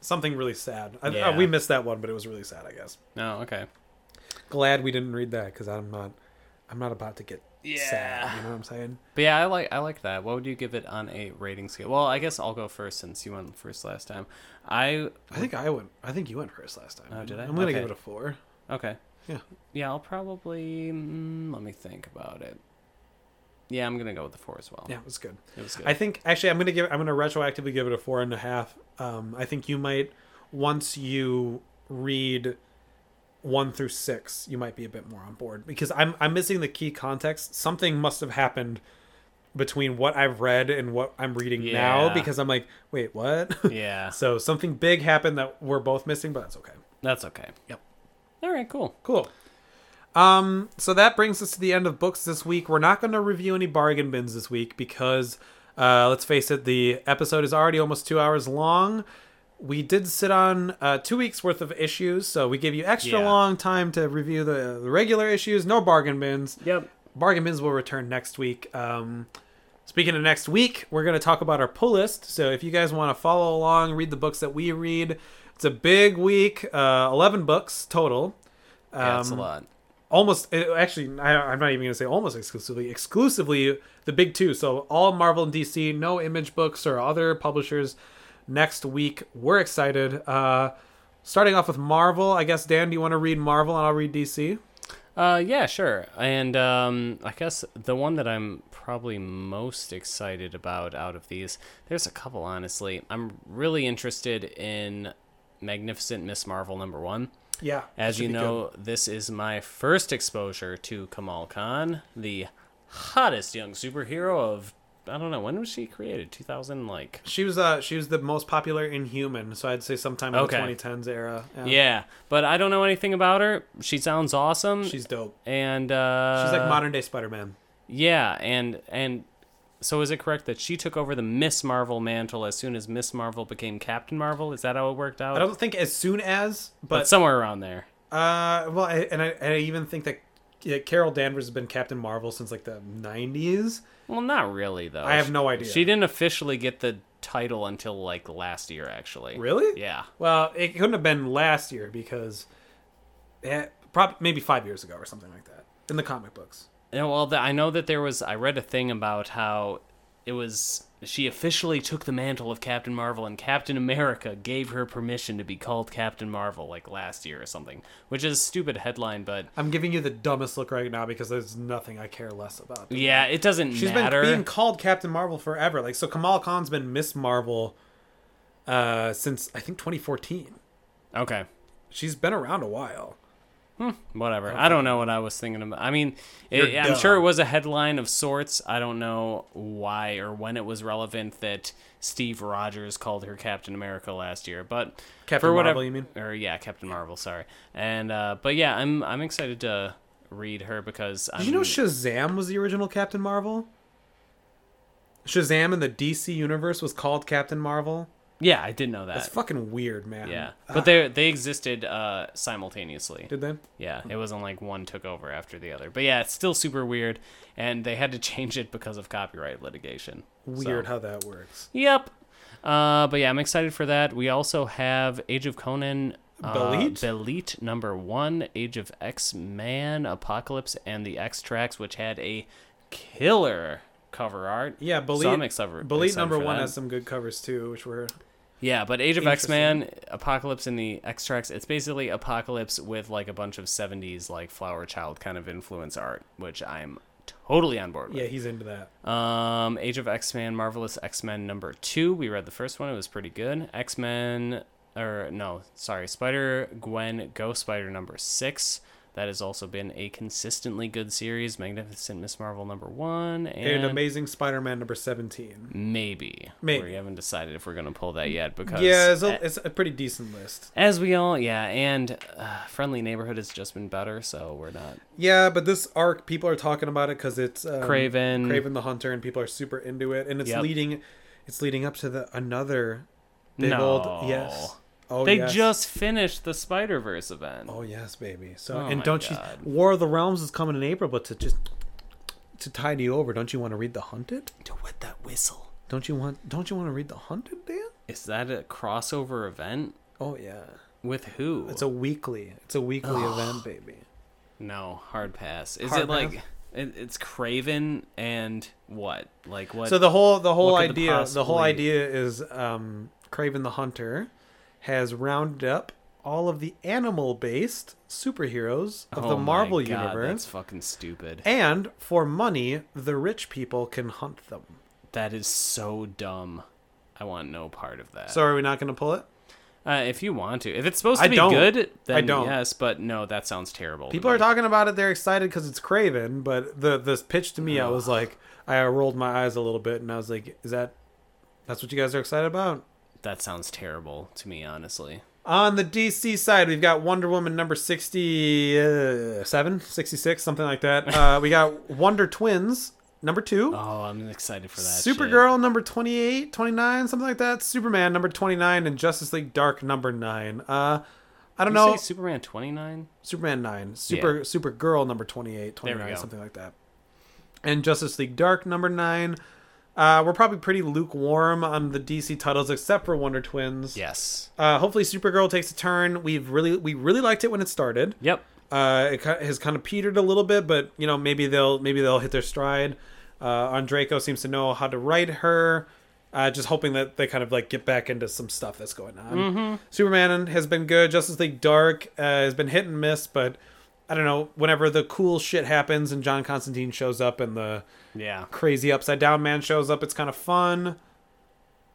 Speaker 1: something really sad. I,
Speaker 2: Yeah.
Speaker 1: uh, we missed that one, but it was really sad, I guess.
Speaker 2: no, Oh, okay.
Speaker 1: Glad we didn't read that because I'm not, I'm not about to get sad. You know what I'm saying?
Speaker 2: But yeah, I like I like that. What would you give it on a rating scale? Well, I guess I'll go first since you went first last time. I
Speaker 1: I think I went. I think you went first last time.
Speaker 2: Oh, did I?
Speaker 1: I'm gonna
Speaker 2: Okay.
Speaker 1: give it a four.
Speaker 2: okay.
Speaker 1: Yeah.
Speaker 2: Yeah, I'll probably mm, let me think about it. Yeah, I'm gonna go with the four as well.
Speaker 1: Yeah, it was good.
Speaker 2: It was good.
Speaker 1: I think actually I'm gonna give I'm gonna retroactively give it a four and a half. Um, I think you might once you read one through six, you might be a bit more on board because I'm I'm missing the key context. Something must have happened between what I've read and what I'm reading now
Speaker 2: Yeah.
Speaker 1: because I'm like, wait, what?
Speaker 2: yeah,
Speaker 1: so something big happened that we're both missing, but that's okay.
Speaker 2: that's okay.
Speaker 1: Yep.
Speaker 2: All right, cool.
Speaker 1: Cool. Um, so that brings us to the end of books this week. We're not going to review any bargain bins this week because, uh, let's face it, the episode is already almost two hours long. We did sit on uh, two weeks worth of issues, so we give you extra
Speaker 2: Yeah.
Speaker 1: long time to review the, the regular issues. No bargain bins.
Speaker 2: Yep.
Speaker 1: Bargain bins will return next week. Um, Speaking of next week, we're going to talk about our pull list. So if you guys want to follow along, read the books that we read. It's a big week, uh, 11 books total.
Speaker 2: Yeah, that's a
Speaker 1: Um,
Speaker 2: lot.
Speaker 1: Almost, eh, actually, I, I'm not even going to say almost exclusively, exclusively the big two. So all Marvel and DC, no image books or other publishers next week. We're excited. Uh, starting off with Marvel, I guess, Dan, do you want to read Marvel and I'll read DC?
Speaker 2: Uh, yeah, sure. And um, I guess the one that I'm probably most excited about out of these, there's a couple, honestly. I'm really interested in Magnificent Miss Marvel number one.
Speaker 1: Yeah.
Speaker 2: As
Speaker 1: should
Speaker 2: you
Speaker 1: be
Speaker 2: know, this is my first exposure to Kamal Khan, the hottest young superhero of I don't know when was she created? 2000 like
Speaker 1: good. she was uh, she was the most popular Inhuman, so I'd say sometime in
Speaker 2: Okay.
Speaker 1: the 2010s era.
Speaker 2: yeah, but I don't know anything about her. She sounds awesome.
Speaker 1: She's dope.
Speaker 2: and uh,
Speaker 1: She's like modern day Spider Man.
Speaker 2: Yeah, and and so is it correct that she took over the Miss Marvel mantle as soon as Miss Marvel became Captain Marvel? Is that how it worked out?
Speaker 1: I don't think as soon as,
Speaker 2: but
Speaker 1: but,
Speaker 2: somewhere around there.
Speaker 1: uh, well, I, and I, and I even think that yeah, Carol Danvers has been Captain Marvel since like the '90s.
Speaker 2: Well, not really though.
Speaker 1: I have no idea.
Speaker 2: She didn't officially get the title until like last year, actually.
Speaker 1: Really?
Speaker 2: Yeah.
Speaker 1: Well, it couldn't have been last year because, eh, prob- maybe five years ago or something like that in the comic books.
Speaker 2: Yeah, well, the, I know that there was. I read a thing about how it was. She officially took the mantle of Captain Marvel, and Captain America gave her permission to be called Captain Marvel, like last year or something. Which is a stupid headline, but
Speaker 1: I'm giving you the dumbest look right now because there's nothing I care less about.
Speaker 2: yeah, it doesn't
Speaker 1: She's
Speaker 2: matter.
Speaker 1: been being called Captain Marvel forever. Like so, Kamal Khan's been Miss Marvel uh, since I think 2014.
Speaker 2: Okay.
Speaker 1: She's been around a while.
Speaker 2: Whatever. I don't know what I was thinking about. I mean, it,
Speaker 1: You're
Speaker 2: I'm sure it
Speaker 1: dumb.
Speaker 2: was a headline of sorts. I don't know why or when it was relevant that Steve Rogers called her Captain America last year, but
Speaker 1: Captain
Speaker 2: for whatever,
Speaker 1: Marvel, you mean?
Speaker 2: Or yeah, Captain Marvel. Sorry. And uh, but yeah, I'm I'm excited to read her because I'm,
Speaker 1: Did you know Shazam was the original Captain Marvel? Shazam in the DC universe was called Captain Marvel.
Speaker 2: yeah, I did know that.
Speaker 1: That's fucking weird, man.
Speaker 2: Uh, yeah, but they they existed uh, simultaneously.
Speaker 1: Did they?
Speaker 2: Yeah, it wasn't like one took over after the other. But yeah, it's still super weird, and they had to change it because of copyright litigation.
Speaker 1: Weird
Speaker 2: So-
Speaker 1: how that works.
Speaker 2: Yep. Uh, but yeah, I'm excited for that. We also have Age of Conan, uh,
Speaker 1: Belit?
Speaker 2: Belit number one, Age of X Man, Apocalypse, and the X Tracks, which had a killer cover art.
Speaker 1: Yeah, Belit.
Speaker 2: So I'm excited.
Speaker 1: Belit
Speaker 2: excited
Speaker 1: number
Speaker 2: for
Speaker 1: one
Speaker 2: that.
Speaker 1: has some good covers too, which were
Speaker 2: Yeah, but Age of X Man, Apocalypse, and the X Tracks. It's basically Apocalypse with like a bunch of '70s like Flower Child kind of influence art, which I'm totally on board with.
Speaker 1: yeah, he's into that.
Speaker 2: Um, Age of X Men, Marvelous X Men number two. We read the first one; it was pretty good. X Men, or no, sorry, Spider Gwen, Ghost Spider number six. That has also been a consistently good series. Magnificent Miss Marvel number
Speaker 1: and
Speaker 2: one and,
Speaker 1: Amazing Spider-Man number seventeen.
Speaker 2: maybe.
Speaker 1: Maybe.
Speaker 2: we haven't decided if we're gonna pull that yet because
Speaker 1: Yeah, it's a, it's a pretty decent list.
Speaker 2: as we all yeah, and uh, Friendly Neighborhood has just been better, so we're not
Speaker 1: Yeah, but this arc, people are talking about it because it's um,
Speaker 2: Craven.
Speaker 1: Craven the Hunter, and people are super into it, and it's
Speaker 2: Yep.
Speaker 1: leading, it's leading up to the another big
Speaker 2: No.
Speaker 1: old yes. Oh,
Speaker 2: They
Speaker 1: yes.
Speaker 2: just finished the Spider Verse event.
Speaker 1: Oh yes, baby. So
Speaker 2: Oh
Speaker 1: and
Speaker 2: my
Speaker 1: don't
Speaker 2: God.
Speaker 1: you War of the Realms is coming in April, but to just to tide you over, don't you want to read The Hunted?
Speaker 2: To wet that whistle.
Speaker 1: Don't you want don't you want to read The Hunted, Dan?
Speaker 2: Is that a crossover event
Speaker 1: Oh yeah.
Speaker 2: with who?
Speaker 1: It's a weekly. It's a weekly event, baby.
Speaker 2: no hard pass. Is
Speaker 1: Hard
Speaker 2: it like it, it's Craven and what? Like what?
Speaker 1: So the whole the whole
Speaker 2: What could the
Speaker 1: idea the, whole
Speaker 2: possibly-
Speaker 1: idea is um Craven the Hunter has rounded up all of the animal based superheroes of
Speaker 2: Oh
Speaker 1: the
Speaker 2: my
Speaker 1: Marvel
Speaker 2: God, That's
Speaker 1: universe.
Speaker 2: fucking stupid.
Speaker 1: And for money, the rich people can hunt them.
Speaker 2: That is so dumb. I want no part of that.
Speaker 1: So are we not going to pull it?
Speaker 2: uh, if you want to, if it's supposed to
Speaker 1: I
Speaker 2: be
Speaker 1: don't.
Speaker 2: good, then
Speaker 1: I don't.
Speaker 2: yes. But no, that sounds terrible. to
Speaker 1: People are
Speaker 2: me.
Speaker 1: talking about it. They're excited because it's Craven. But the this pitch to me, I was like, I rolled my eyes a little bit, and I was like, "Is that? That's what you guys are excited about?"
Speaker 2: That sounds terrible to me, honestly.
Speaker 1: On the DC side, we've got Wonder Woman number 67, 66, something like that. Uh, we got Wonder Twins number two,
Speaker 2: Oh, I'm excited for that. shit.
Speaker 1: Supergirl number 28, 29, something like that, Superman number 29, and Justice League Dark number nine. Uh, I don't
Speaker 2: Did you
Speaker 1: know.
Speaker 2: say Superman 29.
Speaker 1: Superman 9, Super
Speaker 2: Yeah.
Speaker 1: Supergirl number 28,
Speaker 2: we
Speaker 1: 29,
Speaker 2: go.
Speaker 1: something like that. And Justice League Dark number 9. Uh, we're probably pretty lukewarm on the DC titles except for Wonder Twins.
Speaker 2: Yes.
Speaker 1: Uh, hopefully Supergirl takes a turn. We've really we really liked it when it started.
Speaker 2: Yep.
Speaker 1: Uh, it ki- has kind of petered a little bit, but you know maybe they'll maybe they'll hit their stride. Uh, Andraco seems to know how to write her. Uh, just hoping that they kind of like get back into some stuff that's going on. Superman has been good. Justice League Dark uh, has been hit and miss, but I don't know. Whenever the cool shit happens and John Constantine shows up and the
Speaker 2: Yeah.
Speaker 1: crazy upside down man shows up, it's kind of fun.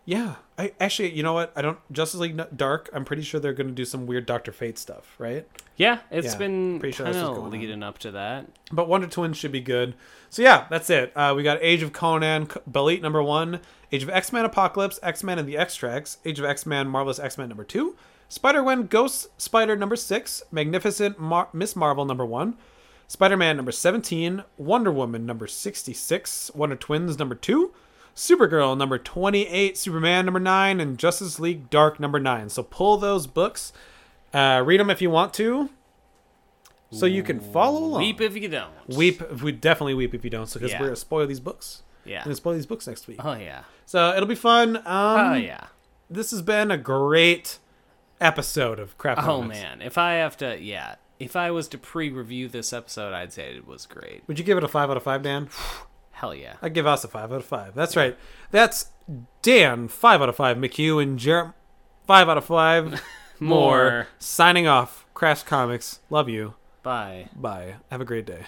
Speaker 1: Yeah, I actually, you know what? I don't Justice League Dark. I'm pretty sure they're going to do some weird Doctor Fate stuff, right?
Speaker 2: Yeah, it's
Speaker 1: Yeah,
Speaker 2: been
Speaker 1: pretty sure
Speaker 2: kind
Speaker 1: that's what's
Speaker 2: of
Speaker 1: going on.
Speaker 2: leading up to that.
Speaker 1: But Wonder Twins should be good. So yeah, that's it. Uh, we got Age of Conan, C- Belit number one, Age of X Men Apocalypse, X Men and the X Tracks, Age of X Men, Marvelous X Men number two, Spider Gwen, Ghost Spider number six, Magnificent Mar- Miss Marvel number one, Spider Man number seventeen, Wonder Woman number sixty six, Wonder Twins number two, Supergirl number twenty eight, Superman number nine, and Justice League Dark number nine. So pull those books, uh, read them if you want to. So you can follow along.
Speaker 2: Weep if you don't.
Speaker 1: Weep, we definitely weep if you don't, because
Speaker 2: Yeah.
Speaker 1: we're gonna spoil these books.
Speaker 2: Yeah.
Speaker 1: We're gonna spoil these books next week,
Speaker 2: Oh yeah.
Speaker 1: so it'll be fun. Um,
Speaker 2: Oh yeah.
Speaker 1: This has been a great episode of crap.
Speaker 2: Oh
Speaker 1: Moments.
Speaker 2: man, if I have to, yeah, if I was to pre-review this episode, I'd say it was great.
Speaker 1: Would you give it a five out of five, Dan?
Speaker 2: Hell yeah.
Speaker 1: I give us a five out of five. That's right. That's Dan five out of five. McHugh and Jer five out of five.
Speaker 2: More.
Speaker 1: signing off. Crash Comics. Love you.
Speaker 2: Bye.
Speaker 1: Bye. Have a great day.